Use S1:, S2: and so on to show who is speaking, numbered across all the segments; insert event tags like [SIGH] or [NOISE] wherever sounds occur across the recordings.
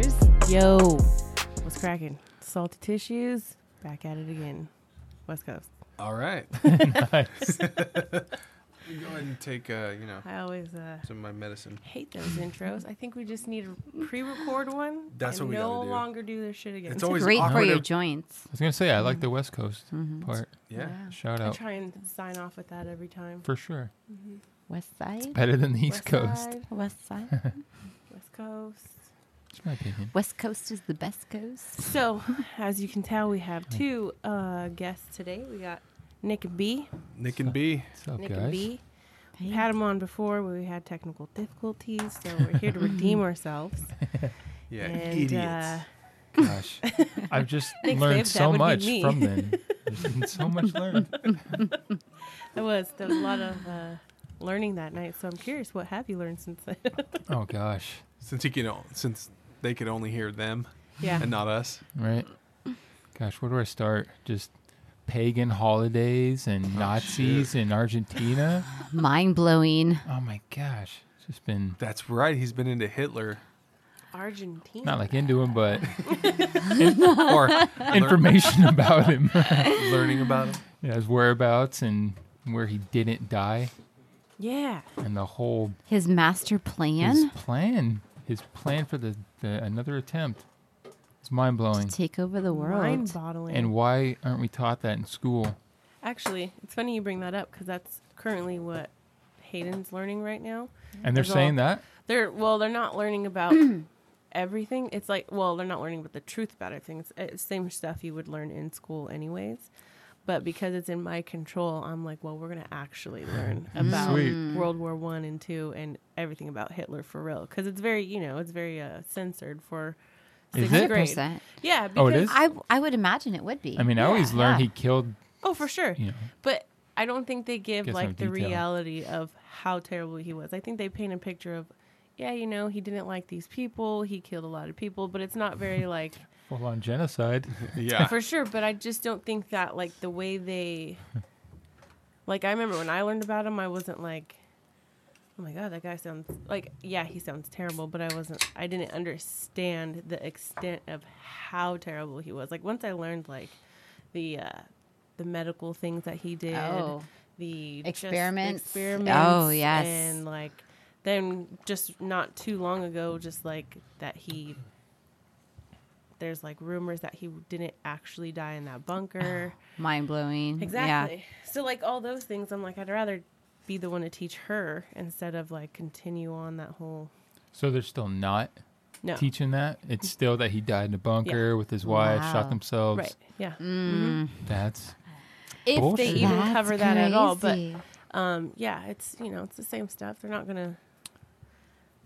S1: Mm-hmm. Yo, what's cracking? Salty tissues, back at it again. West Coast.
S2: All
S3: [LAUGHS]
S2: right. [LAUGHS] You Go ahead and take, uh, you know,
S1: I always uh,
S2: some of my medicine.
S1: hate [LAUGHS] those intros. I think we just need to pre-record one.
S2: That's
S1: and
S2: what we
S1: no
S2: gotta do.
S1: longer do this shit again.
S2: It's always
S4: Great for
S2: awkward
S4: your
S2: to-
S4: joints. Mm-hmm.
S3: I was gonna say I like the West Coast part.
S2: Yeah.
S4: Yeah.
S3: Shout
S1: I
S3: out
S1: try and sign off with that every time.
S3: for sure.
S2: Mm-hmm.
S4: West side.
S3: Better than the East
S1: West
S3: Coast.
S1: Side,
S4: West
S3: [LAUGHS]
S4: side.
S1: West Coast.
S3: That's my opinion.
S4: West coast is the best coast.
S1: So, as you can tell, we have two uh, guests today. We got Nick and B.
S2: Nick and B.
S3: What's up,
S1: Nick and
S3: guys?
S1: B. We've had him on before, but we had technical difficulties, so we're
S2: [LAUGHS]
S1: here to redeem ourselves.
S2: Yeah.
S1: And, uh, [LAUGHS]
S3: Gosh, I've just
S1: Thanks,
S3: learned
S1: babe. That
S3: so
S1: would be
S3: much
S1: me. [LAUGHS]
S3: from them. There's been so much learned.
S1: It was. There was a lot of uh, learning that night. So I'm curious, what have you learned since then?
S3: Oh gosh,
S2: since he can, o- since they could only hear them
S1: yeah.
S2: and not us.
S3: right? Gosh, where do I start? Just pagan holidays
S1: Oh,
S3: and Nazis in Argentina.
S4: [LAUGHS] Mind blowing.
S3: Oh my gosh, it's just been
S2: That's right. He's been into
S1: [LAUGHS]
S2: Hitler
S1: Argentina.
S3: not like into
S1: [LAUGHS]
S3: him, but
S2: or lear-
S3: information about him. [LAUGHS]
S2: learning about him.
S3: yeah, his whereabouts and where he didn't die,
S1: yeah.
S3: and the whole
S4: His master plan
S3: His plan, his plan for the, the another attempt. It's mind
S4: to
S3: blowing.
S4: take over the
S1: Mind
S4: world.
S1: bottling.
S3: And why aren't we taught that in school?
S1: Actually, it's funny you bring that up because that's currently what Hayden's learning right now.
S3: And they're
S1: There's
S3: saying
S1: all-
S3: that
S1: They're well, they're not learning about everything. It's like well, they're not learning about the truth about everything. It's, it's same stuff you would learn in school anyways. But because it's in my control, I'm like, well, we're gonna actually
S3: [SIGHS]
S1: learn about
S3: Sweet.
S1: World War One and Two and everything about Hitler for real. Because it's very, you know, it's very uh, censored for
S3: Is
S1: sixth
S3: it?
S1: grade.
S4: Percent.
S1: Yeah.
S3: Oh, it
S1: Because,
S3: is?
S4: I I would imagine it would be.
S3: I mean, I always
S4: Yeah.
S3: learned he killed.
S1: Oh, for sure.
S3: You know,
S1: But I don't think they give
S3: Guess
S1: like
S3: no
S1: the
S3: detail.
S1: reality of how terrible he was. I think they paint a picture of, yeah, you know, he didn't like these people, he killed a lot of people, but it's not very like
S3: full on genocide.
S2: Yeah.
S1: for sure. But I just don't think that like the way they, like I remember when I learned about him, I wasn't like, oh my god, that guy sounds like yeah, he sounds terrible. But I wasn't, I didn't understand the extent of how terrible he was. Like once I learned like the uh, the medical things that he did,
S4: Oh.
S1: the just
S4: Experiments.
S1: experiments,
S4: Oh, yes.
S1: and like then just not too long ago, just like that he there's like rumors that he didn't actually die in that bunker.
S4: [SIGHS] mind blowing.
S1: Exactly. So like all those things, I'm like, I'd rather be the one to teach her instead of like continue on that whole
S3: So they're still not
S1: no
S3: teaching that. It's still that he died in a bunker with his wife,
S4: Wow.
S3: shot themselves.
S1: right. Yeah.
S3: That's
S1: Mm-hmm. If they
S3: Bullshit.
S1: even
S4: Mm. That's
S1: cover that at all, but
S4: crazy.
S1: um, yeah, it's you know it's the same stuff. They're not gonna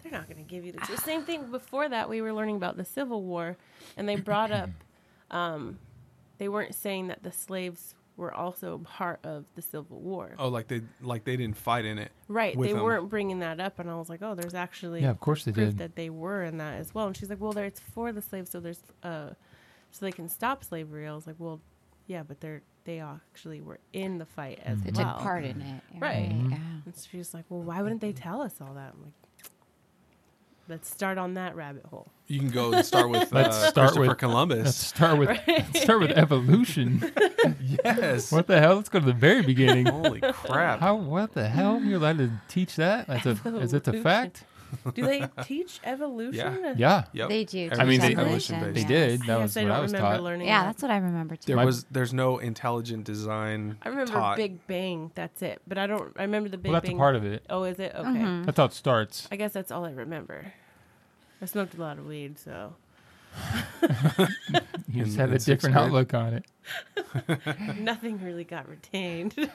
S1: they're not gonna give you
S3: [SIGHS]
S1: the, the same thing. Before that, we were learning about the Civil War, and they brought
S3: [CLEARS THROAT]
S1: up um, they weren't saying that the slaves were also part of the Civil War.
S2: Oh, like they like they didn't fight in it.
S1: Right.
S2: with
S1: They
S2: him.
S1: weren't bringing that up. And I was like, oh, there's actually
S3: Yeah, of course they
S1: proof
S3: did.
S1: that they were in that as well. And she's like, well, there, it's for the slaves. So there's, uh, so they can stop slavery. I was like, well, yeah, but they're, they actually were in the fight
S3: Mm.
S1: as
S4: they
S1: well.
S4: took part in it. You're
S1: Right.
S3: Mm-hmm.
S4: Yeah.
S1: And she's like, well, why wouldn't they tell us all that? I'm like, let's start on that rabbit hole.
S2: You can go and start with
S3: [LAUGHS] Let's
S2: uh,
S3: start
S2: Christopher
S3: with- let's
S2: Columbus.
S1: [LAUGHS]
S3: start with let's start with evolution.
S2: [LAUGHS] Yes.
S3: what the hell? Let's go to the very
S1: [LAUGHS]
S3: beginning.
S2: Holy crap.
S3: How? What the hell? You're allowed to teach that? That's a is it a
S1: Evolution.
S3: fact?
S1: Do they teach evolution?
S3: Yeah.
S2: Yep.
S4: They do
S2: Everything's
S3: I mean, they-
S2: evolution-based.
S3: They
S4: Yes.
S3: did.
S1: I
S3: That
S1: guess
S3: was
S1: I
S3: what
S1: don't
S3: I was
S1: remember
S3: taught.
S1: learning.
S4: Yeah,
S1: that.
S4: that's what I remember too.
S2: There
S3: My-
S2: was there's no intelligent design.
S1: I remember
S2: taught.
S1: Big Bang. That's it. But I don't, I remember the Big
S3: Well, Mm-hmm. that's
S1: Bang.
S3: a part of it.
S1: Oh, is it? Okay.
S3: That's how it starts.
S1: I guess that's all I remember. I smoked a lot of weed, so
S3: You just
S2: In-
S3: had
S2: in
S3: a
S2: sixth
S3: different
S2: grade?
S3: outlook on it.
S1: nothing really got retained.
S3: Well,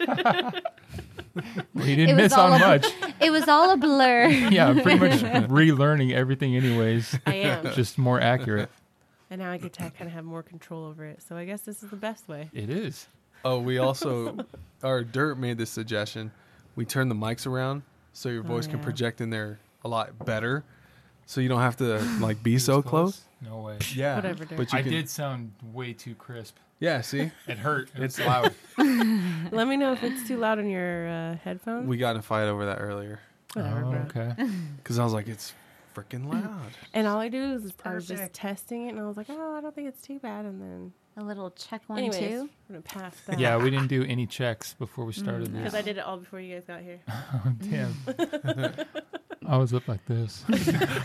S3: you didn't
S4: was
S3: miss
S4: all
S3: [LAUGHS] on
S4: a-
S3: much.
S4: It was all a
S3: [LAUGHS]
S4: blur.
S3: yeah, I'm pretty much relearning everything, [LAUGHS] anyways.
S1: I am,
S3: Just more accurate.
S1: [LAUGHS] and now I get to kind of have more control over it. So I guess this is the best way.
S3: It is.
S2: Oh,
S1: [LAUGHS]
S2: we also, our dirt made this suggestion. We turn the mics around so your voice can
S1: Oh, yeah.
S2: project in there a lot better, so you don't have to like be so close.
S3: No way.
S2: Yeah,
S1: Whatever, dude.
S2: But you
S3: I
S2: can,
S3: did sound way too crisp.
S1: [LAUGHS]
S2: Yeah, see,
S3: It hurt.
S2: it's
S3: [LAUGHS]
S2: loud.
S1: Let me know if it's too loud on your uh, headphones.
S2: we got in a fight over that earlier
S3: [LAUGHS]
S1: Whatever, bro.
S3: Oh, okay.
S2: because I was like, it's freaking
S1: [LAUGHS]
S2: loud.
S1: And all I do is I was just
S5: Perfect.
S1: testing it, and I was like, oh, I don't think it's too bad. And then,
S4: A little check one [LAUGHS]
S1: anyways,
S4: two.
S1: I'm gonna pass that. [LAUGHS]
S3: Yeah, we didn't do any checks before we started this.
S1: because I did it all before you guys got here.
S3: Oh, damn. [LAUGHS] I was up like [LAUGHS] this.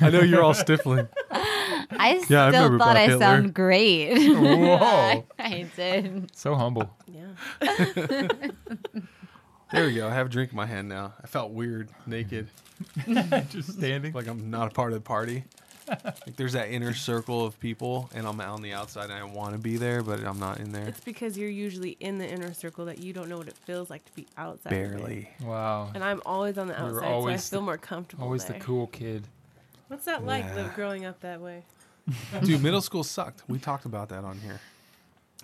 S2: I
S1: [LAUGHS]
S2: know you're all sniffling.
S4: I still
S2: Yeah, I remember
S4: thought
S2: Bob
S4: I
S2: Hitler.
S4: sound great. [LAUGHS]
S3: [LAUGHS] Whoa.
S4: I did.
S3: So humble.
S1: [LAUGHS] Yeah.
S2: There we go. I have a drink in my hand now. I felt weird, naked,
S3: [LAUGHS] Just standing.
S2: like I'm not a part of
S1: [LAUGHS]
S2: the party. Like there's that inner circle of people, and I'm out on the outside, and I want to be there, but I'm not in there.
S1: It's because you're usually in the inner circle that you don't know what it feels like to be outside. of it.
S2: Barely.
S3: Wow.
S1: And I'm always on the
S3: We were
S1: outside,
S3: always
S1: so I feel
S3: the-
S1: more comfortable.
S3: Always the
S1: there.
S3: cool [LAUGHS] kid.
S1: What's that like,
S2: Yeah.
S1: live growing up that way?
S2: Dude, middle school sucked. We talked about that on here.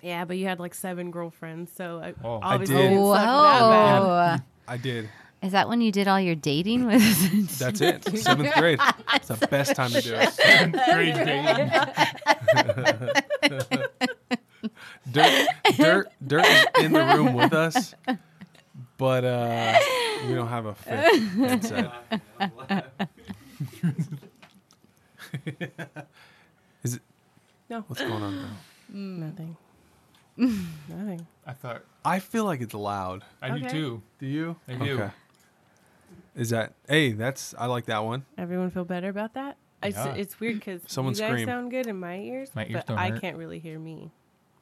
S1: Yeah, but you had like seven girlfriends, so I
S3: Oh. I
S1: obviously
S2: did.
S1: didn't
S4: Whoa.
S1: suck that bad.
S2: I did.
S4: [LAUGHS] Is that when you did all your dating with? [LAUGHS]
S2: That's it.
S1: [LAUGHS]
S2: Seventh grade. It's the best time to do it.
S3: Great [LAUGHS] dating.
S2: Dirt, dirt, dirt is in the room with us, but uh, we don't have a fit headset. is it?
S1: [LAUGHS] No.
S2: What's going on? Now?
S1: [LAUGHS] Nothing. Nothing.
S3: I thought
S2: I feel like it's loud.
S3: I do
S1: Okay.
S3: too.
S2: Do you?
S3: I do.
S2: Is that? Hey, that's. I like that one.
S1: Everyone feel better about that? I s-
S3: Yeah.
S1: it's weird because
S2: Someone
S1: you guys
S2: scream.
S1: sound good in my ears,
S3: My ears
S1: but
S3: don't
S1: I
S3: hurt.
S1: can't really hear me.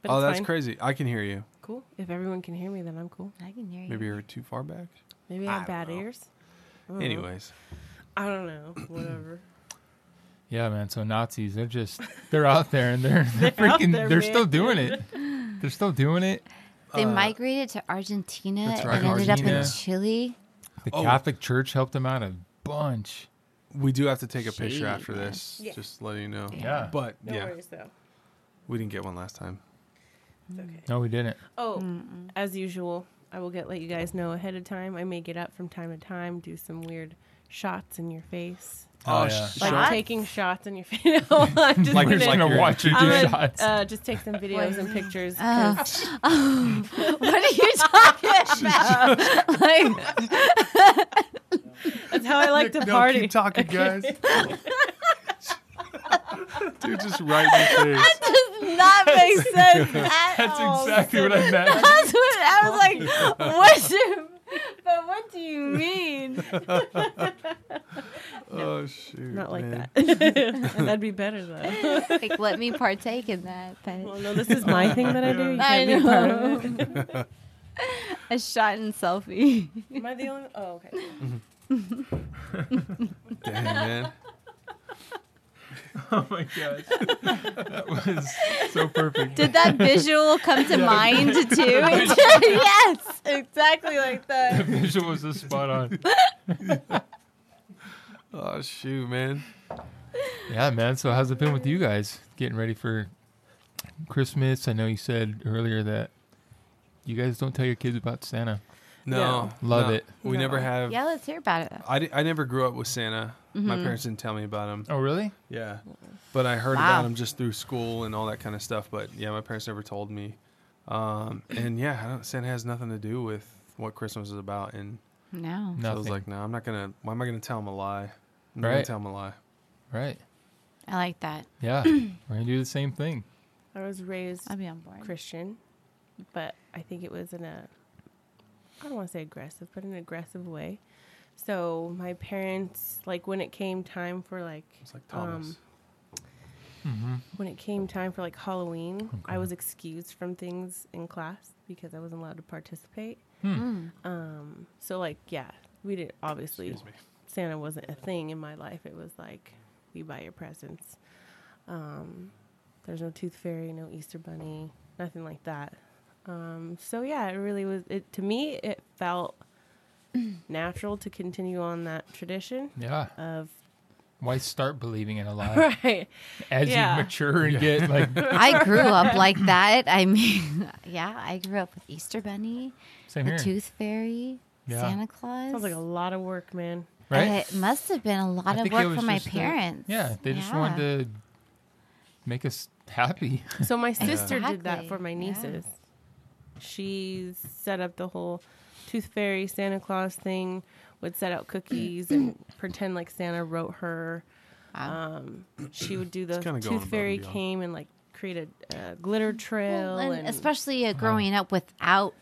S1: But
S2: oh,
S1: it's
S2: that's
S1: fine.
S2: crazy. I can hear you.
S1: Cool. If everyone can hear me, then I'm cool.
S4: I can hear you.
S2: Maybe you're too far back.
S1: Maybe I have
S2: I don't
S1: bad
S2: know.
S1: ears. I don't know.
S2: Anyways,
S1: I don't
S2: [CLEARS THROAT]
S1: know. Whatever.
S3: Yeah, man. So Nazis, they're just they're out there and they're [LAUGHS]
S1: [LAUGHS]
S3: they're,
S1: They're out
S3: freaking
S1: there,
S3: they're still
S1: man.
S3: doing it.
S1: [LAUGHS]
S3: They're still doing it.
S4: They
S2: Uh,
S4: migrated to Argentina
S2: that's right,
S4: and ended up in
S3: Argentina.
S4: [LAUGHS] Chile.
S3: The
S2: Oh.
S3: Catholic Church helped them out a bunch.
S2: we do have to take a picture
S4: Jeez,
S2: after
S4: man.
S2: this.
S1: Yeah.
S2: Just letting you know.
S3: Yeah.
S2: But
S1: No
S2: yeah,
S1: worries though.
S2: we didn't get one last time.
S1: It's okay.
S3: No, we didn't.
S1: Oh, as usual, I will get let you guys know ahead of time. I may get up from time to time, do some weird shots in your face,
S3: Oh, yeah.
S2: sh-
S1: like
S2: shot?
S1: taking shots in your [LAUGHS] face. No,
S3: [LAUGHS]
S1: I'm just
S2: Like-
S1: gonna,
S3: We're just
S2: like
S3: gonna
S2: you're-
S3: watch you do
S1: I'm gonna,
S3: shots. uh,
S1: uh, just take
S3: [LAUGHS]
S1: some videos and pictures. 'cause-
S4: What are you talking about? [LAUGHS] like,
S1: That's how I like to
S2: [LAUGHS] No,
S1: party.
S2: keep talking, [LAUGHS] guys. Dude, just right in your
S4: [LAUGHS]
S2: face.
S4: does not make sense at
S3: That's
S1: Oh,
S4: all.
S3: exactly what
S1: [LAUGHS]
S3: I meant.
S4: [LAUGHS] That's what I was like. What? Do, but what do you mean?
S2: Oh shoot!
S1: Not like
S2: man.
S1: that. [LAUGHS] That'd be better though.
S4: Like, let me partake in that.
S1: Well,
S4: But
S1: no, this is my thing that I do. You
S4: I
S1: can't be a part of [LAUGHS] it.
S4: know. [LAUGHS] A shot and selfie.
S1: Am I the only? Oh, okay.
S2: Dang, man. [LAUGHS]
S3: Oh my gosh. that was so perfect.
S4: Did
S3: [LAUGHS]
S4: that visual come to mind too? [LAUGHS] yes, exactly like
S3: the
S4: that.
S3: visual was just spot on.
S2: Oh shoot, man.
S3: Yeah, man. So how's it been with you guys? Getting ready for Christmas. I know you said earlier that you guys don't tell your kids about Santa.
S2: No,
S3: Love
S2: no.
S3: it.
S2: We never have.
S4: Yeah, let's hear about it.
S2: I, di- I never grew up with Santa. My parents didn't tell me about him.
S3: Oh really?
S2: Yeah, but I heard
S4: Wow.
S2: about him just through school and all that kind of stuff. But yeah, my parents never told me. Um, and yeah, I don't, Santa has nothing to do with what Christmas is about. And
S4: No.
S2: so I was
S3: Nothing.
S2: like, no, I'm not gonna. Why am I gonna tell him a lie? I'm not gonna
S3: Right.
S2: tell him a lie.
S3: right.
S4: I like that.
S2: [CLEARS THROAT]
S3: Yeah. We're gonna do the same thing.
S1: I was raised
S4: I'll be on board.
S1: Christian, but I think it was in a I don't want to say aggressive, but an aggressive way. So my parents, like when it came time for like
S2: It's like Thomas.
S1: um,
S2: Mm-hmm.
S1: when it came time for like Halloween, I was excused from things in class because I wasn't allowed to participate.
S4: Hmm.
S1: Um, so like yeah, we did obviously
S2: Excuse me.
S1: Santa wasn't a thing in my life. It was like you buy your presents. Um, there's no tooth fairy, no Easter bunny, nothing like that. Um, so yeah, it really was. It to me, it felt natural to continue on that tradition
S3: Yeah.
S1: of
S3: Why start believing in a lie?
S1: right.
S3: [LAUGHS] As
S1: Yeah.
S3: you mature and get [LAUGHS] like
S4: I grew up like that. I mean, [LAUGHS] yeah, I grew up with Easter Bunny,
S3: same here.
S4: the Tooth Fairy,
S3: Yeah.
S4: Santa Claus.
S1: Sounds like a lot of work, man.
S3: right?
S4: It must have been a lot
S3: I
S4: of
S3: think it
S4: work
S3: was
S4: for my
S3: just a-
S4: parents.
S3: yeah, they just wanted to make us happy. [LAUGHS]
S1: So my sister did that
S4: [LAUGHS] Exactly,
S1: for my
S4: yeah.
S1: nieces. She set up the whole tooth
S4: [CLEARS THROAT]
S1: fairy Santa Claus thing, would set out cookies and pretend like Santa wrote her
S4: Wow.
S1: Um, she would do the
S2: kinda going
S1: Tooth
S2: above
S1: Fairy
S2: and beyond.
S1: came and like create a uh, glitter trail
S4: Well, and,
S1: and
S4: especially
S2: Uh-huh.
S4: uh, growing up without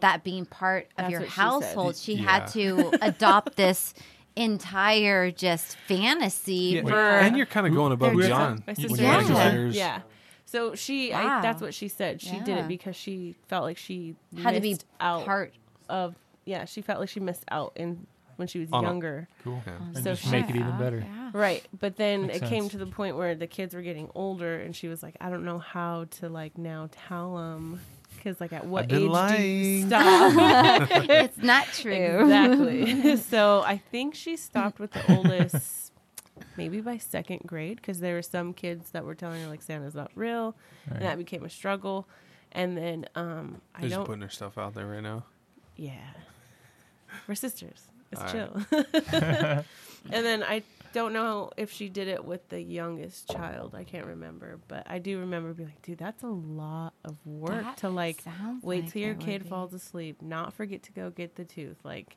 S4: that being part of
S1: That's
S4: your
S1: what she said.
S4: household, she had
S3: Yeah.
S4: to adopt [LAUGHS] this entire just fantasy
S2: Yeah,
S4: for.
S2: and you're kind of going above
S4: There's a-
S2: John.
S1: my
S3: You
S1: sister
S4: went
S1: did
S4: to
S1: that.
S2: layers.
S1: yeah. So she, I,
S4: Wow.
S1: that's what she said. She did
S4: Yeah.
S1: it because she felt like she
S4: had to be
S1: missed out
S4: part.
S1: of yeah. She felt like she missed out in when she was
S2: On a-
S1: younger.
S3: Cool.
S2: Yeah.
S3: And
S1: So
S3: just make it even
S4: Yeah,
S3: better.
S4: yeah.
S1: Right. But then
S3: Makes
S1: it came
S3: sense.
S1: to the point where the kids were getting older and she was like, I don't know how to like now tell them. Cause like at what
S2: been
S1: age do
S2: lying.
S1: you
S3: [LAUGHS]
S1: stop?
S4: it's
S1: [LAUGHS]
S4: not true.
S1: exactly. so I think she stopped with the oldest maybe by second grade because there were some kids that were telling her like Santa's not real
S3: Right.
S1: and that became a struggle. And then um I
S2: They're just
S1: don't
S2: putting their stuff out there right now.
S1: yeah. We're sisters. It's
S2: All
S1: chill.
S2: right.
S1: [LAUGHS] and then I don't know if she did it with the youngest child. I can't remember, but I do remember being like, dude, that's a lot of work
S4: That
S1: to like
S4: sounds
S1: wait
S4: like
S1: till your
S4: it would
S1: kid
S4: be.
S1: falls asleep, not forget to go get the tooth. Like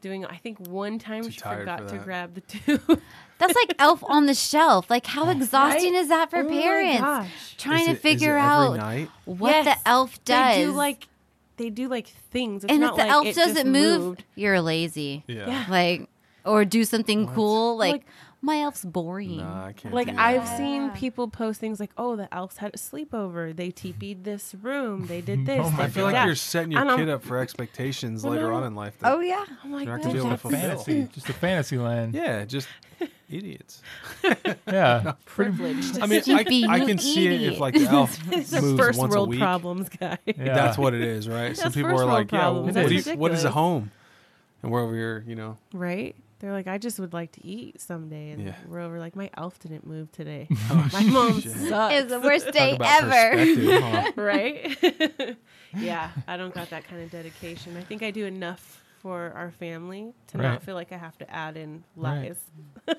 S1: doing I think one time
S2: Too
S1: she
S2: tired
S1: forgot
S2: for
S1: to
S2: that.
S1: grab the [LAUGHS] tooth.
S4: That's like Elf on the Shelf. Like, how exhausting
S1: Right?
S4: is that for
S1: Oh my
S4: parents?
S1: gosh.
S4: Trying
S2: Oh. Is
S4: to
S2: it- is it
S4: figure
S2: every
S4: out
S2: night?
S4: what
S1: Yes,
S4: the elf does.
S1: They do like they do like things. It's
S4: and
S1: not
S4: if the
S1: like
S4: elf
S1: it just
S4: doesn't move,
S1: moved.
S4: you're lazy.
S2: Yeah.
S1: Yeah.
S4: Like, or do something cool. Like,
S1: Like-
S4: my elf's boring.
S2: Nah, I can't.
S1: Like
S2: do that.
S1: I've seen people post things like, "Oh, the elves had a sleepover. They teepeed this room. They
S2: [LAUGHS]
S1: did this.
S3: Oh my
S1: they
S2: I
S1: did
S2: feel like
S1: that."
S2: you're setting your
S1: And I'm- Mm-hmm.
S2: kid up for expectations
S1: Well,
S2: later
S1: no.
S2: on in life. That
S4: Oh yeah.
S1: I'm like,
S2: You're not
S1: "Well,
S2: gonna be able to
S1: that's
S2: [LAUGHS] fulfill.
S3: Fantasy, [LAUGHS] just a fantasy land. Yeah,
S1: [LAUGHS]
S2: Yeah, just idiots.
S3: [LAUGHS] pretty.
S1: privileged.
S2: I mean,
S4: Such a
S2: I, I can
S4: being
S2: see it if
S4: idiot.
S2: like the elf
S1: [LAUGHS] it's
S2: moves
S1: the first
S2: once a
S1: world
S2: week.
S1: problems, guy.
S3: Yeah.
S2: That's what it is,
S1: [LAUGHS]
S2: right? Some
S1: That's
S2: people
S1: first
S2: are
S1: world
S2: like, "Yeah,
S1: problems.
S2: what,
S3: It
S2: do
S3: is.
S2: you, what is a
S1: Ridiculous.
S2: home?" And we're over here, you know.
S1: Right? They're like, I just would like to eat someday, and
S2: Yeah.
S1: we're over like, my elf didn't move
S2: [LAUGHS]
S1: today. my mom
S2: Oh, shit.
S4: It's
S1: sucks.
S4: the worst day
S2: Talk about
S4: ever.
S2: perspective,
S1: [LAUGHS]
S2: huh?
S1: right? [LAUGHS] yeah, I don't got that kind of dedication. I think I do enough for our family to
S3: Right.
S1: not feel like I have to add in
S3: Right.
S1: lies.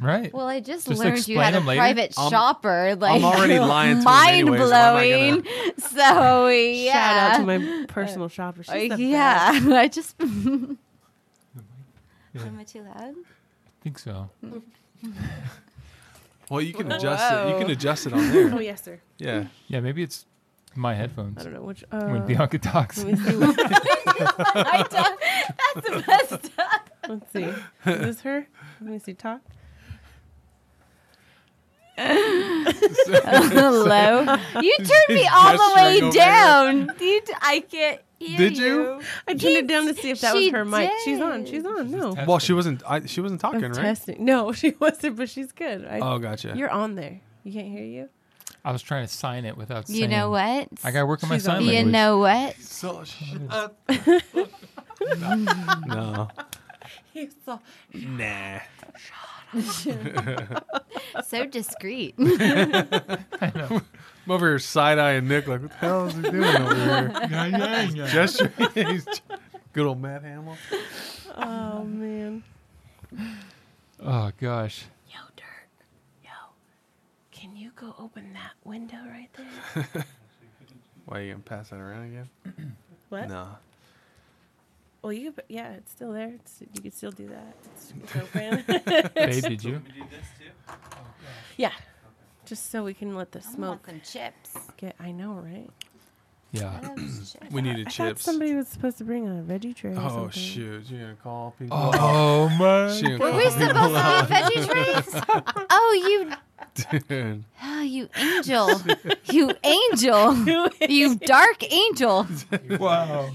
S3: Right.
S4: Well, I just,
S3: Just
S4: learned you had
S3: explain
S4: a
S3: 'em later.
S4: private
S2: I'm-
S4: shopper. Like, [LAUGHS]
S2: already lying to 'em
S4: mind
S2: anyways, why am I
S4: blowing.
S2: [LAUGHS]
S4: So yeah.
S1: Shout out to my personal shopper. She's the
S4: Uh,
S1: best.
S4: yeah, [LAUGHS] I just. Am I too loud? [LAUGHS]
S3: I think so.
S2: Well, you can adjust it. You
S4: Whoa.
S2: can adjust it on
S1: Oh [LAUGHS]
S2: there.
S1: yes, sir.
S2: Yeah.
S3: Yeah, maybe it's my headphones
S1: I don't know which.
S3: when
S1: Uh,
S3: Bianca talks.
S1: let me see. what-
S4: I don't. That's the
S2: [LAUGHS]
S4: best. [LAUGHS]
S1: Let's see. Is this her? Let me see. [LAUGHS] Talk.
S4: Hello. You turned me
S2: She's
S4: all the
S2: gesturing
S4: way
S2: over there.
S4: down. [LAUGHS] You d- I can't hear
S2: Did you?
S1: I turned it down to see if that was
S4: She
S1: her mic. She's on.
S4: did.
S1: She's on. No.
S3: testing.
S2: Well, she wasn't. I, she wasn't
S1: I'm
S2: talking, right?
S1: testing. No, [LAUGHS] she wasn't, but she's good. I,
S2: Oh, gotcha.
S1: You're on there. You can't hear you?
S3: [LAUGHS] I was trying to sign it without.
S4: You know
S3: saying-
S4: what?
S3: I got to work on my
S1: She's on-
S3: sign
S4: You
S3: language. [LAUGHS]
S4: know what?
S2: so shut up. [LAUGHS] no.
S1: He's all,
S2: Nah.
S4: So
S1: [LAUGHS]
S4: discreet.
S2: I'm over here side eyeing Nick like, what the hell is he doing over [LAUGHS] here? Gesture. [LAUGHS] He's good old Matt Hamill.
S1: oh, man.
S3: [LAUGHS] Oh gosh.
S1: Yo, Dirk. Yo, can you go open that window right there?
S2: Why are you gonna pass that around again?
S1: What?
S2: No.
S1: Well, you, could- yeah, it's still there. It's, you can still do that. It's, it's open. [LAUGHS]
S2: [LAUGHS]
S3: Babe, did you?
S1: yeah. Just so we can let the smoke
S4: some chips.
S1: get. I know, right?
S3: Yeah.
S2: We needed
S1: I thought
S2: chips.
S1: somebody was supposed to bring a veggie tray. or
S2: oh
S1: something. [LAUGHS]
S2: shoot! You're gonna call people. [LAUGHS]
S3: Oh
S2: She
S3: my.
S2: gonna
S4: Were
S2: call
S4: we
S2: people
S4: supposed to
S2: out.
S4: be veggie trays? Oh, you
S2: Dude.
S4: Oh, you angel. you
S1: [LAUGHS]
S4: angel. you dark angel.
S3: Wow.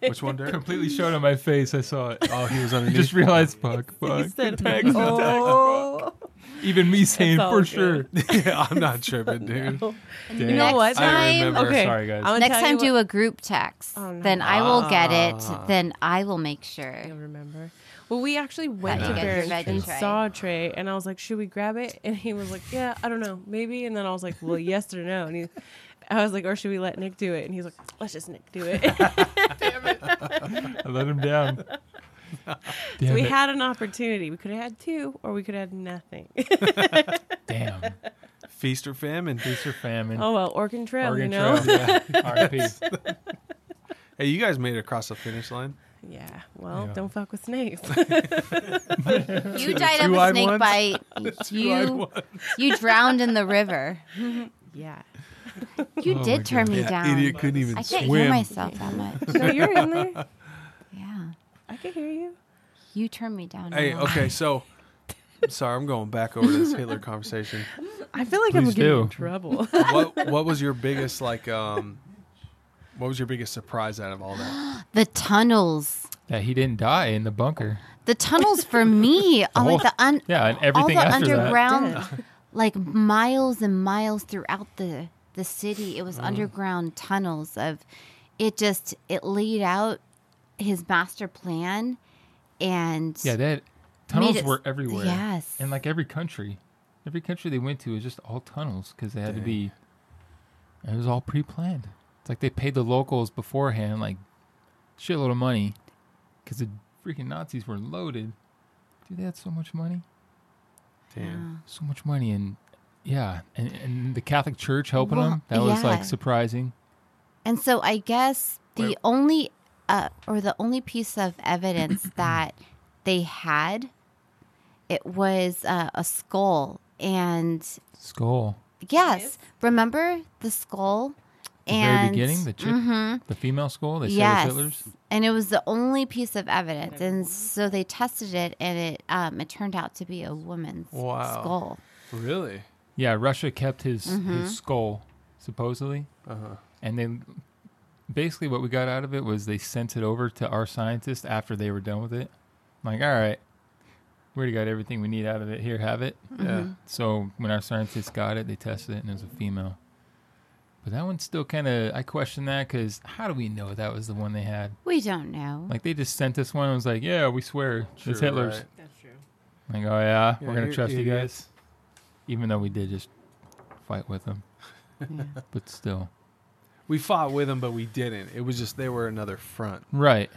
S2: Which one, Derek? [LAUGHS]
S3: Completely showed on my face. I saw it.
S2: Oh, he was underneath.
S3: [LAUGHS] Just realized, fuck, fuck.
S1: He
S3: [LAUGHS]
S1: said,
S3: Text,
S1: oh.
S3: text. Even me saying
S1: all
S3: for
S1: good.
S3: sure.
S2: yeah, I'm
S1: [LAUGHS]
S2: not tripping, dude.
S3: You
S4: Next
S1: what?
S2: I don't
S4: time,
S2: remember.
S1: Okay.
S3: Sorry, guys.
S1: I'm gonna
S4: next
S1: tell you
S4: time
S1: what-
S4: do a group text.
S1: Oh, no.
S4: Then I will get
S2: Ah.
S4: it. Then I will make
S1: I
S4: sure.
S1: remember. Well, we actually went
S4: you
S1: to
S4: get your
S1: Barry's
S4: veggie
S1: and
S4: tray.
S1: saw a tray, and I was like, "Should we grab it?" And he was like, "Yeah, I don't know, maybe." And then I was like,
S4: [LAUGHS]
S1: "Well, yes or no?" And he, I was like, "Or should we let Nick do it?" And he's like, "Let's just Nick do
S2: [LAUGHS]
S1: it."
S3: I let him down.
S1: [LAUGHS]
S3: Damn
S1: we
S3: it.
S1: had an opportunity. We could have had two, or we could have had nothing. [LAUGHS]
S3: Damn.
S2: Feast or famine.
S3: Feast or famine.
S1: oh well, Orkin Trail,
S3: Oregon
S1: you know.
S3: Trail. Yeah. RIP.
S2: Hey, you guys made it across the finish line.
S1: [LAUGHS] Yeah. Well, Well,
S2: Yeah.
S1: don't fuck with
S2: [LAUGHS]
S1: snakes. [LAUGHS]
S4: You died of a
S2: Two-eyed
S4: snake
S2: ones?
S4: bite.
S2: Two-eyed
S4: you
S2: one.
S4: you [LAUGHS] drowned in the river.
S1: yeah.
S4: You
S3: Oh my
S4: did turn
S3: God.
S4: me
S2: That
S4: down.
S2: idiot couldn't even
S4: I can't hear
S2: swim.
S4: myself that much.
S1: No, you're in there.
S2: [LAUGHS]
S4: Yeah.
S1: I can hear you.
S4: You turned me down.
S2: Hey,
S4: now.
S2: okay, so sorry, I'm going back over this Hitler conversation.
S1: I feel like I'm
S3: Please
S1: getting in
S3: do.
S1: trouble.
S2: What what was your biggest like um what was your biggest surprise out of all that?
S4: The tunnels.
S3: That he didn't die in the bunker.
S4: The tunnels for me are
S3: whole-
S4: like the un-
S3: Yeah, and everything
S4: all the
S3: after that.
S4: underground, [LAUGHS] like miles and miles throughout the the city. It
S3: Mm.
S4: was underground tunnels of, it just it laid out his master plan, and
S3: Yeah, that tunnels
S4: it-
S3: were everywhere.
S4: yes.
S3: and like every country, every country they went to was just all tunnels because they had to
S2: Dang.
S3: be. And it was all pre-planned. It's like they paid the locals beforehand like shitload of money because the freaking Nazis were loaded. Dude, they had so much money,
S2: Damn.
S3: so much money, and yeah, and, and the Catholic Church helping
S4: Well,
S3: them. That was
S4: yeah.
S3: like surprising.
S4: And so I guess the
S2: Wait.
S4: only uh, or the only piece of
S3: [CLEARS THROAT]
S4: evidence that they had, it was uh, a skull. And
S3: Skull.
S4: yes, remember the skull?
S3: The very beginning, the chick, the female skull. They
S4: mm-hmm. yes,
S3: said it was Hitler's.
S4: and it was the only piece of evidence. And so they tested it, and it um, it turned out to be a woman's
S2: Wow.
S4: skull.
S2: Really?
S3: Yeah, Russia kept his
S4: Mm-hmm.
S3: his skull supposedly,
S2: Uh-huh.
S3: and they basically what we got out of it was they sent it over to our scientists after they were done with it. I'm like, all right, we already got everything we need out of it. Here, have it.
S4: Mm-hmm.
S2: Yeah.
S3: So when our scientists got it, they tested it, and it was a female. But that one's still kind of I question that because how do we know that was the one they had?
S4: We don't know.
S3: Like they just sent this one. and was like, yeah, we swear
S2: Sure,
S3: it's Hitler's.
S2: right.
S1: [LAUGHS] That's true.
S3: Like, oh yeah,
S2: Yeah,
S3: we're gonna
S2: you're
S3: trust you
S2: idiots.
S3: guys, even though we did just fight with them. but still,
S2: We fought with them, but we didn't. It was just they were another front,
S3: right?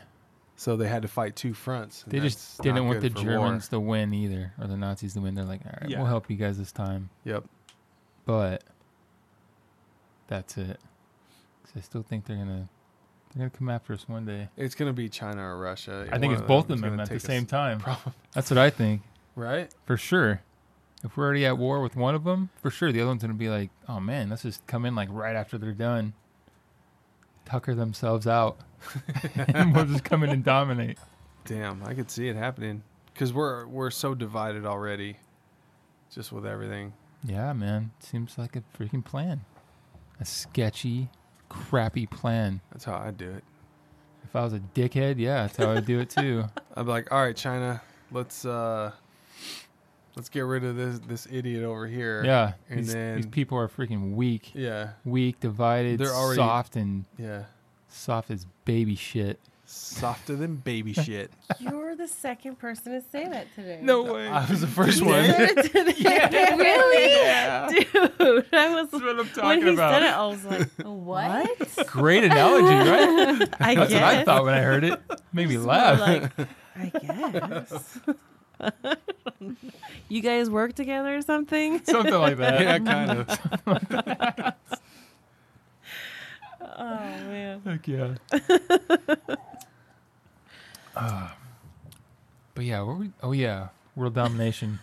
S2: so they had to fight two fronts. and
S3: They
S2: that's
S3: just didn't
S2: not
S3: want the
S2: good for war.
S3: Germans to win either, or the Nazis to win. They're like, all right,
S2: Yeah.
S3: we'll help you guys this time,
S2: Yep.
S3: but that's it. 'Cause I still think they're gonna they're gonna come after us one day.
S2: It's gonna be China or Russia.
S3: I think
S2: One
S3: it's both of
S2: is
S3: them
S2: gonna
S3: at the
S2: take us-
S3: same time. That's what I think
S2: right?
S3: for sure. If we're already at war with one of them, for sure the other one's gonna be like, oh man, let's just come in like right after they're done, tucker themselves out, [LAUGHS] and we'll just come in and dominate.
S2: Damn, I could see it happening because we're we're so divided already, just with everything.
S3: Yeah, man, seems like a freaking plan, a sketchy, crappy plan.
S2: That's how I do it.
S3: If I was a dickhead, yeah, that's how I'd do it
S2: [LAUGHS]
S3: too.
S2: I'd be like, all right, China, let's uh, let's get rid of this this idiot over here.
S3: Yeah,
S2: And
S3: these,
S2: then-
S3: these people are freaking weak,
S2: yeah,
S3: weak, divided,
S2: They're already-
S3: soft and
S2: yeah.
S3: soft as baby shit.
S2: Softer than
S3: [LAUGHS]
S2: baby shit.
S1: [LAUGHS] You're the second person to say that today.
S3: way.
S2: I was the
S3: [LAUGHS]
S2: first
S1: You
S2: one.
S1: said it today. [LAUGHS] really? Dude, I was
S3: what I'm
S1: when
S3: talking
S1: he
S3: about.
S1: said it, I was
S3: [LAUGHS]
S1: like, what?
S3: Great analogy, right?
S1: [LAUGHS]
S2: [LAUGHS]
S1: I
S3: That's
S1: guess.
S3: what I thought when I heard it. Made me
S1: Just
S3: laugh.
S1: more like, I guess. [LAUGHS] you guys work together or
S3: [LAUGHS]
S1: something?
S3: Something like that.
S2: yeah, kind of.
S1: Oh man.
S3: [LAUGHS]
S2: [LAUGHS]
S3: Heck yeah. Ah. but yeah, what we, oh yeah, world domination.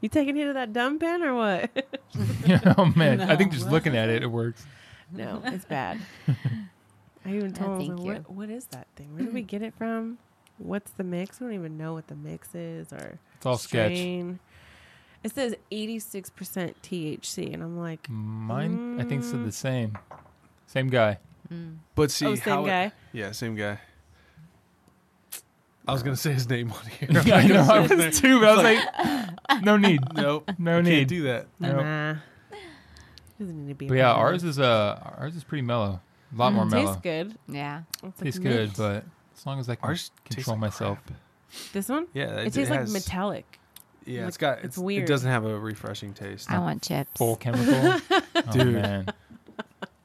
S1: You taking hit of that dumb pen or what?
S3: [LAUGHS] yeah, oh man, I think just looking at it, it works.
S1: no, it's bad. [LAUGHS] Uh, I even
S4: No,
S1: told him,
S4: thank
S1: like, what, what is that thing? Where did we get it from? What's the mix? We don't even know what the mix is or
S3: It's all sketch.
S1: strain. It says 86% THC, and I'm
S3: Mm,
S1: like,
S3: Mine, I think, said the same. Same [LAUGHS] guy.
S2: But see,
S1: oh, same
S2: how it-
S3: [LAUGHS]
S1: guy.
S2: yeah, same guy. I was gonna say his name on
S3: [LAUGHS]
S2: here. [LAUGHS]
S3: I know, I was too, but I was like, no [LAUGHS] need,
S2: nope, I
S3: no
S2: can't
S3: need.
S2: do that.
S3: Nope.
S1: Nah. Doesn't need to be.
S3: But yeah, ours is uh, ours is pretty mellow. A lot more
S1: It
S3: mellow.
S1: Mm, tastes good.
S4: yeah.
S1: It's
S3: Tastes
S1: mint.
S3: good, but as long as I can
S2: Ours tastes
S3: control
S2: like
S3: myself.
S1: this one,
S2: Yeah,
S1: it, tastes like
S2: has-
S1: metallic.
S2: Yeah,
S1: like-
S2: it's got.
S1: it's
S2: It's,
S1: weird.
S2: It doesn't have a refreshing taste.
S4: I want chips.
S3: full chemical. [LAUGHS] oh,
S2: Dude.
S3: man.
S1: Yo,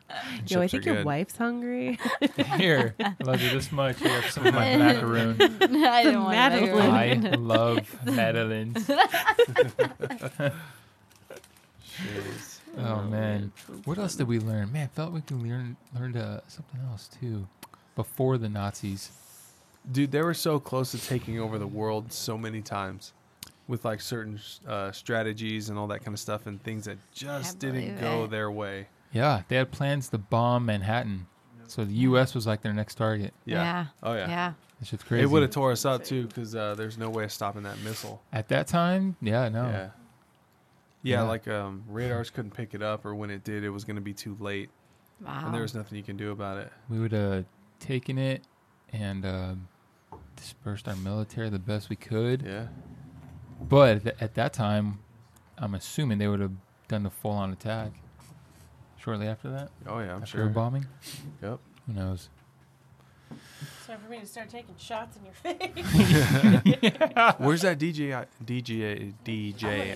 S1: I
S2: Chips are
S1: think your
S2: good.
S1: wife's [LAUGHS] hungry.
S3: Here, I love you this much. You have some of my macaroon.
S4: I
S1: didn't want to make her-
S3: I love Madeline's.
S2: Jeez.
S3: Oh man, what else did we learn? Man, I felt like we learned learned uh, something else too before the Nazis.
S2: Dude, they were so close to taking over the world so many times with like certain uh, strategies and all that kind of stuff and things that just didn't
S4: believe
S2: go
S4: it.
S2: their way.
S3: Yeah, they had plans to bomb Manhattan, so the U.S. was like their next target.
S2: Yeah. Oh, yeah.
S5: Yeah.
S3: That shit's crazy.
S2: It would have tore us up too because uh, there's no way of stopping that missile.
S3: at that time. Yeah, no.
S2: Yeah. Yeah,
S3: Yeah.
S2: like um, radars couldn't pick it up, or when it did, it was going to be too late,
S5: Wow.
S2: and there was nothing you can do about it.
S3: We would have taken it and uh, dispersed our military the best we could.
S2: Yeah,
S3: But th- at that time, I'm assuming they would have done the full on attack shortly after that.
S2: oh yeah, I'm
S3: after
S2: sure.
S3: the bombing.
S2: Yep.
S3: Who knows?
S1: [LAUGHS] It's time for me to start taking shots in your face.
S2: Where's that DJI? DJI? DJI?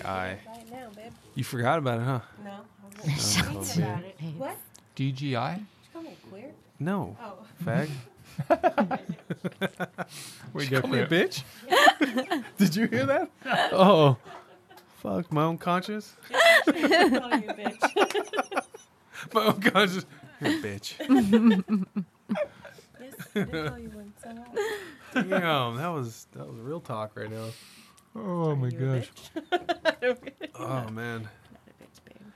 S1: [LAUGHS] Right now, babe.
S2: You forgot about it, huh?
S1: No.
S2: Oh,
S1: Think
S2: man.
S1: about it. What?
S3: DGI?
S1: Did you call me queer?
S2: No,
S1: Oh. [LAUGHS]
S2: [LAUGHS] fag.
S3: We
S2: Call me a bitch. [LAUGHS] Did you hear that? Oh, fuck my own conscience.
S1: Call you a bitch.
S2: My own conscience. You're a bitch.
S1: Yes, I did call you one. So what?
S2: Damn, that was that was real talk right now.
S3: Oh my
S1: You a
S3: gosh.
S1: bitch?
S2: Oh man.
S1: Not a bitch, babe.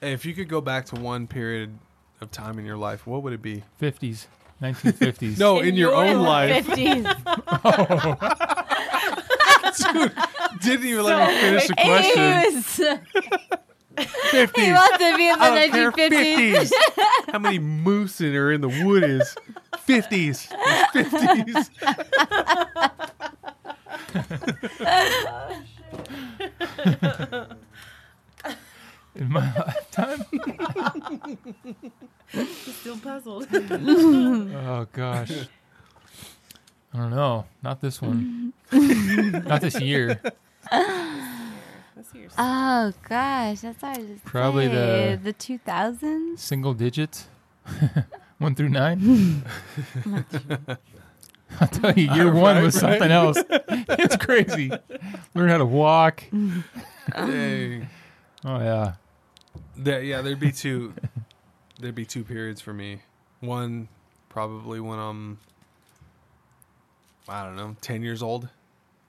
S2: Hey, if you could go back to one period of time in your life, what would it be?
S3: 50s.
S2: [LAUGHS]
S3: 1950s.
S2: No, in, your, own [LAUGHS] life.
S5: 50s.
S2: Didn't even let me finish [LAUGHS] the question.
S5: He was- he
S2: 50s.
S5: wants to be in the
S2: I don't
S5: 1950s.
S2: care. 50s. [LAUGHS] How many moose in are in the wood is? 50s. It's 50s.
S3: In my lifetime?
S1: Still puzzled.
S3: Oh gosh. I don't know. Not this
S2: [LAUGHS]
S3: one. Not this year.
S1: Let's hear your
S4: Oh gosh, that's hard to
S3: Probably
S4: say.
S3: the-
S4: the 2000s.
S3: Single digits. [LAUGHS] One through nine. [LAUGHS] I'll tell you, year one was something else. [LAUGHS] It's crazy. Learn how to walk.
S2: Mm. Dang.
S3: Oh yeah.
S2: There- yeah, there'd be two. There'd be two periods for me. One, probably when I'm, I don't know, ten years old,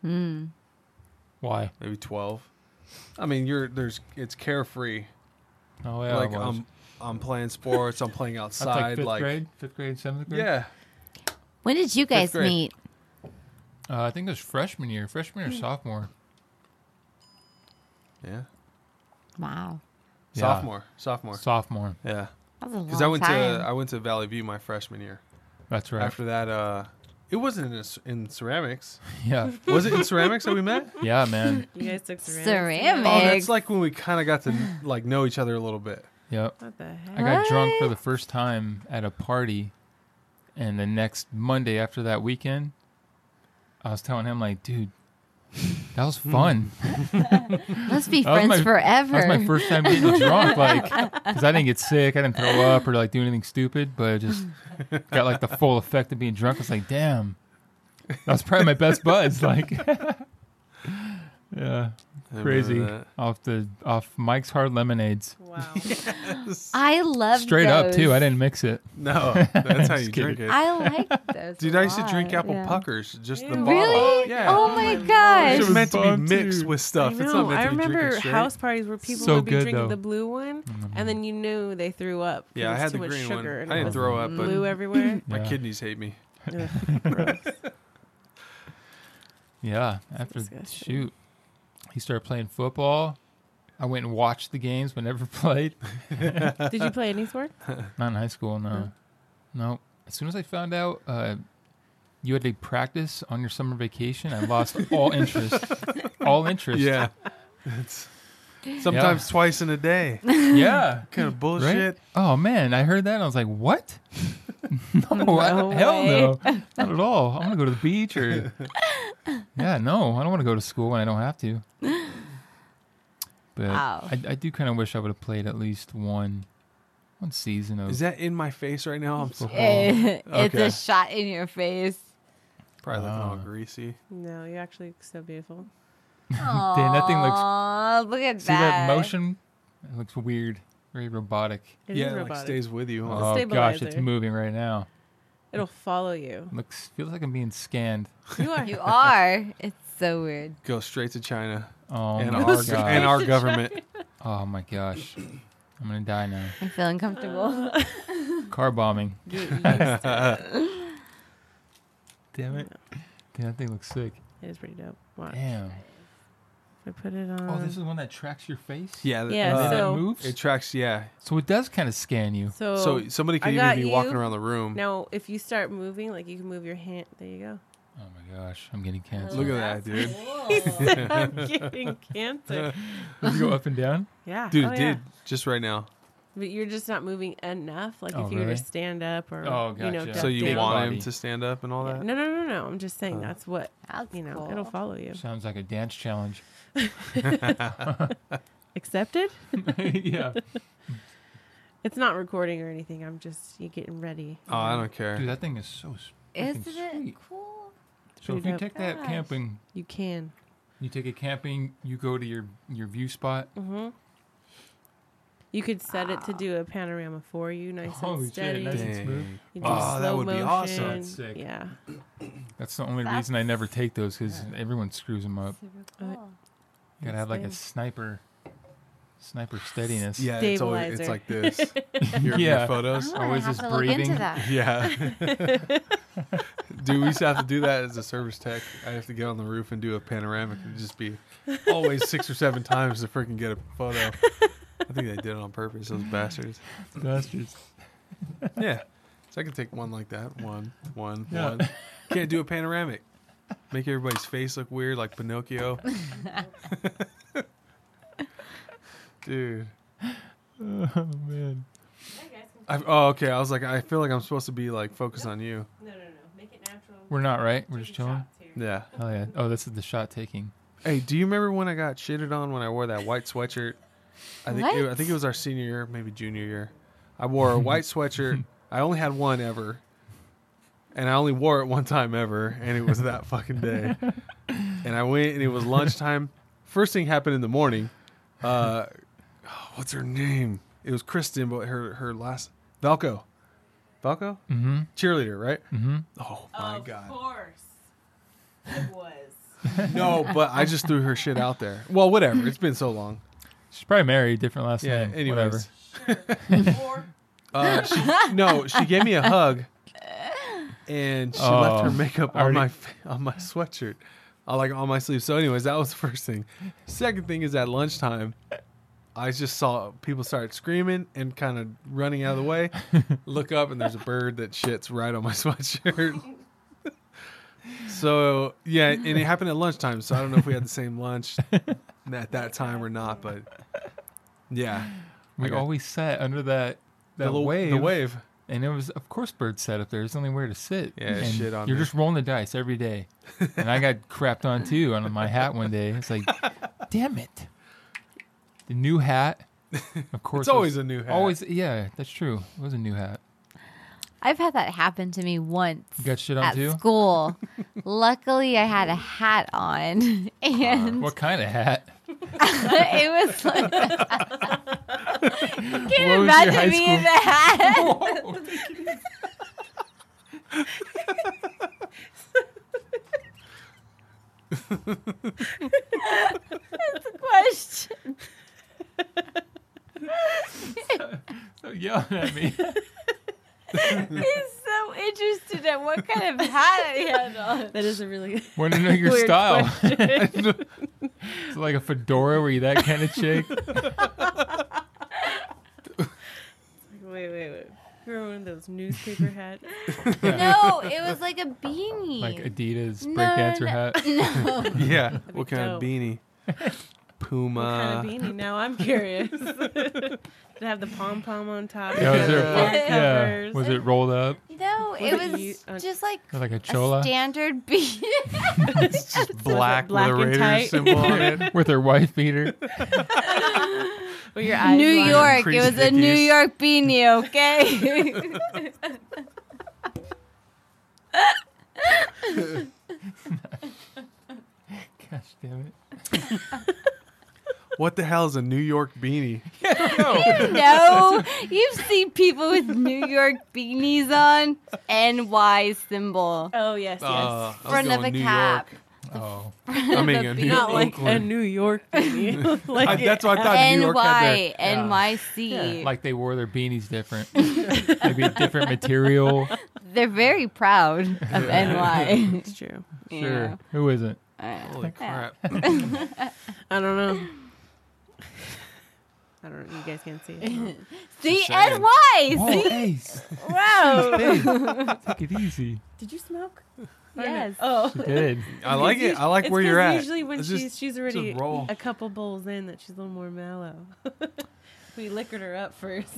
S3: Why?
S2: maybe twelve. I mean, you're there's it's carefree.
S3: Oh yeah.
S2: like
S3: it was.
S2: I'm, I'm playing sports. I'm [LAUGHS] playing
S3: That's like
S2: outside.
S3: fifth
S2: like
S3: grade, fifth grade, seventh grade.
S2: yeah,
S4: When did you guys
S2: grade.
S4: meet?
S3: Uh, I think it was freshman year, freshman
S2: Mm.
S3: or sophomore.
S2: yeah.
S4: Wow,
S3: Yeah.
S2: Sophomore, sophomore.
S3: Sophomore.
S2: yeah,
S4: that was a long
S2: because I went
S4: time.
S2: to I went to Valley View my freshman year.
S3: That's right.
S2: After that, uh, it wasn't in, s- in ceramics.
S3: [LAUGHS] Yeah.
S2: Was it in ceramics that we met?
S1: [LAUGHS]
S3: Yeah,
S2: [LAUGHS]
S3: man.
S1: You guys took ceramics.
S4: ceramics.
S2: Oh, that's like when we kind of got to like know each other a little bit.
S3: Yep.
S1: What the heck?
S3: I got drunk for
S4: What?
S3: the first time at a party, and the next Monday after that weekend, I was telling him like, "Dude, that was fun.
S4: Hmm. Let's be
S3: That was
S4: friends
S3: my-
S4: forever.
S3: that was my first time getting drunk.
S4: [LAUGHS]
S3: Like, because I didn't get sick, I didn't throw up or like do anything stupid, but
S4: [LAUGHS]
S3: I just got like the full effect of being drunk. I was like, damn, that was probably my best buds. [LAUGHS] Like, yeah,
S2: I remember
S3: crazy.
S2: that.
S3: Off the off Mike's hard lemonades,
S1: Wow.
S4: I love
S3: straight up too.
S4: those.
S3: I didn't mix it. [LAUGHS]
S2: No, that's how you
S3: Just kidding.
S2: drink it.
S4: I like oh those.
S2: Dude,
S4: a
S2: I used to drink
S4: lot,
S2: apple
S4: yeah.
S2: puckers, just the
S1: Ew.
S2: bottle.
S4: Really?
S2: Yeah.
S4: Oh my gosh!
S2: It was
S3: was
S2: meant to be
S3: fun,
S2: mixed
S3: too.
S2: with
S1: I
S2: stuff. It's not
S1: know.
S2: meant
S1: I
S2: to be drinking
S1: remember
S2: straight.
S1: house parties where people
S3: So
S1: would be
S3: good,
S1: drinking
S3: though.
S1: the blue one, and then you knew they threw up. 'cause
S2: Yeah, I
S1: there's
S2: had
S1: too
S2: the
S1: much
S2: green one.
S1: sugar and
S2: I
S1: it
S2: didn't
S1: was
S2: throw up,
S1: blue
S2: but [LAUGHS]
S1: everywhere.
S2: my
S3: Yeah.
S2: kidneys hate me.
S1: Ugh.
S3: Yeah, after
S1: disgusting.
S3: shoot, he started playing football. I went and watched the games, but never [LAUGHS] played.
S1: Did you play any sport?
S3: Not in high school, no,
S1: Huh?
S3: no. As soon as I found out uh, you had to practice on your summer vacation, I lost all interest. all interest. [LAUGHS]
S2: Yeah. It's sometimes twice in a day.
S3: yeah.
S2: kind of
S3: [LAUGHS] Right?
S2: bullshit.
S3: Oh man, I heard that. And I was like, what? [LAUGHS] no, I- hell no, not at all. I want to go to the beach or. yeah, no, I don't want to go to school when I don't have to. But
S4: Wow.
S3: I, I do kind of wish I would have played at least one, one season of.
S2: Is that in my face right
S1: [LAUGHS]
S2: now? I'm so
S3: [LAUGHS]
S5: [LAUGHS]
S3: Oh,
S4: Eh, It's
S2: Okay.
S4: a shot in your face.
S2: probably looking all
S3: Ah.
S2: greasy.
S1: No, you're actually so beautiful.
S3: [LAUGHS] Dang, that thing looks-
S4: Aw, Look at
S3: see
S4: that
S3: that motion? It looks weird, very robotic.
S1: It is
S2: yeah, it like
S1: robotic.
S2: stays with you. huh?
S3: oh gosh, it's
S1: stabilizer.
S3: moving right now.
S1: It'll follow you.
S3: Looks feels like I'm being scanned.
S1: You
S5: [LAUGHS]
S1: are.
S5: You are. It's so weird.
S2: Go straight to China
S3: Oh
S2: [LAUGHS] and
S3: my
S2: our
S3: gosh.
S2: and our government.
S3: oh my gosh. I'm gonna die now.
S5: I feel
S1: [LAUGHS]
S5: uncomfortable. [LAUGHS]
S3: Car bombing. [LAUGHS]
S5: Get used to it.
S3: Damn it. Dude, that thing looks sick.
S1: It is pretty dope. Watch.
S3: Damn.
S1: I put it on.
S3: Oh, this is one that tracks your face.
S2: [LAUGHS] Yeah. th- uh,
S1: Yeah,
S3: And then
S1: so-
S3: it moves.
S2: it tracks. Yeah.
S3: so it does kind of scan you.
S1: so,
S2: so somebody
S1: I
S2: could
S1: got
S2: even be walking
S1: you.
S2: around the room.
S1: now if you start moving, like you can move your hand. There you
S2: [LAUGHS]
S1: go. [LAUGHS]
S3: Oh my gosh, I'm getting cancer.
S2: Look at that, dude.
S1: I'm getting cancer.
S3: Does it go up and down?
S1: Yeah.
S2: Dude,
S1: oh,
S2: it
S1: yeah.
S2: did just right now.
S1: But you're just not moving enough. Like
S3: Oh,
S1: if you were
S3: really?
S1: to stand up or
S3: Oh,
S1: you know,
S3: gotcha.
S1: duck
S2: So you
S1: down.
S2: want
S3: Body.
S2: him to stand up and all
S1: Yeah.
S2: that?
S1: No, no, no, no. I'm just saying
S2: Oh.
S1: that's what
S5: That's
S1: you know.
S5: cool.
S1: It'll follow you.
S3: Sounds like a
S1: [LAUGHS]
S3: dance challenge. [LAUGHS]
S1: Accepted.
S3: yeah.
S1: It's not recording or anything. I'm just you getting ready.
S2: Oh, I don't
S3: Dude,
S2: care.
S3: that thing is so. s-
S5: Isn't
S3: freaking
S5: it
S3: sweet.
S5: cool?
S3: So if
S1: pretty
S3: you
S1: dope.
S3: take that
S5: Gosh.
S3: camping,
S1: You can.
S3: you take it camping, you go to your your view spot.
S1: Mm-hmm. You could set it to do a panorama for you, nice
S3: Ah. Holy
S1: and
S3: shit,
S1: steady.
S3: nice and
S2: Dang.
S3: smooth.
S1: You
S2: Oh, that would be awesome.
S3: That's sick.
S1: Yeah.
S3: That's the only reason I never take those because everyone screws them up.
S5: Super
S1: Uh,
S5: cool.
S3: Gotta have like a
S1: Nice.
S3: sniper, sniper steadiness.
S2: Yeah, it's always it's
S1: Stabilizer.
S2: like
S1: [LAUGHS]
S2: this. Your,
S3: Yeah.
S2: your photos.
S4: I'm gonna
S3: always
S4: have
S3: just
S4: to look
S3: breathing.
S4: into that.
S2: Yeah. Dude, we used to have to do that as a service tech. I have to get on the roof and do a panoramic and just be always six or seven times to freaking get a photo. I think they did it on purpose, those bastards.
S3: Bastards. [LAUGHS]
S2: Yeah. So I can take one like that. One, one,
S3: Yeah.
S2: one. Can't do a panoramic. Make everybody's face look weird like Pinocchio. [LAUGHS] Dude.
S3: Oh man.
S2: I, oh, okay. I was like, I feel like I'm supposed to be like focused on you.
S1: No, no, no. Make it natural.
S3: We're not right. We're just chilling.
S2: Yeah.
S3: Oh yeah. Oh, this is the shot taking.
S2: Hey, do you remember when I got shitted on when I wore that white sweatshirt? I think It, I think it was our senior year, maybe junior year. I wore a white sweatshirt. I only had one ever, and I only wore it one time ever, and it was that fucking day. And I went, and it was lunchtime. First thing happened in the morning. Uh, oh, what's her name? It was Kristen, but her her last Valco, Valco
S3: Mm-hmm.
S2: cheerleader, right?
S3: Mm-hmm.
S2: Oh my god.
S1: course. It
S3: [LAUGHS]
S1: was.
S2: No, but I just threw her shit out there. Well, whatever. It's been so long.
S3: She's probably married, different last
S2: Yeah.
S3: name.
S2: Anyways.
S3: Whatever.
S1: or
S2: Uh, she, no, she gave
S3: [LAUGHS]
S2: me a hug, and she left
S3: Oh,
S2: her makeup
S3: I
S2: on
S3: already-
S2: my fa- on my sweatshirt, uh, like on my sleeve. So, anyways, that was the first thing. Second thing is at lunchtime, I just saw people start screaming and kind of running out of the
S3: [LAUGHS]
S2: way. Look up, and there's a bird that shits right on my [LAUGHS]
S3: [LAUGHS]
S2: sweatshirt. so yeah, and it happened at lunchtime. So I don't know if we had the same
S3: [LAUGHS]
S2: lunch at that time or not, but yeah,
S3: We
S2: Okay.
S3: always sat under that
S2: the,
S3: that
S2: little-
S3: wave.
S2: the wave.
S3: And it was, of course, bird sat up there. It's the only where to sit.
S2: Yeah,
S3: and
S2: shit on
S3: You're
S2: me.
S3: just rolling the dice every day. and I
S2: [LAUGHS]
S3: got crapped on too on my hat one day. It's like, damn it. The new hat. Of
S2: It's
S3: course, it was-
S2: always a new hat. [LAUGHS]
S3: Always, yeah, that's true. It was a new hat.
S5: I've had that happen to me once
S3: You got shit on
S5: at
S4: [LAUGHS]
S3: too. [LAUGHS]
S5: school. Luckily, I had a hat on, [LAUGHS] and
S3: What kind of
S2: [LAUGHS]
S3: hat?
S5: it was
S3: [LAUGHS]
S5: like. [LAUGHS] Can
S3: What
S5: you
S3: was your high
S5: imagine me in the hat? That's
S3: [LAUGHS]
S5: a [LAUGHS] question.
S3: Stop yelling at me.
S5: [LAUGHS] He's so interested in what kind of hat I had on.
S1: that is a really
S3: Want to know your
S1: Weird
S3: style?
S1: question.
S3: [LAUGHS] It's like a fedora. Were you that kind
S1: [LAUGHS]
S3: of chick?
S1: [LAUGHS] wait, wait, wait. Remember one of those newspaper [LAUGHS] hats?
S5: No, it was like a beanie.
S3: like Adidas
S5: No,
S3: breakdancer
S5: no.
S3: hat.
S5: [LAUGHS] no.
S2: Yeah. What kind
S1: dope.
S2: of beanie?
S1: What kind
S2: [LAUGHS] Puma.
S1: of beanie? Now I'm curious. [LAUGHS] Did it have the pom pom on top?
S3: Yeah, was, there a
S2: Yeah.
S3: pop-
S1: Covers.
S3: yeah, was it rolled up
S5: No,
S1: Was
S5: it Oh.
S1: it
S5: was
S1: you- uh,
S5: just like
S3: Or like a
S5: a
S3: chola
S5: standard [LAUGHS] beanie.
S2: It's just black,
S1: black
S2: with a
S1: and
S2: Raiders
S1: tight?
S2: symbol
S1: [LAUGHS]
S2: on it.
S3: with her wife beater?
S1: Well, your eyes
S5: New
S1: lined up.
S5: York. It
S2: creased
S5: was a New
S2: hickeys.
S5: York beanie, okay?
S2: [LAUGHS]
S3: Gosh damn it!
S2: What the hell is a New York beanie?
S5: No, you've seen people with New York beanies on. NY symbol.
S1: Oh yes, yes.
S2: Uh, I was
S4: Front of
S2: going
S4: a
S2: New
S4: cap.
S2: York.
S3: Oh,
S2: I mean, a New
S1: Not like a
S2: Oakland.
S1: New York
S3: [LAUGHS]
S1: beanie. [LAUGHS] like
S2: I- that's what I thought New York had there.
S4: NY, NYC.
S3: like they wore their beanies different,
S1: [LAUGHS]
S3: maybe a different material.
S4: They're very proud of NY.
S3: [LAUGHS]
S1: It's true.
S3: Sure, who isn't?
S4: Uh,
S2: Holy crap.
S1: [LAUGHS] I don't know. [LAUGHS] I don't know. You guys can't see [LAUGHS] it.
S4: See,
S2: Just saying.
S4: NY.
S3: Whoa, [LAUGHS]
S4: See?
S3: hey,
S1: wow.
S3: take it easy.
S1: Did you smoke?
S5: Yes.
S1: [LAUGHS] Oh.
S3: She did.
S2: I like it. I like where you're at.
S1: Usually when
S2: It's
S1: she's
S2: just-
S1: she's already
S2: roll.
S1: a couple bowls in that she's a little more mellow. [LAUGHS] we liquored her up first.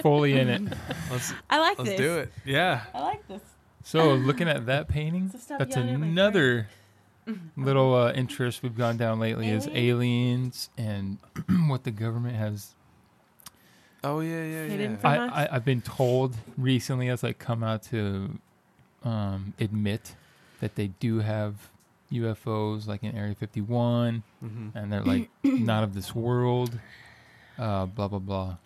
S3: Fully in it.
S2: let's
S1: [LAUGHS] I like
S2: let's
S1: this.
S2: do it. Yeah.
S1: I like this.
S3: So looking at that painting,
S1: So stop
S3: that's
S1: yelling at my
S3: another little uh, interest we've gone down lately is aliens and [CLEARS THROAT] what the government has.
S2: Oh yeah, yeah, yeah.
S1: Hidden from
S3: I,
S1: us.
S3: I I've been told recently as I come out to um, admit that they do have UFOs like in Area 51
S2: Mhm.
S3: and they're like not of this world, uh, blah blah blah.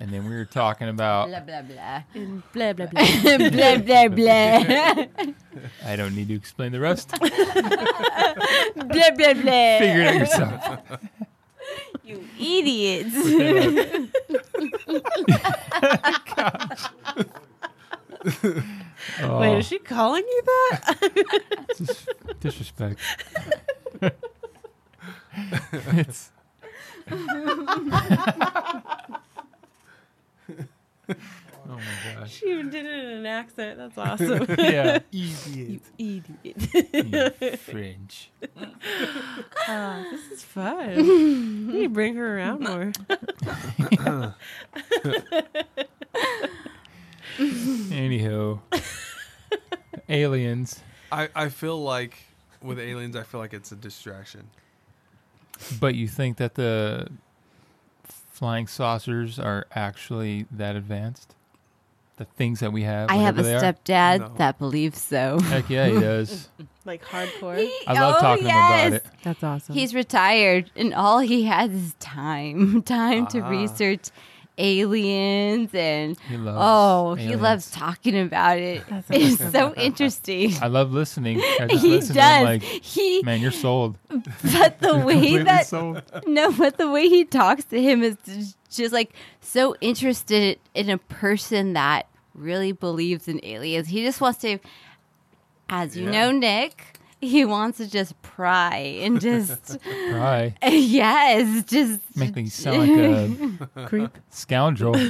S3: And then we were talking about
S4: Blah, blah,
S3: [LAUGHS]
S4: blah. [LAUGHS]
S1: blah blah
S2: [LAUGHS]
S1: blah.
S4: blah, blah, blah.
S3: I don't need to explain the rest.
S4: blah, blah, blah.
S3: Figure it out yourself.
S4: You idiots.
S3: Gosh. Oh,
S1: Wait, is she calling you
S2: [LAUGHS]
S1: that? [LAUGHS]
S3: dis- disrespect. [LAUGHS] it's oh my gosh.
S1: she even did it in an accent. That's awesome.
S2: [LAUGHS]
S3: Yeah.
S1: you
S2: Easy.
S1: idiot. [LAUGHS]
S3: You Fringe.
S1: Ah, this is [LAUGHS] fun. we need to bring her around more.
S3: Anywho. Aliens.
S2: I I feel like with aliens, I feel like it's a
S1: [LAUGHS]
S2: distraction.
S3: But you think that the flying saucers are actually that advanced? The things that we have.
S4: I have a
S3: whatever they are?
S4: stepdad
S2: No.
S4: that believes [LAUGHS] so.
S3: Heck yeah, he does.
S1: [LAUGHS] Like hardcore.
S3: I
S4: Oh,
S3: love talking to him about it.
S1: That's awesome.
S2: [LAUGHS]
S4: He's retired, and all he has is time [LAUGHS] time to
S2: Ah.
S4: research aliens and.
S3: He loves.
S4: Oh, he
S3: aliens.
S4: loves talking about it. It's so interesting.
S3: I love listening.
S4: [LAUGHS]
S3: I just
S4: he
S3: listen
S4: does.
S3: to him like,
S4: he,
S3: man, you're sold.
S4: but
S3: [LAUGHS]
S4: the way
S3: Completely
S4: that
S3: sold.
S4: no, but the way he talks to him is j- just like so interested in a person that really believes in aliens. He just wants to, as you
S2: Yeah.
S4: know, Nick, he wants to just pry and just [LAUGHS]
S3: Right.
S4: yes, just
S3: Make
S4: [LAUGHS]
S3: me sound like
S1: a creep.
S3: a scoundrel.
S1: [LAUGHS] no,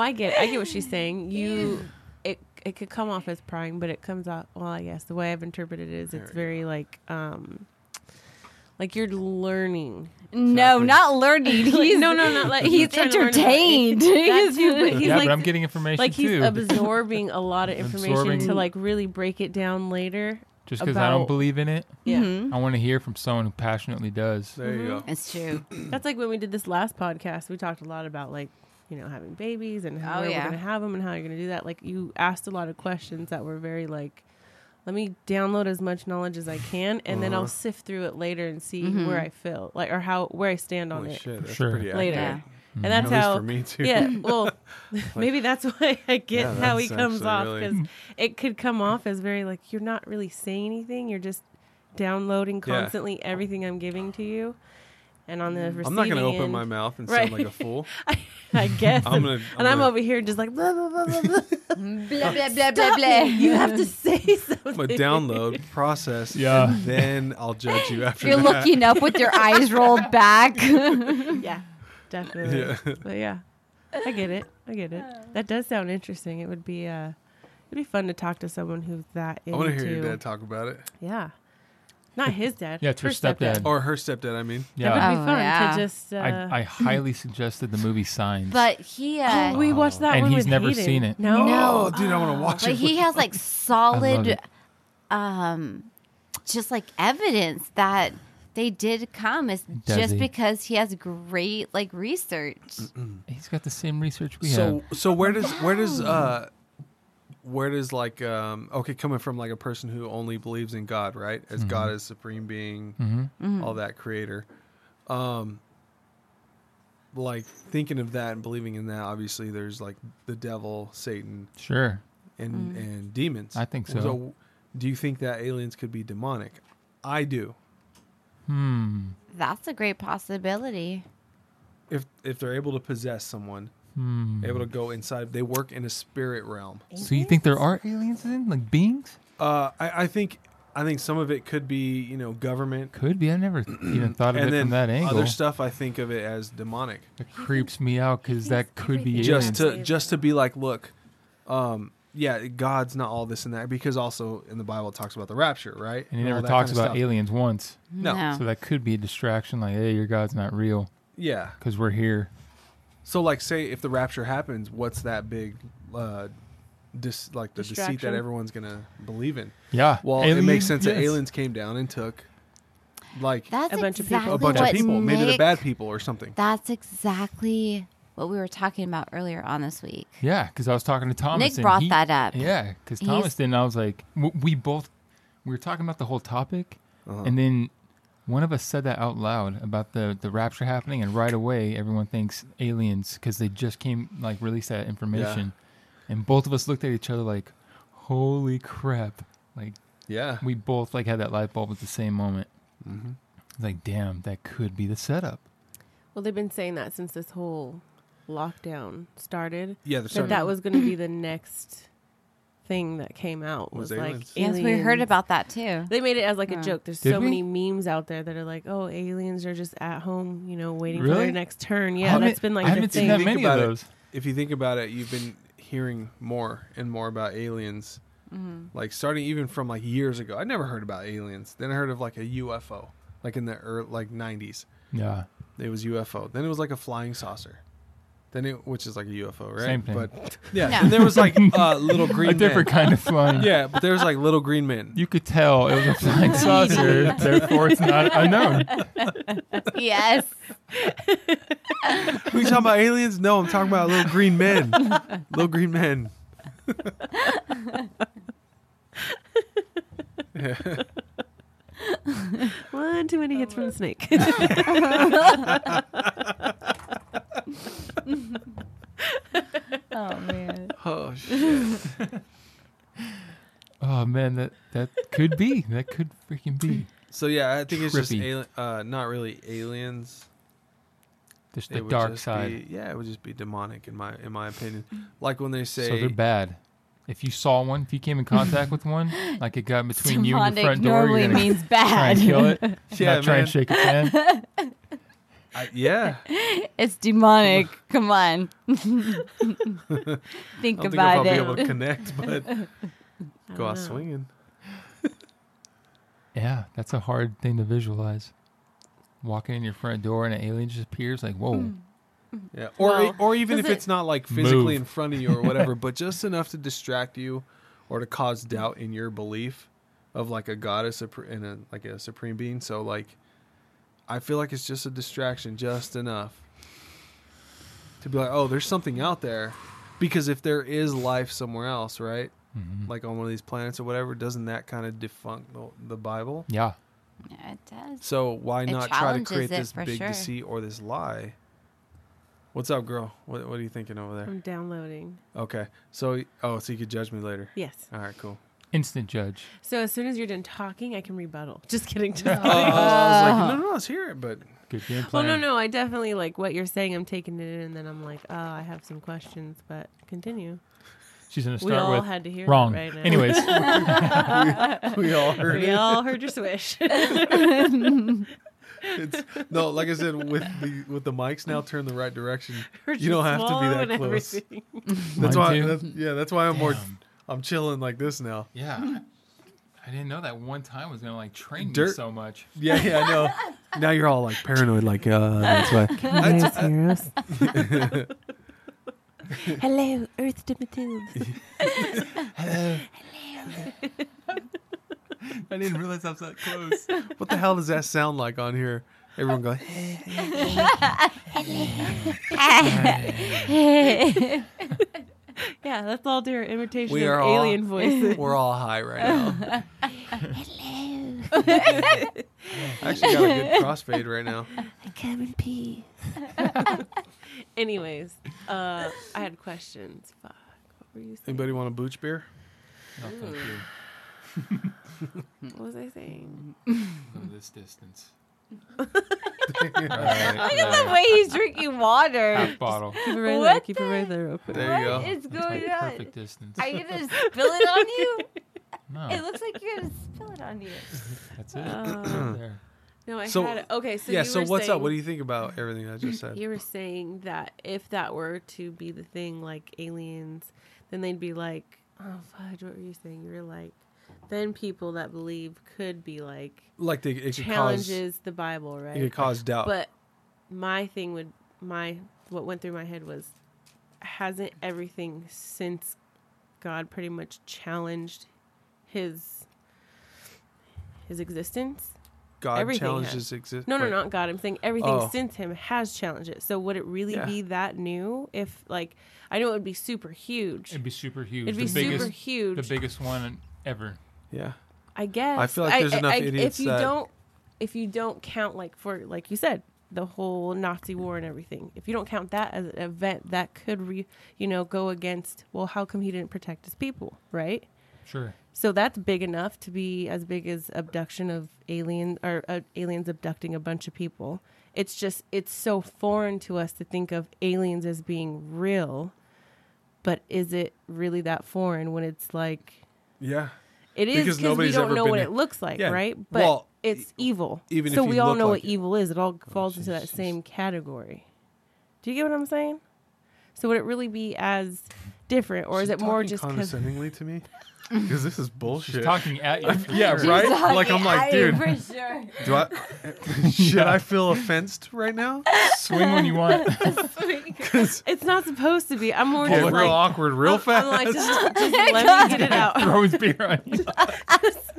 S1: I get it. I get what she's saying. You it it could come off as prying, but it comes out well, I guess the way I've interpreted it is it's very like um like you're learning.
S4: no,
S2: Exactly.
S4: not learning.
S1: [LAUGHS] Like,
S4: He's
S1: no, no, not like he's
S4: he's
S1: trying to learn about
S4: entertained. [LAUGHS]
S1: That too, but he's
S3: yeah,
S1: like
S3: but I'm getting information
S1: like he's
S3: too.
S1: absorbing a lot of information
S3: Absorbing.
S1: to like really break it down later.
S3: just because I don't
S1: about-
S3: believe in it,
S1: Yeah.
S3: I want to hear from someone who passionately does.
S2: There you
S1: Mm-hmm.
S2: go.
S4: Mm-hmm. It's true.
S1: That's like when we did this last podcast. We talked a lot about like you know having babies and how
S4: Oh,
S1: we're
S4: yeah.
S1: going to have them and how you're going to do that. Like you asked a lot of questions that were very like, let me download as much knowledge as I can, and
S2: Uh-huh.
S1: then I'll sift through it later and see
S4: Mm-hmm.
S1: where I feel like or how where I stand on
S2: Holy
S1: it
S2: shit, that's
S3: sure.
S2: pretty accurate.
S1: later.
S4: Yeah.
S1: And that's
S2: At least
S1: how
S2: for me
S1: [LAUGHS]
S2: too.
S1: yeah.
S2: [LAUGHS]
S1: Well, maybe that's why I get
S2: Yeah,
S1: how he
S2: that's
S1: comes
S2: actually
S1: off
S2: really-
S1: because it could come off as very like you're not really saying anything. You're just downloading
S2: Yeah.
S1: constantly everything I'm giving to you. And on the
S4: Mm-hmm.
S1: receiving
S2: I'm not gonna open
S1: end-
S2: my mouth and
S1: Right.
S2: sound like a fool.
S1: [LAUGHS] I guess.
S2: I'm
S1: and-
S2: gonna-
S1: and I'm
S2: I'm gonna-
S1: over here just like blah blah blah blah [LAUGHS] blah.
S4: Blah blah blah blah
S1: Stop
S4: blah.
S1: me. [LAUGHS] You have to say something. [LAUGHS]
S2: But download, process,
S3: Yeah.
S2: and then I'll judge you after [LAUGHS]
S4: You're
S2: that.
S4: looking up with your eyes rolled back.
S1: Yeah, definitely.
S2: Yeah. [LAUGHS]
S1: But yeah, I get it. I get it. That does sound interesting. It would be uh, it'd be fun to talk to someone who's that
S2: I
S1: into.
S2: want to hear your dad talk about it,
S1: Yeah, not his dad.
S3: Yeah, it's her stepdad.
S2: or her stepdad. I mean,
S1: That
S3: Yeah.
S1: would be
S4: Oh,
S1: fun
S4: yeah.
S1: to just. Uh,
S3: I, I [CLEARS THROAT] highly suggested the movie Signs.
S4: [LAUGHS] But he, uh,
S1: oh, we watched that
S3: And
S1: one.
S3: he's
S1: with
S3: never
S1: Hayden.
S3: seen it.
S1: No,
S2: oh, dude, I want to watch
S4: but
S2: it.
S4: he has like solid,
S3: it.
S4: um, just like evidence that they did come. It's
S3: Does
S4: just
S3: he?
S4: because he has great like research.
S3: he's got the same research we have.
S2: so so where does where does uh where does like um okay coming from like a person who only believes in god right as god is supreme being all that creator um like thinking of that and believing in that obviously there's like the devil satan
S3: Sure.
S2: and and demons
S3: I think so.
S2: do you think that aliens could be demonic i do
S3: Hmm.
S4: That's a great possibility.
S2: if if they're able to possess someone
S3: Hmm.
S2: able to go inside they work in a spirit realm
S3: So you think there are aliens in like beings?
S2: Uh, I, I think I think some of it could be you know government,
S3: Could be. I never [CLEARS THROAT] even thought of
S2: and
S3: it
S2: then
S3: from that angle.
S2: other stuff. I think of it as demonic,
S3: It creeps me out because that could be
S1: everything
S3: aliens.
S2: just to just to be like, look, um, yeah, God's not all this and that because also in the Bible it talks about the rapture, right?
S3: and he
S2: all
S3: never
S2: that
S3: talks
S2: kinda
S3: about
S2: stuff.
S3: aliens once.
S2: No,
S3: So that could be a distraction. Like, hey, your God's not real
S2: yeah.
S3: because we're here.
S2: So like, say if the rapture happens, what's that big, uh, dis- like the deceit
S1: Distraction.
S2: that everyone's gonna believe in?
S3: Yeah.
S2: Well, it
S3: aliens,
S2: makes sense that
S3: yes.
S2: aliens came down and took, like,
S4: That's
S1: A bunch of
S4: exactly
S1: people.
S2: a bunch of
S4: what
S2: people, maybe the
S4: Nick-
S2: bad people or something.
S4: That's exactly what we were talking about earlier on this week.
S3: Yeah, because I was talking to Thomas.
S4: Nick
S3: and
S4: brought
S3: he-
S4: that up.
S3: Yeah, because
S4: He's-
S3: Thomas did. And I was like, w- we both we were talking about the whole topic,
S2: Uh-huh.
S3: and then one of us said that out loud about the the rapture happening, and right away everyone thinks aliens because they just came like released that information, and both of us looked at each other like, holy crap! Like
S2: Yeah,
S3: we both like had that light bulb at the same moment.
S2: Mm-hmm.
S3: It's Like, damn, that could be the setup.
S1: Well, they've been saying that since this whole lockdown started.
S2: yeah.
S1: That
S2: They're
S1: that was going to be the next thing that came out
S2: Was
S1: was, like
S2: aliens.
S1: aliens.
S4: Yes, we heard about that
S1: [LAUGHS]
S4: too.
S1: They made it as like a
S4: Yeah.
S1: joke. There's
S3: Did
S1: so
S3: we?
S1: many memes out there that are like, "Oh, aliens are just at home, you know, waiting for
S3: Really?
S1: their next turn." Yeah,
S3: haven't-
S1: that's been like
S3: I
S1: the
S3: haven't seen
S1: thing.
S3: that
S2: Think
S3: many of
S2: about it.
S3: those.
S2: if you think about it, you've been hearing more and more about aliens. Like starting even from like years ago, I never heard about aliens. Then I heard of like a UFO, like in the ear like '90s.
S3: Yeah,
S2: It was UFO. Then it was like a flying saucer. Then it, which is like a UFO, right?
S3: Same thing.
S2: But yeah,
S4: No.
S2: and there was
S3: [LAUGHS]
S2: like uh, little green
S3: a different
S2: men. [LAUGHS]
S3: kind of flying.
S2: Yeah, but there was like little green men.
S3: You could tell it was
S5: [LAUGHS]
S3: a flying saucer, therefore it's not unknown.
S4: yes.
S2: Are you talking about aliens? No, I'm talking about little green men. little green men.
S1: One too many hits from the snake. [LAUGHS]
S5: Oh man.
S2: Oh shit.
S3: Oh man, that that could be. That could freaking be.
S2: So yeah, I think it's just
S3: Trippy.
S2: ali- uh, not really aliens.
S3: Just
S2: It
S3: the
S2: would
S3: dark
S2: just
S3: side.
S2: Be, yeah, it would just be demonic in my in my opinion. Like when they say,
S3: So they're bad. If you saw one, if you came in contact with
S5: [LAUGHS]
S3: one, like it got between you and
S5: Demonic
S3: your front door,
S5: normally
S3: you're gonna
S5: means
S3: try and kill
S5: bad.
S3: it.
S5: [LAUGHS]
S2: [LAUGHS] Yeah,
S3: not try
S2: man.
S3: and shake its hand.
S2: I- yeah,
S5: it's demonic. Come on. [LAUGHS] think
S2: I don't think if I'll
S5: about
S2: be
S5: it.
S2: able to connect, but
S1: I
S2: go
S1: don't know.
S2: out swinging.
S3: Yeah, that's a hard thing to visualize. Walking in your front door and an alien just appears, like whoa.
S5: Hmm.
S2: Yeah, or e-
S1: Well,
S2: or even
S1: does
S2: if
S1: it-
S2: it's not like physically
S3: Move.
S2: in front of you [LAUGHS] or whatever, but just enough to distract you or to cause doubt in your belief of like a goddess supre- and a like a supreme being. So like, I feel like it's just a distraction, just enough to be like, oh, there's something out there, because if there is life somewhere else, right?
S3: Mhm.
S2: Like on one of these planets or whatever, doesn't that kind of defunct the, the Bible?
S3: Yeah,
S4: Yeah, it
S2: [LAUGHS]
S4: does.
S2: So why
S4: It
S2: not try to
S4: challenges
S2: create
S4: it
S2: this
S4: for
S2: big
S4: sure.
S2: deceit or this lie? What's up, girl? What, what are you thinking over there?
S3: Mm.
S1: I'm downloading.
S2: Okay. So oh, so you could judge me later.
S1: Yes.
S2: All
S4: [LAUGHS]
S2: right, cool.
S3: instant judge.
S1: So as soon as you're done talking, I can rebuttal. [LAUGHS] Just kidding. Just kidding.
S2: Oh, I was like, no, no, no, let's
S4: [LAUGHS]
S2: hear it. But
S3: Good game
S1: Well,
S3: plan.
S1: Oh, no, no. I definitely like what you're saying. I'm taking it in, and then I'm like, oh, I have some questions, but continue.
S3: She's gonna
S1: We all
S3: start with
S1: had to hear that
S3: wrong.
S1: right now.
S3: Anyways,
S2: we all heard
S1: [LAUGHS] we
S2: it.
S1: all heard your swish.
S2: [LAUGHS]
S1: [LAUGHS]
S2: It's, no, like I said, with the with the mics now turned the right direction.
S1: We're
S2: You don't
S1: just
S2: have to be
S1: swallowing
S2: that close.
S1: everything.
S2: That's
S3: Mine
S2: why.
S3: too?
S2: That's, yeah, that's why I'm more.
S3: Damn.
S2: I'm chilling like this now.
S3: Yeah.
S1: Hmm.
S3: I- I didn't know that one time was gonna like train me
S2: Dirt-
S3: so much.
S2: Yeah, yeah,
S4: [LAUGHS]
S2: I know. now you're all like paranoid, like uh, that's why. I t-
S1: [LAUGHS] Hello, Earth to Matilda.
S3: I didn't realize I was that close.
S2: what the hell does that sound like on here? Everyone going.
S5: [LAUGHS]
S1: Yeah, that's all to her imitation
S6: We
S1: of
S6: are all-
S1: alien voices.
S2: [LAUGHS]
S6: We're all high right now.
S4: Hello.
S2: I [LAUGHS] actually got a good crossfade right now.
S4: I come and pee.
S1: Anyways, uh, I had questions. Fuck, what were you saying?
S2: Anybody want a booch beer?
S3: No, thank you.
S1: What was I saying?
S3: From this
S1: [LAUGHS]
S3: distance.
S5: Look at the way he's drinking water.
S3: Half bottle.
S1: Keep it right
S5: What
S1: there. Keep it
S5: the-
S1: right there, real quick.
S2: There you
S5: What
S2: go.
S5: is going
S3: Like
S5: on?
S3: perfect distance.
S5: Are you gonna spill it on you? It
S3: No,
S5: looks like you're gonna spill it on you.
S3: that's it.
S1: Uh,
S3: there.
S1: no, I
S2: So-
S1: had. Okay, so
S2: yeah.
S1: You
S2: So
S1: were
S2: what's up?
S1: saying-
S2: What do you think about everything I just said?
S1: You were saying that if that were to be the thing, like aliens, then they'd be like, oh, fudge, what were you saying? You were like, then people that believe could be like,
S2: Like the, it could cause it
S1: challenges the Bible, right?
S2: could cause doubt.
S1: But my thing would, my, what went through my head was, hasn't everything since God pretty much challenged his his existence?
S2: God
S1: everything
S2: challenges exist.
S1: No, no, not God. I'm saying everything
S2: Oh.
S1: since him has challenged it. So would it really
S2: Yeah.
S1: be that new? If like, I know it would be super huge.
S3: It'd be super huge.
S1: It'd be
S3: the biggest,
S1: super huge.
S3: The biggest one ever.
S2: Yeah.
S1: I guess.
S2: I feel like there's enough idiots
S1: if you
S2: that-
S1: don't, if you don't count like for like you said the whole Nazi war and everything, if you don't count that as an event that could re, you know go against, well, how come he didn't protect his people, right?
S3: Sure.
S1: So that's big enough to be as big as abduction of alien or uh, aliens abducting a bunch of people. It's just it's so foreign to us to think of aliens as being real, but is it really that foreign when it's like
S2: Yeah.
S1: it is
S2: Because
S1: because we
S2: nobody's
S1: don't
S2: ever
S1: know
S2: been
S1: what
S2: in-
S1: it looks like,
S2: Yeah.
S1: right? But
S2: Well, e
S1: it's evil.
S2: even
S1: so
S2: if you
S1: we all
S2: look
S1: know
S2: like
S1: what
S2: it. Oh,
S1: evil is. It all falls into that same category. Do you get what I'm saying? So would it really be as different, or is
S2: She
S1: it more
S2: talking
S1: just because?
S2: condescendingly
S1: [LAUGHS]
S2: to me? Because this is bullshit.
S3: She's talking at you. [LAUGHS] for
S2: yeah,
S3: sure.
S2: right.
S5: Talking
S2: Like I'm
S5: at
S2: like,
S5: you
S2: dude,
S5: For sure.
S2: do
S3: [LAUGHS]
S2: I? [LAUGHS] should I feel offensed right
S1: [LAUGHS]
S2: now?
S3: Swing when you [LAUGHS] want.
S1: It's not supposed to be. I'm more
S2: Get
S1: just
S2: real
S1: like,
S2: awkward, real
S1: I'm,
S2: fast.
S1: I'm like, just, just
S2: [LAUGHS]
S1: let me get it [LAUGHS]
S3: [LAUGHS]
S1: out.
S3: Throws beer on you.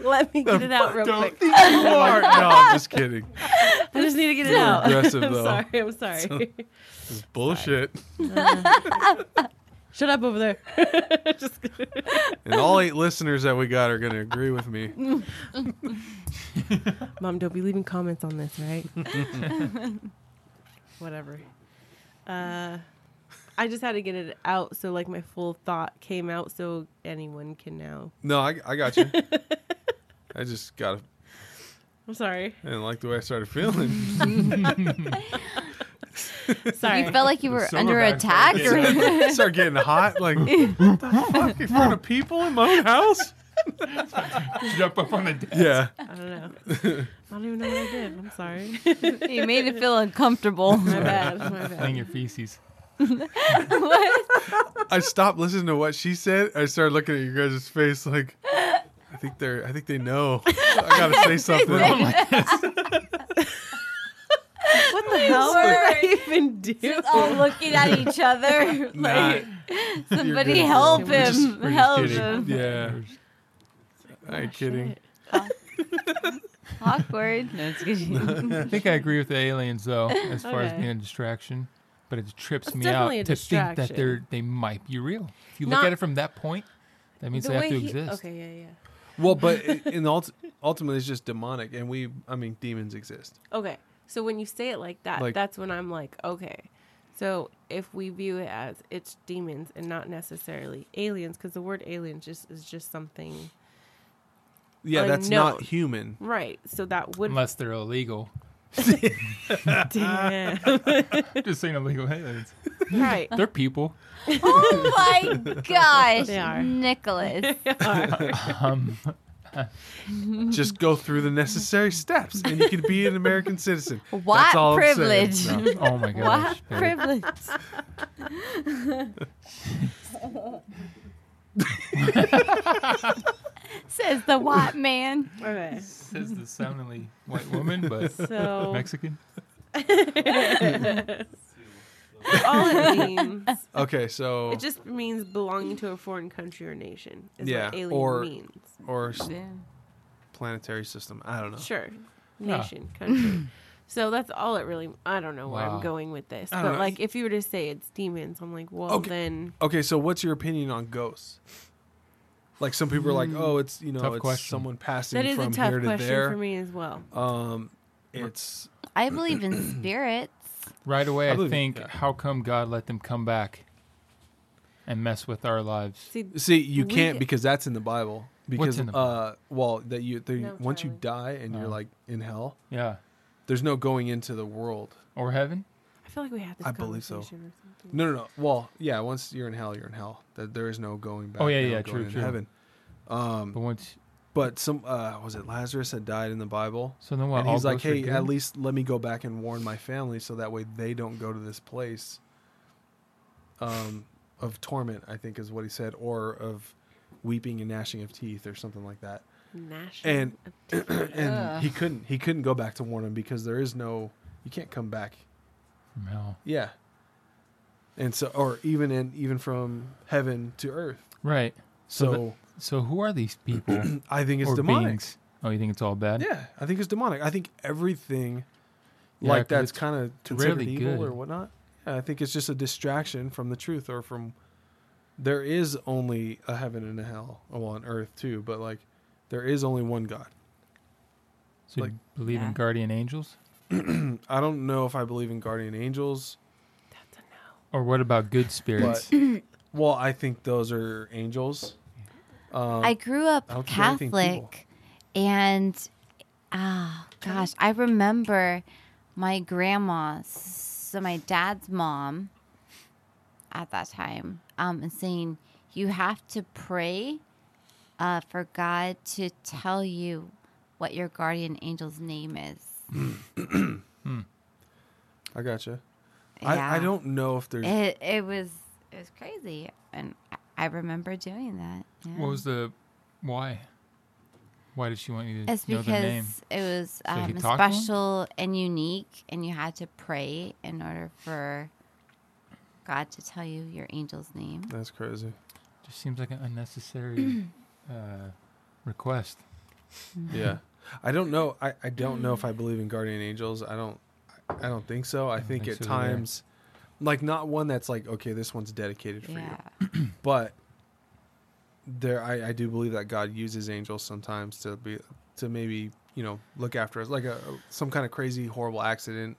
S1: Let me get it out real
S2: Don't
S1: quick.
S2: think you
S1: [LAUGHS]
S2: are. No, I'm just kidding.
S1: I just need to get it
S2: You're
S1: out. [LAUGHS]
S2: aggressive,
S1: I'm
S2: though.
S1: sorry. I'm sorry.
S2: This is bullshit.
S1: Shut up over there. [LAUGHS] just
S2: And all eight listeners that we got are going to agree with me.
S1: Mom, don't be leaving comments on this,
S3: [LAUGHS]
S1: right? Whatever. Uh, I just had to get it out so like my full thought came out so anyone can now.
S2: No, I, I got you. [LAUGHS] I just got. A,
S1: I'm sorry.
S2: I didn't like the way I started [LAUGHS] feeling.
S1: [LAUGHS] Sorry.
S5: You felt like you
S3: The
S5: were
S3: silverback
S5: under
S3: felt
S5: attack.
S2: [LAUGHS]
S3: good.
S5: Or
S2: It started getting hot. Like what the fuck in front of people in my own [LAUGHS] house.
S3: Jump up on the deck.
S2: Yeah.
S1: I don't know. I don't even know what I did. I'm sorry. [LAUGHS]
S5: you made it feel uncomfortable.
S1: my
S5: [LAUGHS]
S1: bad. My
S3: Fling
S1: bad.
S3: your feces.
S2: I stopped listening to what she said. I started looking at you guys' face like I think they're I think they know. [LAUGHS] I gotta say something.
S3: Oh [LAUGHS]
S1: What the hell did I even do?
S5: Just all looking at
S2: [LAUGHS]
S5: each other. like, somebody
S2: good.
S5: help
S1: We're
S2: just-
S5: him.
S2: we're just
S5: help
S2: kidding.
S5: him.
S2: [LAUGHS] Yeah. I ain't kidding. [LAUGHS]
S5: Awkward. No, it's good. [LAUGHS]
S3: I think I agree with the aliens
S1: [LAUGHS]
S3: though, as far as
S1: Okay.
S3: being a distraction. But it trips
S1: That's
S3: me out
S1: definitely a
S3: to think that
S1: distraction.
S3: they're they might be real. If you look
S1: Not-
S3: at it from that point, that means they have to exist.
S1: okay, yeah, yeah.
S2: Well, but i- in ult- ultimately it's just demonic and we I mean demons exist.
S1: Okay. So when you say it like that,
S2: Like-
S1: that's when I'm like, okay. So if we view it as it's demons and not necessarily aliens, because the word alien just is just something
S2: Yeah, that's
S1: Unknown.
S2: not human.
S1: right. So that would
S3: Unless they're illegal.
S1: [LAUGHS] damn
S3: [LAUGHS] Just saying illegal aliens.
S1: right.
S3: They're people.
S5: oh my gosh,
S1: They are.
S2: [LAUGHS]
S5: Nicholas.
S3: Um,
S2: Just go through the necessary steps and you could be an American citizen.
S1: [LAUGHS]
S5: What
S2: That's all I'm saying.
S5: privilege.
S2: No.
S3: oh my
S5: What
S3: gosh. babe.
S2: [LAUGHS]
S5: privilege. [LAUGHS] Says the white man.
S1: Okay.
S3: Says the soundly white woman, [LAUGHS]
S1: [LAUGHS]
S3: but
S1: So [LAUGHS]
S3: Mexican.
S1: all it means
S2: [LAUGHS] Okay, so
S1: [LAUGHS] it just means belonging to a foreign country or nation is
S2: Yeah,
S1: what alien
S2: or-
S1: means.
S2: or s- planetary system. I don't know.
S1: Sure.
S2: [CLEARS THROAT]
S3: Yeah.
S1: Nation, country. So that's all it really. I don't know where
S3: Wow.
S1: I'm going with this,
S2: I
S1: but
S2: don't know.
S1: like if you were to say it's demons, I'm like, well,
S2: Okay.
S1: then
S2: Okay, so what's your opinion on ghosts? Like some people are like, oh, it's you know,
S3: Tough
S2: it's
S3: question.
S2: someone passing
S1: Hmm. that is
S2: from
S1: a tough
S2: here to
S1: question
S2: there.
S1: for me as well.
S2: Um, it's
S4: I believe in spirits.
S3: Right away,
S2: I
S3: I,
S2: believe it,
S3: think,
S2: yeah.
S3: how come God let them come back and mess with our lives?
S1: See,
S2: see, you
S1: We-
S2: can't because that's in the Bible. Because
S3: in the
S2: uh, well, that you they,
S1: No,
S2: once you
S1: Tyler.
S2: die and you're
S3: Oh.
S2: like in hell,
S3: Yeah.
S2: there's no going into the world.
S3: Or heaven?
S1: I feel like we have this
S2: I believe so.
S1: conversation or something.
S2: No, no, no. Well, yeah, once you're in hell, you're in hell. That there is no going back.
S3: Oh, yeah,
S2: no
S3: yeah,
S2: going
S3: true,
S2: into
S3: true.
S2: Heaven. Um,
S3: But once,
S2: But some uh, was it Lazarus had died in the Bible,
S3: so then what?
S2: and
S3: all
S2: he's like,
S3: ghosts are
S2: hey,
S3: good?
S2: at least let me go back and warn my family so that way they don't go to this place. Um, of torment, I think is what he said, or of weeping and gnashing of teeth, or something like that. [CLEARS THROAT]
S1: National
S2: And [CLEARS THROAT] and he couldn't he couldn't go back to warn him because there is no you can't come back.
S3: From hell.
S2: Yeah. And so, or even in even from heaven to earth.
S3: Right.
S2: So,
S3: So So who
S2: [CLEARS THROAT]
S3: are these people?
S2: I think it's
S3: or
S2: demonic.
S3: beings? Oh, you think it's all bad?
S2: Yeah, I think it's demonic. I think everything
S3: Yeah,
S2: like
S3: 'cause
S2: that's
S3: it's
S2: kind of considered
S3: rarely
S2: evil
S3: good.
S2: or whatnot. Yeah, I think it's just a distraction from the truth or from there is only a heaven and a hell. Oh, well, on earth too, but like there is only one God.
S3: So
S2: Like-
S3: you believe
S1: Yeah.
S3: in guardian angels?
S2: I don't know if I believe in guardian angels.
S1: that's a no.
S3: Or what about good spirits? [LAUGHS]
S2: But, well, I think those are angels. Um,
S4: I grew
S2: I
S4: up
S2: don't think anything evil.
S4: Catholic, and ah, gosh, I remember my grandma, so my dad's mom, at that time, um, and saying you have to pray uh, for God to tell you what your guardian angel's name is.
S2: I gotcha. I, I
S4: Yeah.
S2: don't know if there's
S4: It it was it was crazy, and I, I remember doing that. yeah.
S3: What was the why? Why did she want you to
S4: It's
S3: know their name?
S4: because it was
S3: So he
S4: um,
S3: talked to 'em?
S4: special and unique, and you had to pray in order for God to tell you your angel's name.
S2: that's crazy.
S3: Just seems like an unnecessary uh, request.
S2: yeah i don't know I, I don't know if i believe in guardian angels i don't i don't think so i, think,
S3: think
S2: at
S3: so either.
S2: times like not one that's like okay this one's dedicated for
S4: Yeah,
S2: you but there I, I do believe that god uses angels sometimes to be to maybe you know look after us like a some kind of crazy horrible accident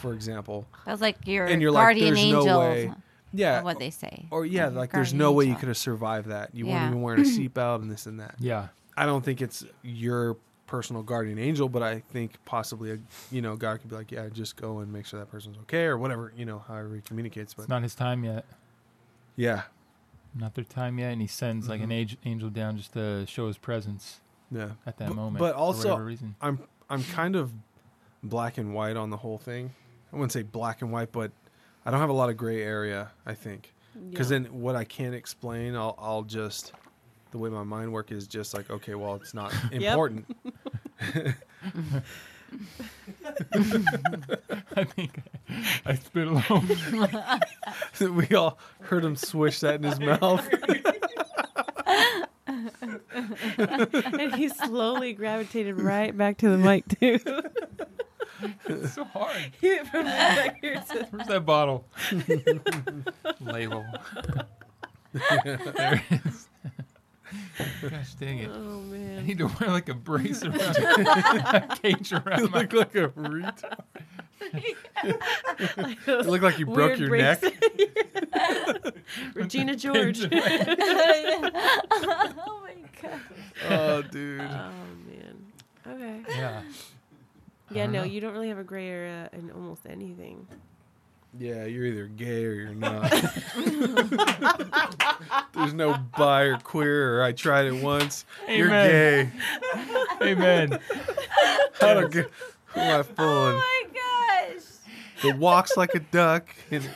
S2: for example
S4: that was like your
S2: and you're
S4: guardian
S2: like there's
S4: angel.
S2: no way yeah
S4: What they say?
S2: or yeah
S4: your
S2: like there's
S4: guardian
S2: no way you
S4: angel.
S2: could have survived that you
S4: Yeah.
S2: weren't even wearing a seatbelt and this and that
S3: Yeah.
S2: I don't think it's your personal guardian angel, but I think possibly a you know God could be like, yeah, just go and make sure that person's okay or whatever you know however he communicates. But
S3: It's not his time yet.
S2: yeah,
S3: Not their time yet. And he sends
S2: Mm-hmm.
S3: like an age, angel down just to show his presence
S2: yeah.
S3: at that
S2: B-
S3: moment.
S2: but
S3: for
S2: also-
S3: whatever reason. [LAUGHS]
S2: I'm I'm kind of black and white on the whole thing. I wouldn't say black and white, but I don't have a lot of gray area. I think because
S1: Yeah.
S2: then what I can't explain, I'll I'll just the way my mind work is just like okay, well, it's not important. [LAUGHS]
S3: I think I, spit alone.
S2: we all heard him swish that in his mouth.
S1: [LAUGHS] and he
S2: [LAUGHS]
S1: slowly gravitated right back to the mic too.
S3: [LAUGHS]
S1: [LAUGHS]
S3: it's so hard.
S1: From back here to-
S3: Where's that bottle?
S2: [LAUGHS]
S3: Label. there it is. [LAUGHS] Gosh dang it.
S1: oh
S3: I
S1: man.
S3: need to wear like a
S1: [LAUGHS]
S3: brace around a cage around [LAUGHS] my
S2: like a retard. It looked like you broke
S1: Weird
S2: your
S1: breaks. [LAUGHS]
S2: neck. [LAUGHS]
S1: Regina George.
S5: Oh my god.
S2: Oh, dude.
S1: [LAUGHS] Oh man. Okay.
S3: Yeah.
S1: Yeah,
S3: don't
S1: no,
S3: know.
S1: you don't really have a gray area in almost anything.
S2: Yeah, you're either gay or you're not. There's no bi or queer or I tried it once. You're gay.
S3: Amen. [LAUGHS] Amen.
S2: I don't get who am I fooling.
S5: my gosh.
S2: It walks like a duck and it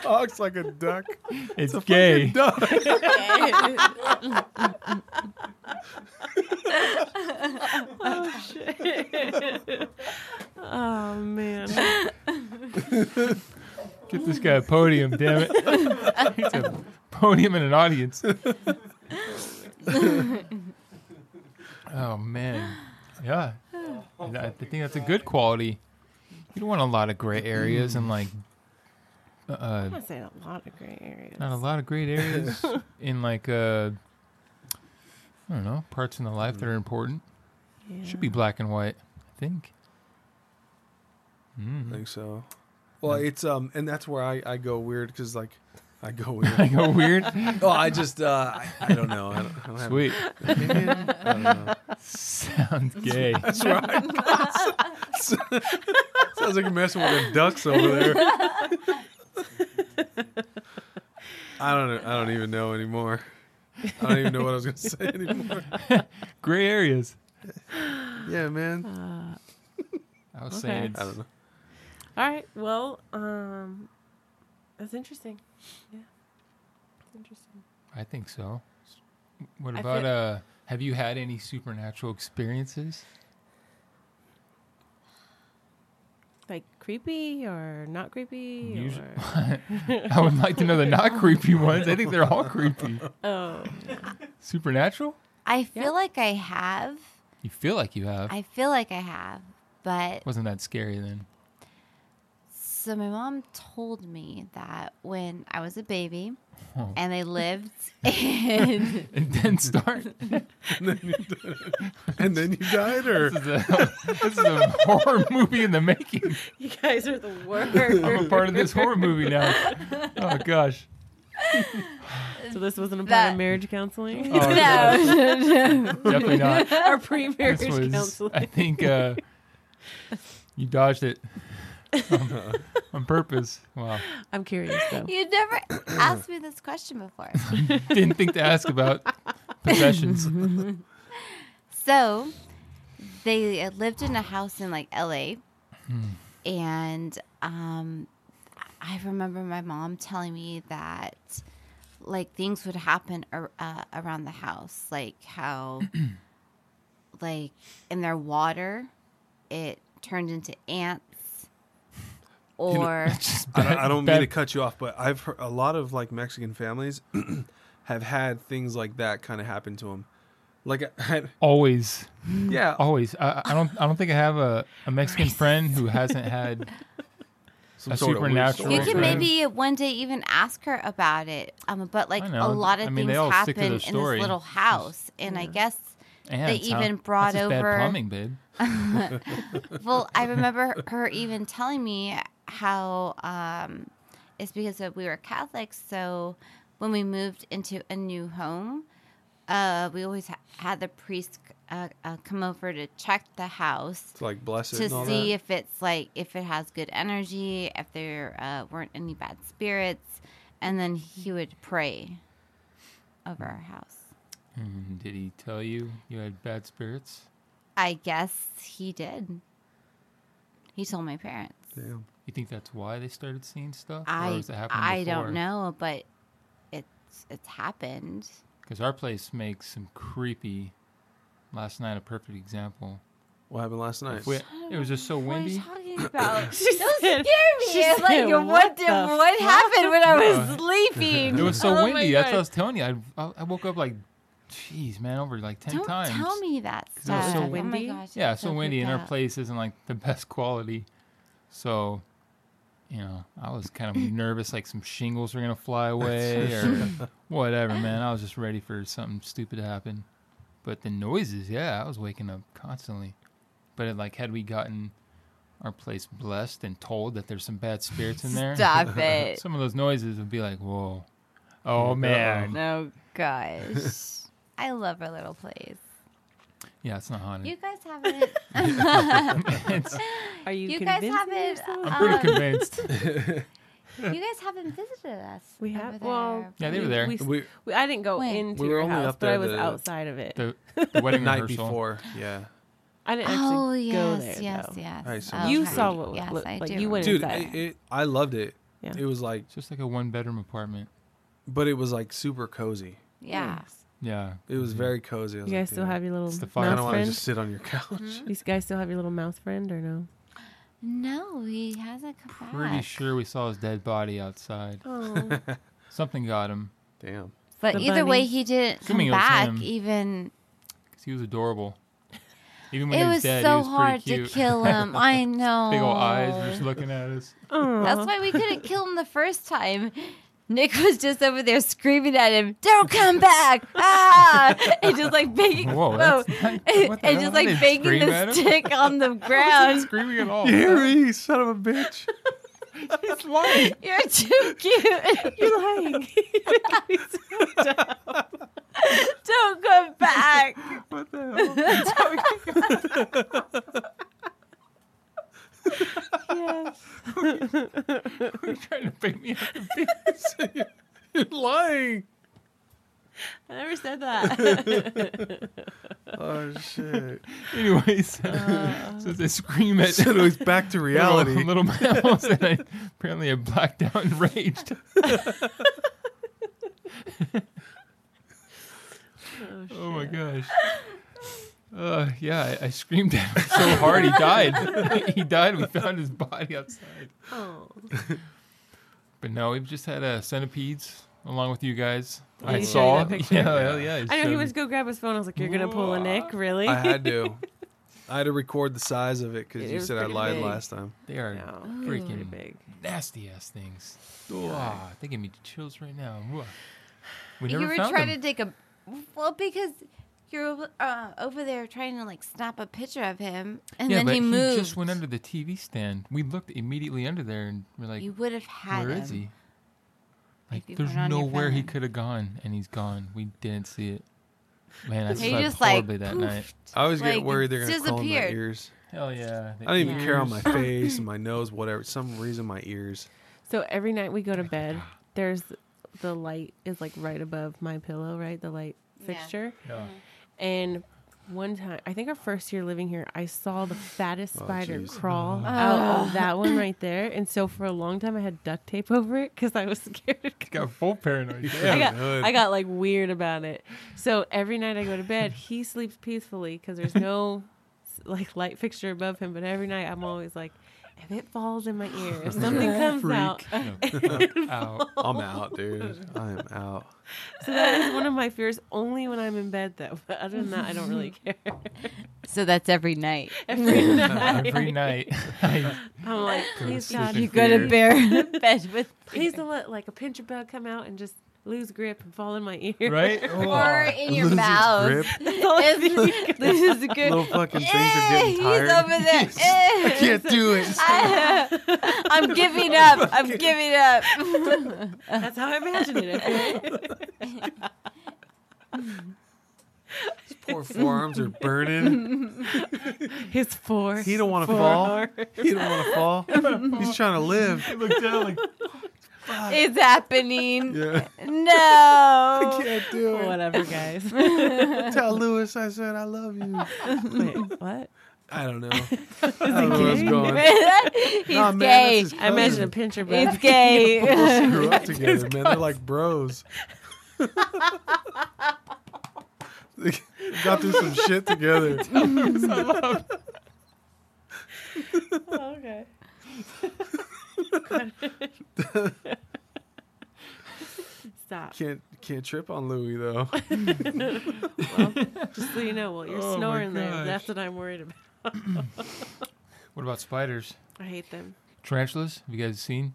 S2: talks like a duck.
S3: [LAUGHS]
S2: It's
S3: It's,
S2: a
S3: gay.
S2: fucking [LAUGHS] duck.
S1: oh shit. [LAUGHS] oh man.
S3: Get this guy a podium, damn it. He's a podium and an [LAUGHS] audience.
S1: [SIGHS]
S3: oh man. Yeah. And I I think that's a good quality. You don't want a lot of gray areas and like uh,
S1: I'm not saying a lot of gray areas.
S3: not a lot of great [LAUGHS] areas in like uh I don't know parts in the life that are important.
S1: Yeah.
S3: Should be black and white, I think.
S2: I
S3: [LAUGHS] Mm.
S2: think so. Well, it's um, and that's where I I go weird because like I go
S3: I
S2: [LAUGHS] weird.
S3: go [LAUGHS] weird.
S2: oh, I just uh, I, I don't know. I don't, I don't have
S3: Sweet,
S2: an opinion. I don't know.
S1: [LAUGHS]
S3: sounds gay.
S2: That's right. Sounds like you're messing with the ducks over there. I don't. I don't even know anymore. I don't even know what I was gonna say anymore.
S3: Gray areas.
S2: Yeah, man.
S1: Uh,
S3: I was
S1: Okay.
S3: saying
S2: I don't know.
S1: all right. Well, um, that's interesting. Yeah, it's interesting.
S3: I think so. What
S1: I
S3: about
S1: feel-
S3: uh have you had any supernatural experiences?
S1: Like creepy or not creepy?
S3: Usu- [LAUGHS]
S1: or-
S3: I would like to know the not [LAUGHS] creepy ones. I think they're all creepy.
S1: oh,
S3: Supernatural?
S4: I feel
S1: Yeah.
S4: like I have.
S3: You feel like you have.
S4: I feel like I have. But
S3: Wasn't that scary then?
S4: so my mom told me that when I was a baby
S3: Oh.
S4: and
S2: [LAUGHS]
S4: they lived in
S3: And [LAUGHS] then start.
S2: And then you died, and then you died or
S3: This is, a, [LAUGHS] this is a horror movie in the making.
S1: you guys are the
S3: [LAUGHS] I'm a
S1: worst.
S3: part of this horror movie now.
S1: [LAUGHS]
S3: Oh gosh.
S1: so this wasn't a part
S4: That-
S1: of marriage counseling
S3: Oh,
S4: [LAUGHS] no.
S3: Definitely not.
S1: or pre-marriage
S3: This was.
S1: counseling.
S3: I think uh, you dodged it on, on purpose. Wow.
S1: [LAUGHS] I'm curious
S4: [LAUGHS]
S1: though.
S4: you never asked me this question before.
S3: Didn't think to ask about
S4: [LAUGHS]
S3: possessions.
S4: So they uh, lived in a house in like LA. And um, I remember my mom telling me that like things would happen ar- uh, around the house, like how, [CLEARS THROAT] like in their water, it turned into ants.
S3: [LAUGHS]
S4: Or
S2: I don't, I don't
S3: Bad-
S2: mean to cut you off, but I've heard a lot of like Mexican families [CLEARS THROAT] have had things like that kind of happen to them. Like, I,
S3: Always,
S2: yeah,
S3: always. I, I don't. I don't think I have a, a Mexican friend who hasn't had.
S2: some
S3: A
S2: sort of weird
S3: supernatural
S2: story.
S4: you can
S3: Right.
S4: maybe one day even ask her about it. Um, but like
S3: I
S4: a
S3: know.
S4: lot of
S3: I mean, they
S4: things
S3: all stick
S4: happen
S3: to their
S4: in this
S3: story.
S4: little house, and I guess
S3: Ants, huh?
S4: even brought
S3: That's just
S4: over-
S3: bad plumbing, babe.
S4: Well,
S2: [LAUGHS]
S4: I remember her even telling me how um, it's because of, we were Catholics. So when we moved into a new home, uh, we always ha- had the priest uh, uh, come over to check the house
S2: It's like blessed
S4: to
S2: and all
S4: see
S2: that.
S4: if it's like if it has good energy, if there uh, weren't any bad spirits, and then he would pray over our house.
S3: Mm, Did he tell you you had bad spirits?
S4: I guess he did. He told my parents.
S2: Damn.
S3: You think that's why they started seeing stuff? or
S4: I
S3: was it happening
S4: I don't know, but it's it's happened.
S3: Because our place makes some creepy. Last night, a perfect example.
S2: What happened last night?
S3: If we- it was just so windy.
S4: What are you talking
S1: [LAUGHS]
S4: about?
S1: She
S4: Don't
S1: said-
S4: scare
S1: she
S4: me. I'm
S1: said,
S4: like what
S1: "What
S4: did,
S1: the
S4: what happened when I was
S3: [LAUGHS] fuck?
S4: sleeping?
S3: It was so
S4: Oh my
S3: windy. That's what I
S4: God.
S3: was telling you. I, I, I woke up like, jeez, man, over like 10
S4: Don't
S3: times.
S4: tell me that
S3: it was
S4: stuff.
S3: so
S4: oh my
S1: windy.
S4: gosh.
S3: Yeah,
S4: I'm
S3: so windy, and
S4: freaked
S3: our
S4: out.
S3: place isn't like the [LAUGHS] best quality. So, you know, I was
S4: [LAUGHS]
S3: kind of nervous, like some shingles were gonna fly away or [LAUGHS] whatever, man. I was just ready for something stupid to happen. But the noises, yeah, I was waking up constantly. But it, like, had we gotten our place blessed and told that there's some bad spirits in there, [LAUGHS]
S4: Stop it.
S3: some of those noises would be like, whoa, oh man,
S4: No gosh. [LAUGHS] I love our little place.
S3: yeah, it's not haunted.
S4: You guys haven't
S3: [LAUGHS] It's-
S1: Are you,
S4: you guys
S1: convincing
S4: haven't
S1: yourself?
S3: I'm pretty
S4: [LAUGHS] um, [LAUGHS]
S3: convinced.
S4: you guys haven't visited us.
S1: We
S4: over
S1: have
S4: there.
S1: well,
S3: Yeah, they were there.
S1: We,
S2: we,
S1: we- I didn't go
S4: Wait.
S1: into
S2: We were
S1: your
S2: only
S1: house,
S2: up
S1: but I
S2: there
S1: was
S2: the-
S1: outside of it.
S3: The, [LAUGHS] the
S2: the
S3: wedding
S2: night
S3: rehearsal.
S2: before. Yeah.
S1: I didn't actually
S4: Oh
S1: go
S4: yes,
S1: there.
S4: yes,
S1: though.
S4: yes.
S2: All right, so
S4: Oh,
S1: you
S4: okay.
S1: saw what
S4: Yes,
S1: look-
S4: I
S1: like
S4: do
S1: you went
S2: Dude,
S1: inside.
S2: it, it, I loved it.
S1: Yeah.
S2: It was like,
S3: It's just like a one bedroom apartment.
S2: but it was like super cozy.
S4: Yeah.
S3: Yeah.
S2: It was very cozy. I was
S1: You guys still
S2: like, "Dude,
S1: have Mm-hmm. your little
S3: It's the fire.
S2: I
S3: your
S1: mouse
S2: don't want to
S1: friend?
S2: just sit on your couch.
S1: You guys still have your little mouse friend or
S3: [LAUGHS]
S1: no?
S4: No, he hasn't come
S3: Pretty
S4: back.
S3: sure we saw his dead body outside.
S1: Oh,
S3: Something got him
S2: [LAUGHS] Damn.
S4: But
S1: The
S4: either way,
S1: bunny.
S4: he didn't come
S3: Assuming it was
S4: back.
S3: him.
S4: Even
S3: because he was adorable. Even when
S4: It
S3: he
S4: was
S3: dead, he
S4: so
S3: was pretty
S4: hard to
S3: cute. [LAUGHS]
S4: kill him. I know.
S3: Big old eyes were just looking
S4: [LAUGHS]
S3: at us.
S5: That's why we couldn't kill him the first time. Nick was just over there screaming at him, "Don't
S3: [LAUGHS]
S5: come back!" Ah! And just like banging,
S3: Whoa,
S5: whoa,
S3: that's not- what the
S5: and
S3: hell?
S5: just
S3: I
S5: like
S3: didn't
S5: banging
S3: scream at
S5: the
S3: him.
S5: stick on
S3: [LAUGHS]
S5: the ground.
S3: Screaming at all. [LAUGHS]
S2: Gary, son of
S1: [LAUGHS]
S2: a bitch. [LAUGHS]
S3: It's lying.
S5: You're too cute. [LAUGHS]
S1: You're
S4: [LAUGHS]
S3: [LAUGHS]
S1: lying. [LAUGHS]
S5: Don't come back.
S2: What
S1: [LAUGHS]
S2: the hell? [LAUGHS]
S1: yes.
S3: You're trying to bait me out. [LAUGHS]
S2: You're lying.
S1: I never said that.
S2: [LAUGHS]
S1: [LAUGHS]
S2: Oh shit.
S3: Anyways, so they scream [LAUGHS] at
S2: so he's back to reality.
S3: [LAUGHS] Little, little mammals, and I, apparently I blacked out and raged.
S1: oh, shit.
S3: Oh my gosh. Uh, yeah, I, I screamed at him so hard he died. [LAUGHS] he died. We found his body outside.
S1: Oh.
S3: But no, we've just had uh, centipedes along with you guys.
S1: Yeah,
S3: I
S1: you showed me
S3: saw.
S1: that
S3: Yeah,
S1: picture.
S3: hell yeah.
S1: I know he
S3: showed
S1: was
S3: me.
S1: go grab his phone. I was like, "You're gonna pull a Nick, really?"
S2: I
S1: [LAUGHS]
S2: had to. I had to record the size of it because
S1: It
S2: you
S1: was
S2: said I
S1: pretty
S2: lied
S1: big.
S2: last time.
S3: They are
S1: no, pretty
S3: freaking
S1: big.
S3: nasty ass things. Ah, they give me chills right now. Mwah. We never
S4: You were
S3: found
S4: trying
S3: them.
S4: to take a well because you're uh, over there trying to like snap a picture of him, and
S3: yeah,
S4: then
S3: but
S4: he moved.
S3: just went under the TV stand. We looked immediately under there and we're like,
S4: you would have had
S3: where
S4: him.
S3: is he? Like,
S4: you
S3: there's
S4: weren't on your
S3: nowhere he
S4: phone.
S3: could have gone, and he's gone. We didn't see it. Man, I
S4: He
S3: slept
S4: just, like,
S3: horribly that night.
S2: I always get
S4: Like,
S2: worried they're gonna clone my
S4: disappeared.
S2: ears.
S3: Hell yeah.
S2: I don't even
S1: Yeah.
S2: care on my face and my nose, whatever. Some reason my ears.
S1: So every night we go to bed, there's the light is like right above my pillow, right? The light
S4: Yeah.
S1: fixture.
S3: Yeah.
S1: And one time, I think our first year living here, I saw the fattest
S2: Oh,
S1: spider
S2: jeez.
S1: crawl out [LAUGHS] of that one right there. And so for a long time, I had duct tape [LAUGHS] over it because I was scared. it could
S3: Got full [LAUGHS] paranoid.
S1: I
S2: Yeah.
S1: got,
S2: Good.
S1: I got like weird about it. So every night I go to bed, he sleeps peacefully because there's no [LAUGHS] like light fixture above him. But every night I'm always like, if it falls in my ear,
S5: [LAUGHS]
S1: if something comes out.
S3: [LAUGHS]
S4: [LAUGHS]
S3: Ow.
S2: I'm out, dude. I am out.
S1: So that is one of my fears. Only when I'm in bed, though. But other than that, I don't really care. [LAUGHS]
S5: So that's every
S4: [LAUGHS]
S5: night.
S1: Every night,
S3: Every night. I-
S1: I'm like, please God,
S3: sleep
S5: You
S3: in
S5: go to
S4: [LAUGHS]
S3: fear.
S5: bear bed with
S1: please don't let like a pinch of bug come out and just lose grip and fall in my ear. [LAUGHS]
S3: right?
S5: or
S3: Oh.
S5: in your
S2: Loses
S5: mouth.
S2: grip.
S5: It's, [LAUGHS] this is good.
S2: Little fucking things are
S5: Eh,
S2: getting
S5: he's
S2: tired.
S5: over there. Eh.
S2: Can't do it.
S5: I, am giving up. I'm giving up.
S4: [LAUGHS]
S1: That's how I imagined it. I feel like.
S2: His poor forearms are
S5: [LAUGHS]
S2: burning.
S1: His four.
S2: He don't want to fall. He don't want to fall.
S5: [LAUGHS]
S2: He's trying to live.
S3: I looked down like,
S5: It's happening.
S2: Yeah.
S5: No.
S2: Can't do it.
S1: Whatever, guys.
S5: [LAUGHS]
S2: Tell Lewis I said I love you.
S1: [LAUGHS] Wait, what?
S2: I don't know. I don't know where it's
S1: gay?
S2: going.
S5: He's
S2: Nah, man,
S5: gay.
S2: this is
S1: I imagine a
S2: cousin.
S1: pinch of
S5: He's
S1: [LAUGHS]
S5: [LAUGHS]
S1: bug.
S5: gay.
S2: People grew up together, man. They're like bros.
S1: [LAUGHS]
S2: [LAUGHS] they got through some shit together.
S1: Oh, okay. [LAUGHS] Stop.
S2: Can't can't trip on Louis though.
S1: Just so you know, well, you're
S3: Oh my
S1: snoring there.
S3: gosh.
S1: That's what I'm worried about.
S3: [LAUGHS] what about spiders?
S1: I hate them.
S3: Tarantulas? Have you guys seen?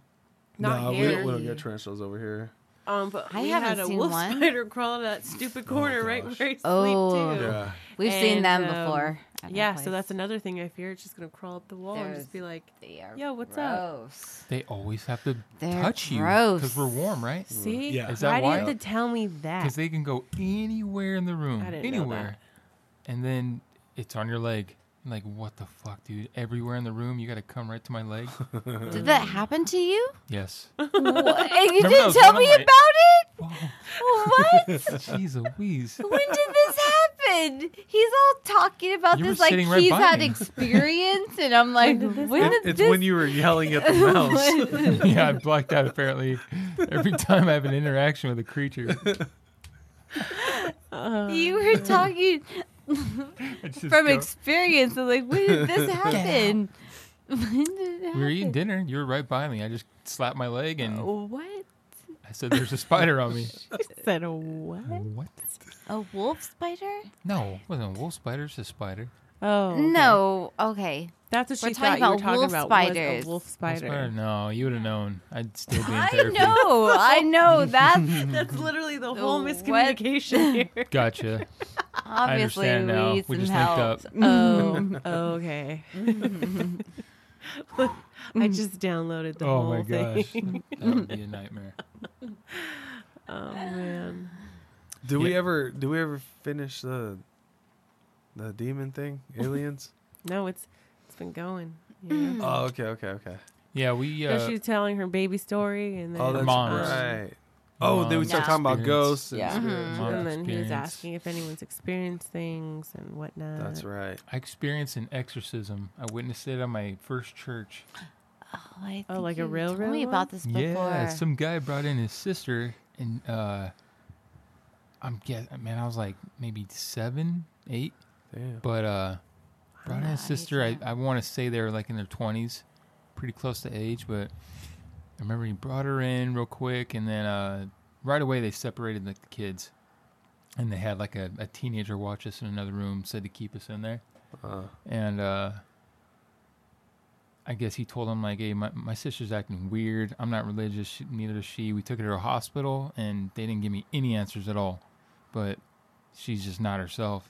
S1: Not
S2: nah,
S1: here.
S2: We don't, we don't get tarantulas over here.
S1: Um, but
S4: I
S1: we had
S4: haven't
S1: a
S4: seen
S1: wolf
S4: one.
S1: spider crawl in that stupid corner right
S2: gosh.
S1: where I sleep
S5: Oh.
S1: too. Yeah,
S2: Yeah.
S5: We've
S1: seen
S5: seen
S1: them
S5: them
S1: And, um,
S5: before.
S1: before yeah so that's another thing I fear. It's just gonna crawl up the wall and just
S5: There's-
S1: be like,
S5: they are
S1: Yo, what's up?
S5: gross.
S3: They always have to
S5: They're
S3: touch you
S5: gross.
S3: because we're warm, right?
S1: "See,
S2: Mm. Yeah.
S3: Is that
S1: why,
S3: why?
S1: didn't they tell me that?"
S3: Because they can go anywhere in the room.
S1: I didn't know
S3: anywhere. And then it's on your leg. I'm like, what the fuck, dude? Everywhere in the room, you got to come right to my leg?
S4: Did that happen to
S1: [LAUGHS]
S4: you?
S3: [LAUGHS] yes.
S5: What? And you
S3: Remember
S5: didn't
S3: those
S5: tell
S3: one
S5: me
S3: night-
S5: about it?
S3: Whoa.
S5: What?
S3: Jeez
S1: [LAUGHS]
S3: Louise. [LAUGHS]
S5: when did this happen? He's all talking about
S3: You were
S5: this like
S3: sitting right
S5: he's
S3: by
S5: had
S3: me.
S5: experience, and I'm like,
S1: did this
S5: when
S2: It-
S5: did
S2: it's
S5: this
S2: when you were
S1: [LAUGHS]
S2: yelling at the mouse.
S3: [LAUGHS] yeah, I blacked out apparently every time I have an interaction with a [LAUGHS] creature.
S5: [LAUGHS]
S4: Uh,
S5: You were talking
S3: It's just
S5: from
S3: go-
S5: experience. I'm like, when did
S3: [LAUGHS]
S5: this happen? When did it
S3: we were eating
S5: happen?
S3: dinner. You were right by me. I just slapped my leg and
S1: Oh,
S5: What?
S3: I said, "There's a spider
S1: [LAUGHS]
S3: on me."
S1: said what?
S2: Mm.
S3: what?
S5: A wolf spider?
S3: No, it wasn't a wolf spider. It's a spider.
S1: Oh okay.
S5: No, okay.
S1: that's what she
S5: We're
S1: thought
S5: talking
S1: you were
S5: about
S1: talking
S5: wolf
S1: about was
S5: spiders.
S1: a wolf
S3: Wolf
S1: spider. [LAUGHS]
S3: spider? No,
S1: [GASPS]
S3: you would have known. I'd still be in
S5: I
S3: therapy.
S5: know, I
S3: [LAUGHS]
S5: know. That's
S1: That's literally the whole
S5: what? [LAUGHS]
S1: miscommunication here.
S3: Gotcha. I
S5: obviously
S3: understand now.
S5: needs
S3: We
S5: some
S3: just linked
S5: help.
S3: up. [LAUGHS]
S1: Oh, [LAUGHS] okay.
S5: [LAUGHS]
S1: I just downloaded the
S3: Oh
S1: whole
S3: my gosh,
S1: thing.
S3: that would be a nightmare.
S1: [LAUGHS] Oh man.
S2: Do we
S3: Yeah.
S2: ever do we ever finish the the
S1: [LAUGHS]
S2: demon thing? Aliens?
S1: No, it's it's been going. You
S5: Mm.
S1: know?
S2: oh, okay, okay, okay.
S3: Yeah, we.
S1: So
S3: Uh,
S1: she was telling her baby story, and then
S2: Oh, that's
S3: Moms.
S2: right. Oh, then we
S3: Moms
S2: start talking about
S3: experience.
S2: ghosts. And
S5: Yeah. Mhm.
S2: spirits.
S3: Moms
S1: and then he was
S3: experience.
S1: asking if anyone's experienced things and whatnot.
S2: That's right.
S3: I experienced an exorcism. I witnessed it at my first chch.
S5: Oh, I
S1: Oh,
S5: think
S1: like a
S5: you
S1: real,
S5: told
S1: real
S5: me
S1: one?
S5: about this before.
S3: Yeah, some guy brought in his sister, and uh, I'm guess man, I was like maybe seven, eight,
S2: Damn.
S3: but uh, brought in his
S5: Wow,
S3: sister. I,
S5: age,
S3: I want to say they were like in their twenties, pretty close to age, but I remember he brought her in real quick, and then uh, right away they separated like the kids, and they had like a, a teenager watch us in another room, said to keep us in there.
S2: Uh,
S3: and uh I guess he told him like, "Hey, my, my sister's acting weird. I'm not religious. She, neither is she. We took her to a hospital, and they didn't give me any answers at all. But she's just not herself."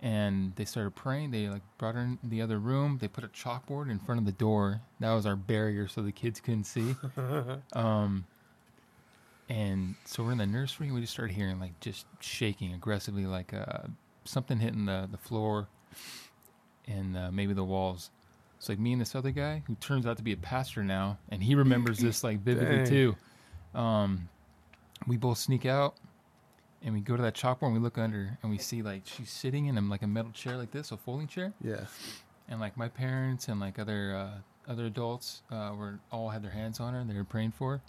S3: And they started praying. They like brought her in the other room. They put a chalkboard in front of the door. That was our barrier, so the kids couldn't see. um, and so we're in the nursery. We just started hearing like just shaking aggressively, like uh, something hitting the the floor and uh, maybe the walls. It's like me and this other guy who turns out to be a pastor now, and he remembers this like vividly
S2: Dang.
S3: too. Um, we both sneak out and we go to that chalkboard and we look under and we see like she's sitting in um, like a metal chair like this, a folding chair,
S2: yeah.
S3: and like my parents and like other uh, other adults uh, were all had their hands on her and they were praying for her.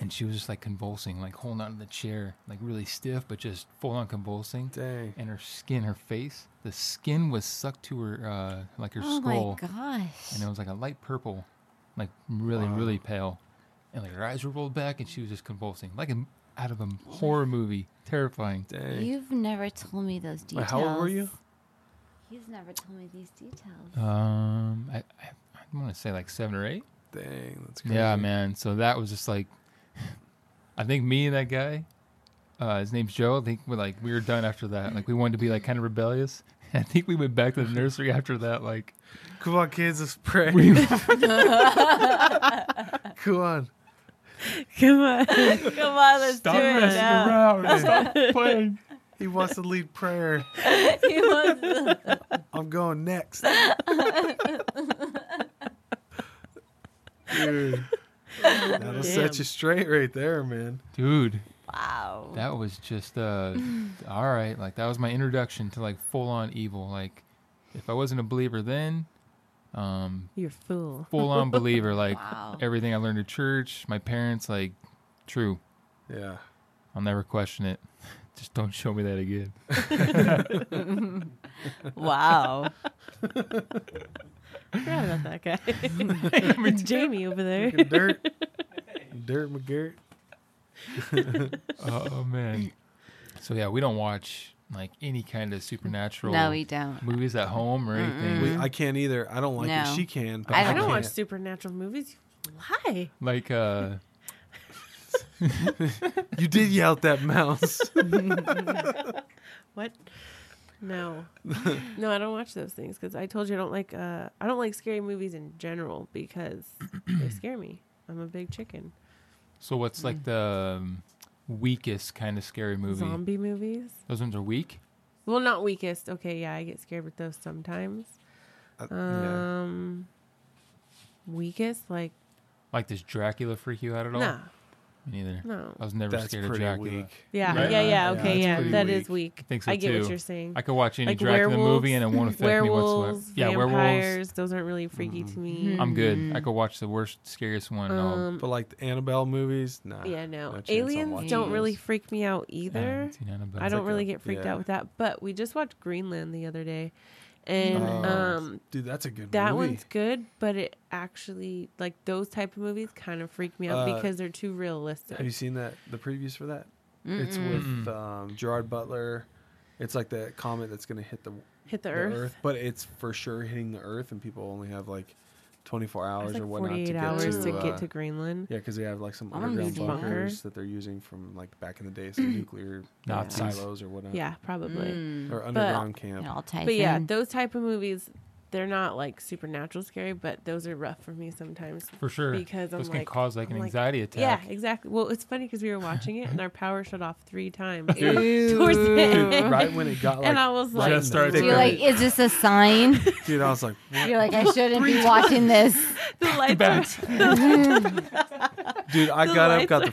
S3: And she was just like convulsing, like holding onto the chair, like really stiff, but just full on convulsing
S2: Dang.
S3: and her skin, her face, the skin was sucked to her, uh, like her
S5: Oh my
S3: skull,
S5: gosh.
S3: and it was like a light purple, like really,
S2: Wow.
S3: really pale, and like her eyes were rolled back, and she was just convulsing, like in, out of a horror movie, terrifying.
S2: Dang.
S5: You've never told me those
S2: Wait,
S5: details.
S2: how old were you?
S5: He's never told me these details.
S3: Um, I, I, I want to say like seven or eight.
S2: Dang, that's crazy.
S3: Yeah, man. So that was just like, I think me and that guy, uh, his name's Joe. I think we're like we were done after that. Like we wanted to be like kind of rebellious. [LAUGHS] I think we went back to the nursery after that. [LAUGHS] Like
S2: Come on, kids, let's pray.
S3: [LAUGHS]
S2: [LAUGHS]
S1: [LAUGHS]
S2: Come on.
S1: Come on,
S5: [LAUGHS] Come on, let's
S3: stop
S5: do it
S3: messing
S5: now.
S3: around. [LAUGHS] Stop playing.
S2: He wants to lead prayer.
S5: He
S3: [LAUGHS]
S5: was-
S2: I'm going
S1: [LAUGHS]
S2: next. Dude. That'll
S1: Damn.
S2: set you straight right there, man.
S3: dude
S5: wow.
S3: that was just uh all right like that was my introduction to like full on evil like if i wasn't a believer then um
S1: you're a fool.
S3: full on believer like [LAUGHS]
S5: Wow.
S3: everything i learned at church my parents like true
S2: Yeah.
S3: i'll never question it [LAUGHS] just don't show me that
S1: [LAUGHS]
S3: again
S5: [LAUGHS] Wow.
S1: I forgot about that guy. Jamie over there. [LAUGHS]
S2: Freaking Dirt. Dirt McGirt.
S3: oh man so yeah we don't watch like any kind of supernatural
S5: No, we don't.
S3: movies at home or anything
S2: We- I can't either. I don't like
S5: No.
S2: it. She can. But
S5: I
S1: I
S5: don't
S1: don't
S2: can't.
S1: watch supernatural movies. You Lie.
S3: like uh
S2: You did yell at
S1: [LAUGHS]
S2: that mouse. Uh,
S1: What?
S3: [LAUGHS]
S1: No, no, I don't watch those things because I told you I don't like. Uh, I don't like scary movies in general because
S3: [CLEARS THROAT]
S1: they scare me. I'm a big chicken.
S3: so what's like the um, weakest kind of scary movie
S1: Zombie movies.
S3: those ones are weak
S1: Well, not weakest. Okay, yeah, I get scared with those sometimes.
S2: Uh, yeah.
S1: Um, weakest like
S3: Like, does Dracula freak you out at all?
S1: no,
S3: Me neither.
S1: no.
S3: I was never
S2: That's
S3: scared of
S2: pretty
S3: Dracula.
S2: weak.
S1: Yeah,
S3: Right?
S1: yeah, yeah.
S2: Yeah,
S1: Okay,
S2: that's
S1: yeah,
S2: pretty
S1: that
S2: weak.
S1: is weak.
S3: I think so,
S1: get what
S3: too.
S1: you're saying.
S3: I could watch any
S1: Like
S3: Dracula
S1: werewolves,
S3: movie and it won't affect
S1: werewolves,
S3: me whatsoever. Yeah, werewolves. Mm-hmm.
S1: vampires. Those aren't really freaky to me.
S3: I'm good. I could watch the worst, scariest one. and I'll-
S1: Um,
S2: But like the Annabelle movies, nah.
S1: yeah, no.
S2: Uh, chance I'm
S1: Aliens
S2: watching
S1: don't
S2: those.
S1: really freak me out either.
S3: yeah, I haven't seen Annabelle.
S1: I don't
S2: like
S1: really
S2: a-
S1: get freaked
S2: yeah.
S1: out with that. But we just watched Greenland the other day, and
S2: Oh,
S1: um,
S2: dude, that's a good
S1: that
S2: movie.
S1: one's good. But it actually, like those type of movies, kind of freak me out
S2: Uh,
S1: because they're too realistic.
S2: Have you seen that? The previews for that? It's with
S3: Mm-mm.
S2: um, Gerard Butler. It's like the comet that's going to hit the
S1: hit the,
S2: the
S1: earth.
S2: earth. but it's for sure hitting the earth, and people only have like 24 hours
S1: It's like
S2: or whatnot to
S1: 48
S2: get
S1: hours
S2: to,
S1: to
S2: uh,
S1: get to Greenland.
S2: Yeah, because they have like some
S1: I wanna
S2: underground
S1: use bunker.
S2: bunkers that they're using from like back in the day, some nuclear
S3: Nazis.
S2: silos or whatnot.
S1: Yeah, probably.
S5: Mm.
S2: Or underground camp.
S5: It all ties
S1: But yeah,
S5: in.
S1: those type of movies, they're not like supernatural scary, but those are rough for me sometimes.
S3: for sure.
S1: Because I'm
S3: those can
S1: like-
S3: cause like
S1: I'm
S3: an
S1: like,
S3: anxiety
S1: Yeah,
S3: attack.
S1: exactly. Well, it's funny because we were watching it and our power shut off three times
S2: Dude.
S1: [LAUGHS] towards the
S2: Dude,
S1: end.
S2: right when it got
S1: [LAUGHS]
S2: like,
S1: and I was
S2: right
S1: like,
S2: in the
S3: started
S2: thick
S5: You're
S2: of
S5: like,
S2: it.
S5: is this a
S1: [LAUGHS]
S5: sign?
S2: dude, I was like, what?
S5: You're like, I shouldn't be watching this.
S1: the lights are,
S3: Bats.
S2: dude, I
S1: the
S2: got up,
S1: lights
S2: got
S1: are-
S2: the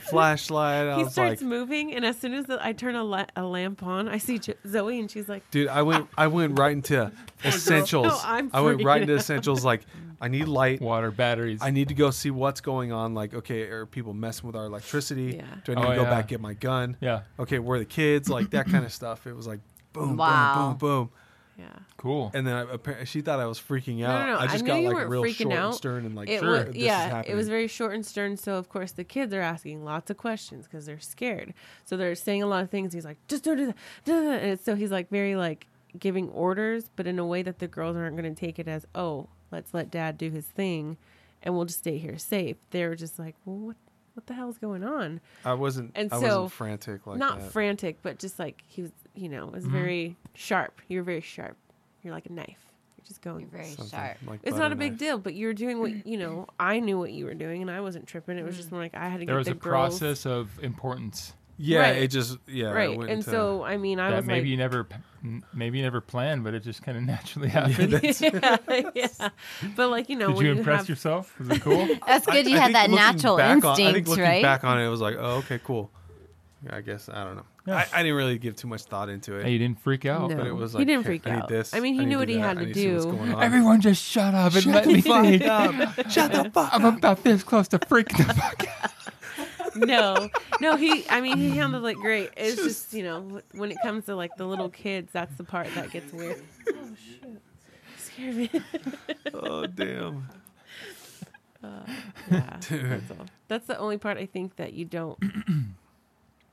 S1: [LAUGHS]
S2: flashlight. I
S1: he
S2: was like,
S1: starts moving, and as soon as the, I turn a, la- a lamp on, I see jo- Zoe, and she's like,
S2: Dude, I went I went
S1: [LAUGHS]
S2: right into essentials.
S1: No, I'm
S2: I went right
S1: freaking
S2: into
S1: out.
S2: essentials like I need light.
S3: Water batteries.
S2: I need to go see what's going on. Like, okay, are people messing with our electricity?
S1: Yeah.
S2: Do I need
S3: Oh,
S2: to go
S3: yeah.
S2: back get my gun?
S3: yeah,
S2: Okay, where are the kids? Like that
S1: [LAUGHS]
S2: kind of stuff. It was like boom,
S5: Wow.
S2: boom, boom, boom.
S1: "Yeah,
S3: cool.
S2: And then I, apparently she thought I was freaking
S1: No,
S2: out.
S1: no, no,
S2: I
S1: I
S2: just
S1: knew
S2: got
S1: you
S2: like
S1: weren't
S2: real
S1: freaking
S2: short and
S1: out.
S2: stern and like
S1: it
S2: sure,
S1: was
S2: this is
S1: yeah,
S2: happening.
S1: it was very short and stern." So of course the kids are asking lots of questions because they're scared. So they're saying a lot of things. He's like, "Just don't do that." da, da, da." And so he's like very like giving orders, but in a way that the girls aren't going to take it as, "Oh, let's let Dad do his thing, and we'll just stay here safe." They're just like, "Well, what what the hell's going on?"
S2: I wasn't
S1: and
S2: I
S1: so-
S2: wasn't frantic like
S1: not
S2: that.
S1: frantic, but just like he was, you know, was very sharp. You're very sharp. You're like a knife. You're just going.
S5: You're very
S2: Something
S5: sharp.
S2: like
S1: it's not
S2: butter
S1: a big
S2: knife.
S1: deal, but you're doing what you know. I knew what you were doing, and I wasn't tripping. It was just more like I had to
S3: Mm. There
S1: get
S3: was
S1: the
S3: a
S1: girls-
S3: process of importance
S2: Yeah,
S1: Right.
S2: it just yeah, it
S1: right?
S2: went
S1: And
S2: to-
S1: so, I mean, I
S3: that
S1: was [LAUGHS]
S3: maybe
S1: like,
S3: you never, p- n- maybe you never planned, but it just kind of [LAUGHS] naturally happened.
S1: yeah, yeah. But like you know,
S3: Did
S1: when
S3: you impress
S1: have,
S3: yourself? Was it [LAUGHS] cool?
S5: That's good.
S2: I-
S5: You
S2: I
S5: have
S2: think
S5: that
S2: looking
S5: natural
S2: back on-
S5: instinct,
S2: I think looking
S5: right?
S2: back on it, it was like, oh, okay, cool. Yeah, I guess I don't know.
S3: Yeah.
S2: I, I didn't really give too much thought into
S3: Hey,
S2: it.
S3: you didn't freak out.
S1: No.
S2: But it was
S1: He
S2: like,
S1: didn't
S2: "Okay,
S1: freak
S2: I need
S1: out.
S2: this.
S1: I mean, he
S2: need
S1: knew
S2: to
S1: what
S2: do
S1: he
S2: that.
S1: had
S2: I
S1: to
S2: need see what's
S1: do.
S2: going on."
S3: Everyone, just shut up and let me think. [LAUGHS]
S2: Shut the fuck
S3: I'm about this close to freaking [LAUGHS] the fuck out.
S1: no, no, he. I mean, he handled it
S3: [LAUGHS]
S1: great. It's just you know, when it comes to like the little kids, that's the part that gets weird. Oh shoot, [LAUGHS] scared
S3: [LAUGHS]
S1: me.
S2: [LAUGHS] Oh damn.
S1: Uh, yeah, that's all. That's the only part I think that you
S3: [CLEARS THROAT]
S1: don't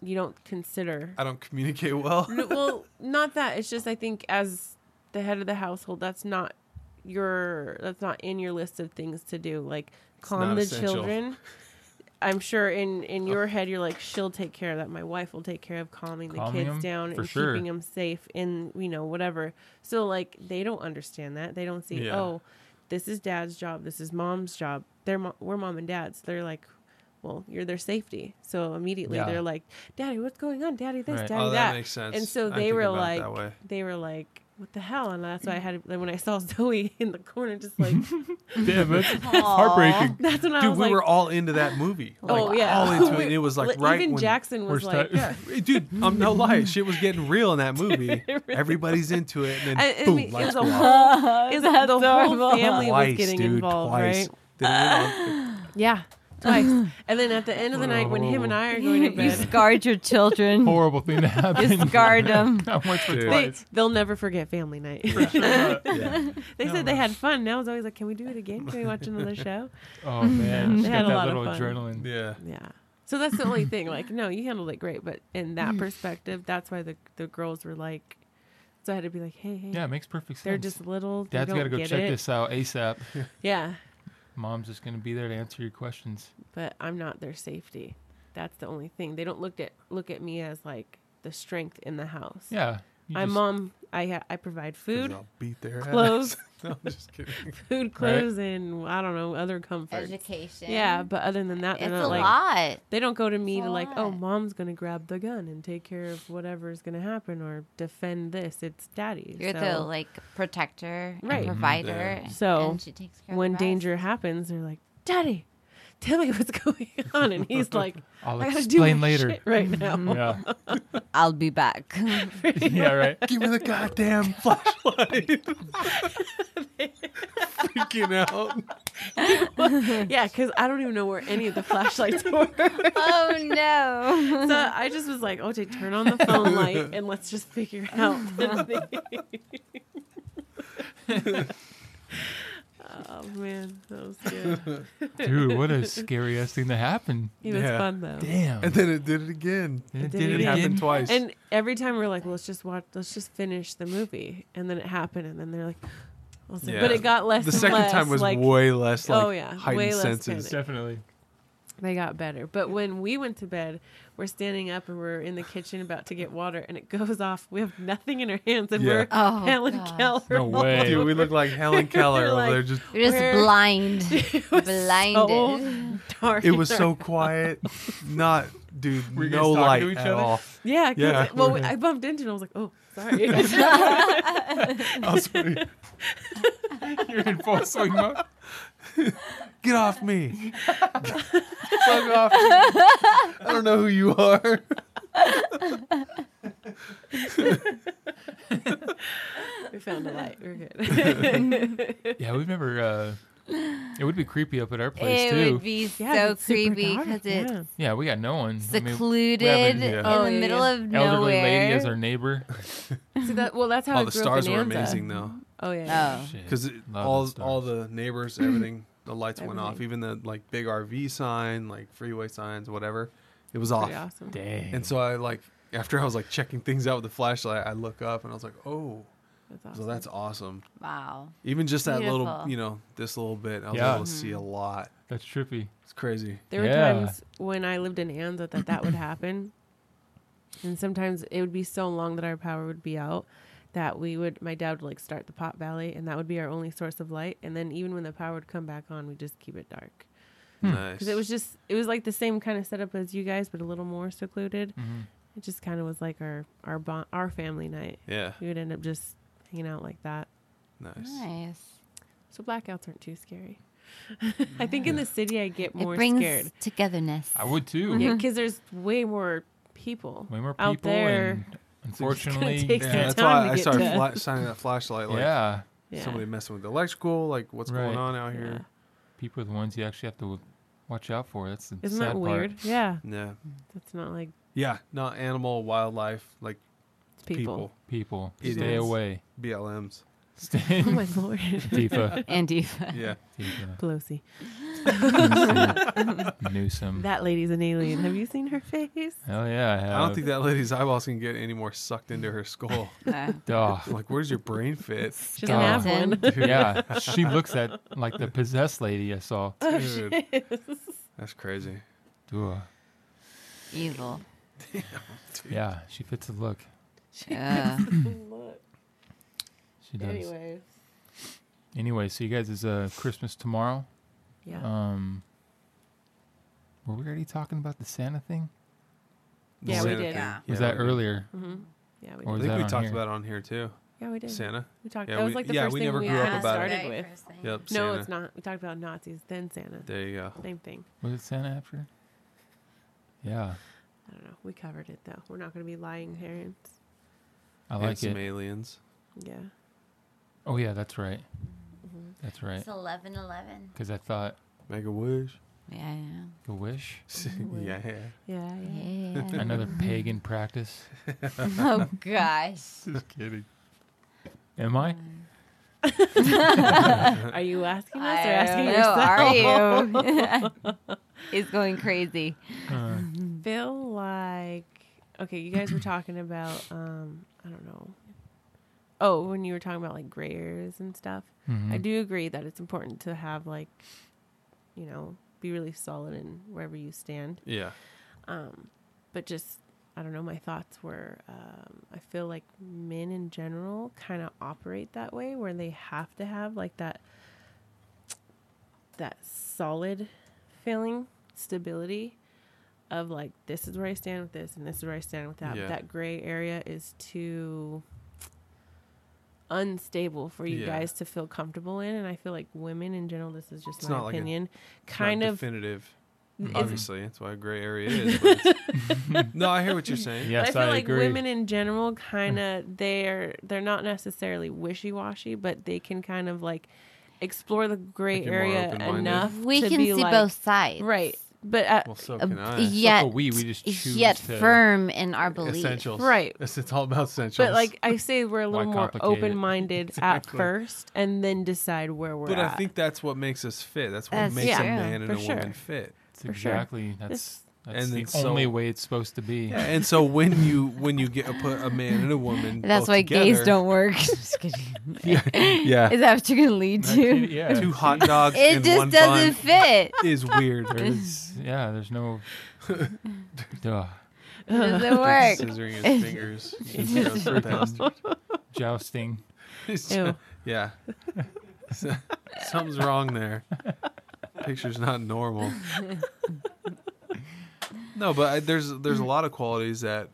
S1: you don't consider.
S2: I don't communicate
S1: [LAUGHS]
S2: [LAUGHS] well.
S1: No, well, not that. It's just I think as the head of the household, that's not your that's not in your list of things to do. Like calm
S2: not
S1: the
S2: essential. Oh.
S1: children. I'm sure in in your head you're like she'll take care of that. My wife will take care of calming the
S3: Calming
S1: kids
S3: 'em,
S1: down
S3: for
S1: and
S3: sure.
S1: keeping them safe and you know whatever. So like they don't understand that. They don't see
S2: Yeah.
S1: oh this is dad's job. This is mom's job. They're mo- we're mom and dad. So they're like well, you're their safety. So immediately
S3: Yeah.
S1: they're like, "Daddy, what's going on? Daddy this,
S3: Right.
S1: daddy
S2: Oh, that
S1: that."
S2: makes sense.
S1: And so
S2: I
S1: they
S2: think
S1: were
S2: about it that
S1: [LAUGHS]
S2: way.
S1: like, they were like, "What the hell?" And that's why I had then when I saw [LAUGHS] Zoe in the corner, just
S2: [LAUGHS]
S1: like [LAUGHS]
S3: Damn, that's, that's
S5: Aw. [LAUGHS]
S3: heartbreaking.
S1: that's when I
S2: Dude,
S1: was
S2: we
S1: like,
S2: were all into
S1: [LAUGHS]
S2: that movie. Like,
S1: "Oh yeah,
S2: all into it. And
S1: [LAUGHS]
S2: it was like
S1: Li-
S2: right
S1: even
S2: when [LAUGHS]
S1: Jackson was
S3: We're
S1: like,
S3: sta-
S2: Yeah, dude, I'm no lie. Shit was getting real
S1: [LAUGHS]
S2: in that movie.
S1: really
S2: Everybody's into it, and then
S1: I, I
S2: boom,
S1: mean, it was
S2: lights go
S1: a
S2: out.
S1: whole, it was
S5: That's
S1: the
S5: horrible.
S1: whole family was getting
S2: dude,
S1: involved,
S2: twice.
S1: right?
S2: Then it went on-
S1: Yeah, [LAUGHS] twice. and then at the end of the night, when him and I are going to
S5: [LAUGHS]
S4: [LAUGHS]
S5: you
S1: bed,
S5: scarred your
S1: [LAUGHS]
S5: children.
S3: Horrible thing to happen.
S5: you
S3: [LAUGHS]
S5: scarred them.
S3: Not once but
S2: Dude.
S1: they,
S3: twice.
S1: they'll never forget family night.
S2: yeah.
S1: [LAUGHS] They
S3: No,
S1: said they
S3: no.
S1: had fun. Now it's always like, can we do it again? Can we watch
S2: [LAUGHS]
S1: another show? [LAUGHS]
S3: Oh man,
S1: They
S3: just
S1: had
S3: got
S1: a lot
S3: that
S1: of
S3: little
S1: fun.
S3: adrenaline.
S2: yeah.
S1: Yeah. So that's the only thing. Like, no, you handled it great, but in that perspective, that's why the the girls were like. So I had to be like, hey, hey,
S3: Yeah, it makes perfect sense.
S1: they're just little. They
S3: Dad's
S1: don't
S3: got to go
S1: get
S3: check
S1: it.
S3: this out ASAP.
S1: Yeah,
S3: Mom's just going to be there to answer your questions.
S1: but I'm not their safety. That's the only thing. They don't look at look at me as like the strength in the house.
S3: Yeah. you
S1: I'm
S3: just-
S1: mom. I ha- I provide [LAUGHS] food,
S2: I'll beat their ass.
S1: clothes,
S2: [LAUGHS] no, I'm just kidding.
S1: food, clothes, and I don't know other comforts.
S5: Education.
S1: Yeah, but other than that,
S5: It's
S1: they're
S5: a
S1: not like
S5: lot.
S1: they don't go to me
S5: It's a
S1: to like, oh,
S5: lot.
S1: mom's gonna grab the gun and take care of whatever's gonna happen or defend this. It's daddy.
S5: You're the
S1: so
S5: like protector, and
S1: Right.
S5: provider.
S2: Yeah.
S1: So,
S5: and she takes care of
S1: when
S5: the rest.
S1: danger happens, they're like, daddy, tell me what's [LAUGHS] going on, and he's like,
S3: I'll
S1: I gotta do
S3: explain
S1: my
S3: later.
S1: shit right
S2: Mm-hmm.
S1: now.
S3: Yeah. [LAUGHS]
S5: I'll be back. [LAUGHS]
S3: yeah, right.
S2: Give me the goddamn
S1: [LAUGHS]
S2: flashlight. Freaking out.
S1: [LAUGHS] yeah, because I don't even know where any of the flashlights were.
S5: oh no.
S1: So I just was like, okay, turn on the phone light and let's just figure out. this thing." oh Oh man, that was good.
S3: Dude, what a scary ass thing
S1: [LAUGHS]
S3: to happen.
S1: It was
S2: Yeah.
S1: fun though.
S3: Damn.
S2: And then it did it again.
S3: And it
S1: did
S3: did
S1: it
S3: it
S2: It happened
S3: again.
S2: twice.
S1: And every time we're like, let's just watch, let's just finish the movie, and then it happened, and then they're like, I was like,
S2: Yeah.
S1: but it got less.
S2: the
S1: and
S2: second
S1: less,
S2: time was
S1: like,
S2: way less like
S1: Oh, yeah,
S2: heightened
S1: way less
S2: senses.
S1: panic.
S3: Definitely.
S1: they got better. But when we went to bed, we're standing up and we're in the kitchen about to get water, and it [LAUGHS] goes off. We have nothing in our hands, and
S2: Yeah.
S1: we're
S5: Oh,
S1: Helen
S5: gosh.
S1: Keller.
S3: No
S1: [LAUGHS]
S3: way.
S2: Dude, we look like Helen Keller over
S1: like-
S2: there. Just
S5: You're just
S1: Where-
S5: blind.
S1: It was
S5: Blinded.
S1: So dark.
S2: it was
S1: in our- [LAUGHS]
S2: so quiet. Not, dude,
S3: Were you guys
S2: no
S3: talking to
S2: light
S3: each
S2: at [LAUGHS]
S3: other?
S2: all.
S1: yeah. 'cause
S2: Yeah.
S1: it- well, we- I bumped into it. And I was like, oh, sorry.
S5: [LAUGHS]
S1: [LAUGHS]
S3: I was pretty- [LAUGHS] You're in full swing mode.
S2: Get off me!
S1: [LAUGHS]
S2: Fuck off! me. I don't know who you are.
S1: we found a light. We're
S2: [LAUGHS]
S1: good.
S3: Yeah, we've never. Uh, it would be creepy up at our place
S5: it
S3: too.
S5: would be
S1: [LAUGHS] Yeah,
S5: so
S1: it's super
S5: creepy
S1: dark,
S5: because it's
S1: yeah.
S3: yeah, we got no one. I mean,
S5: secluded
S3: yeah.
S5: in
S1: Oh,
S5: the
S1: yeah,
S5: middle
S1: yeah.
S5: of
S3: uh, elderly
S5: nowhere.
S3: lady as our neighbor.
S1: See that? Well, that's how
S2: All
S1: I
S2: Oh, the
S1: grew
S2: stars
S1: up in
S2: were
S1: Anza.
S2: amazing though,
S3: Mm-hmm.
S1: Oh yeah. yeah.
S5: oh,
S3: Shit.
S2: because
S3: Love
S2: all
S3: the
S2: all the
S1: [CLEARS THROAT]
S2: neighbors, everything, the lights went off.
S1: Everything.
S2: Even the like big RV sign, like freeway signs, whatever, it
S5: Oh.
S2: was off.
S1: Pretty awesome.
S3: Dang.
S2: And so I like after I was like checking things out with the flashlight, I look up and I was like, oh,
S1: That's
S2: so
S1: awesome.
S2: that's awesome.
S5: Oh, wow.
S2: Even just that little,
S5: Beautiful.
S2: you know, this little bit, I was
S3: Yeah.
S2: able to see
S1: Mm-hmm.
S2: a lot.
S3: That's trippy.
S2: It's crazy.
S1: There were
S3: Yeah.
S1: times when I lived in Anza that that would happen, and sometimes it would be so long that our power would be out that we would my dad would like start the pot valley and that would be our only source of light and then even when the power would come back on we just keep it dark
S3: Hmm.
S2: Nice.
S1: because it was just it was like the same kind of setup as you guys but a little more secluded
S3: Mhm.
S1: it just kind of was like our our bon- our family night
S2: yeah,
S1: we would end up just hanging out like that
S2: nice.
S5: Nice.
S1: so blackouts aren't too scary [LAUGHS] i think in the city i get more
S5: it brings Mm-hmm.
S1: scared
S5: [LAUGHS] togetherness.
S3: I would too.
S1: Yeah, because there's way more people.
S3: Way more people.
S1: Mm-hmm. out there.
S3: And unfortunately,
S1: take-
S2: Yeah,
S1: Yeah.
S2: that's
S1: Time
S2: why
S1: to
S2: I
S1: get
S2: started
S1: to-
S2: fla- shining that flashlight. Like,
S3: yeah,
S1: yeah.
S2: somebody messing with the electrical, like what's going
S3: Right.
S2: on out
S1: Yeah.
S2: here.
S3: people are the ones you actually have to watch out for. That's the
S1: Isn't
S3: sad
S1: that
S3: part.
S1: weird? Yeah,
S2: Yeah.
S1: that's not like
S2: Yeah, not animal, wildlife, like
S1: it's
S2: people.
S1: people.
S3: People,
S2: It
S3: stay
S2: is.
S3: away. [LAUGHS]
S2: BLMs.
S1: [LAUGHS]
S3: Stay.
S1: oh my
S3: [LAUGHS]
S1: lord, [LAUGHS]
S3: Tifa.
S5: Andy.
S2: Yeah.
S3: Tifa.
S1: Pelosi.
S3: Newsom.
S1: That lady's an alien. Have you seen her
S3: [LAUGHS]
S1: face?
S3: Hell yeah, I have.
S2: I don't think that lady's eyeballs can get any more sucked into
S1: [LAUGHS]
S2: her skull.
S5: Uh, [LAUGHS]
S3: Duh.
S2: like, where's your brain fit?
S1: She doesn't have
S5: Skeleton.
S1: one. [LAUGHS]
S3: yeah, she looks at like the possessed lady I saw.
S1: Oh,
S2: Dude. That's crazy.
S3: Duh.
S5: [LAUGHS] evil.
S3: Yeah, she fits the look.
S5: Uh,
S1: [LAUGHS] Look.
S3: She does. Anyway,
S1: Anyways.
S3: so you guys, it's uh, Christmas tomorrow.
S1: Yeah.
S3: Um, were we already talking about the Santa thing?
S1: Yeah, we
S2: Santa
S1: did. uh,
S2: thing.
S5: Yeah.
S3: Was
S2: Yeah,
S3: that
S2: we did.
S3: earlier?
S1: hmm Yeah, we
S2: I
S3: Or
S1: did.
S3: was
S2: think
S3: that
S2: we
S3: on
S2: talked
S3: here?
S2: about it on here too.
S1: Yeah, we did.
S2: Santa.
S1: We talked.
S2: Yeah,
S1: that was
S2: we-
S1: like the
S2: yeah,
S1: first
S2: we
S1: thing
S2: never
S1: we
S2: grew up
S1: had
S2: about it.
S1: started with. No,
S2: Yep. Santa.
S1: it's not. We talked about Nazis, then Santa.
S2: There you go.
S1: Same thing.
S3: Was it Santa after? Yeah,
S1: I don't know. We covered it though. We're not going to be lying parents.
S3: I
S2: and
S3: like
S2: some
S3: it.
S2: aliens.
S1: Yeah. Mm-hmm.
S3: Oh yeah, that's right. That's right.
S5: It's eleven eleven.
S3: Because I thought
S2: Make a wish.
S5: Yeah, I
S3: [LAUGHS]
S5: know.
S3: a wish,
S2: [LAUGHS] yeah.
S1: Yeah. Yeah. [LAUGHS]
S5: Yeah.
S3: another pagan practice.
S5: [LAUGHS] oh gosh. Um,
S3: Just kidding. Am
S5: [LAUGHS]
S3: I?
S1: [LAUGHS] Are you asking us
S5: I
S1: or
S5: don't
S1: asking yourself?
S5: know, Are you? [LAUGHS] it's going crazy.
S3: [LAUGHS]
S1: [LAUGHS]
S3: Uh,
S1: feel like okay, you guys were talking about um I don't know. Oh, when you were talking about like gray areas and stuff. I
S3: mhm.
S1: do agree that it's important to have like you know, be really solid in wherever you stand.
S2: Yeah.
S1: Um but just I don't know, my thoughts were um I feel like men in general kind of operate that way where they have to have like that that solid feeling stability of like this is where I stand with this and this is where I stand with that.
S2: Yeah.
S1: But that gray area is too unstable for you
S2: Yeah.
S1: guys to feel comfortable in and I feel like women in general this is just
S2: It's
S1: my
S2: not like a-
S1: opinion
S2: It's
S1: kind
S2: not
S1: of
S2: definitive.
S1: it's-
S2: Obviously, that's why a gray area
S1: [LAUGHS]
S2: is. But
S3: [LAUGHS]
S2: it's- no, I Mm. hear what you're saying.
S3: yes,
S1: I feel like
S3: agree.
S1: women in general kind of they're they're not necessarily wishy-washy, but they can kind of like explore the gray
S2: Like you're more
S1: area
S2: open-minded.
S1: enough
S5: We
S1: to
S5: can
S1: be
S5: see
S1: like-
S5: both sides.
S1: Right. But uh,
S2: Well, so
S7: Uh,
S2: can I.
S7: yet,
S3: Like a we, we just choose
S7: yet
S3: to-
S7: firm in our belief.
S2: essentials,
S1: Right.
S2: It's, it's all about essentials.
S1: but like I say, we're a
S3: Why
S1: little more
S3: complicate it?
S1: open
S2: [LAUGHS]
S1: minded at
S2: Exactly.
S1: first, and then decide where we're
S2: but
S1: at.
S2: I think that's what makes us fit. That's what
S7: That's
S2: makes a
S1: true.
S2: man and
S1: For
S2: a woman
S1: sure.
S2: fit.
S3: It's
S1: For sure.
S3: exactly that's
S1: It's-
S3: that's
S2: And
S3: the
S2: it's so-
S3: only way it's supposed
S1: [LAUGHS]
S3: to be.
S2: Yeah, and so when you when you get a, put a man and a woman,
S4: [LAUGHS] That's
S2: both
S4: why gays
S2: together-
S4: don't
S2: [LAUGHS]
S4: work. [LAUGHS] Just kidding.
S2: Yeah,
S4: Is that what you're gonna lead to?
S3: yeah.
S2: two hot dogs
S4: It
S2: and one
S4: just doesn't
S2: bun
S4: fit.
S2: [LAUGHS] is
S3: [LAUGHS]
S2: weird.
S3: There's, yeah, there's
S2: [LAUGHS]
S3: no.
S1: [LAUGHS]
S3: Duh.
S4: It doesn't work.
S2: Scissoring his fingers. You gross bastard.
S3: Jousting.
S2: It's
S1: [LAUGHS] Ew.
S2: [LAUGHS] ju- yeah, So- something's wrong there. Picture's not normal. No, but I, there's there's a lot of qualities that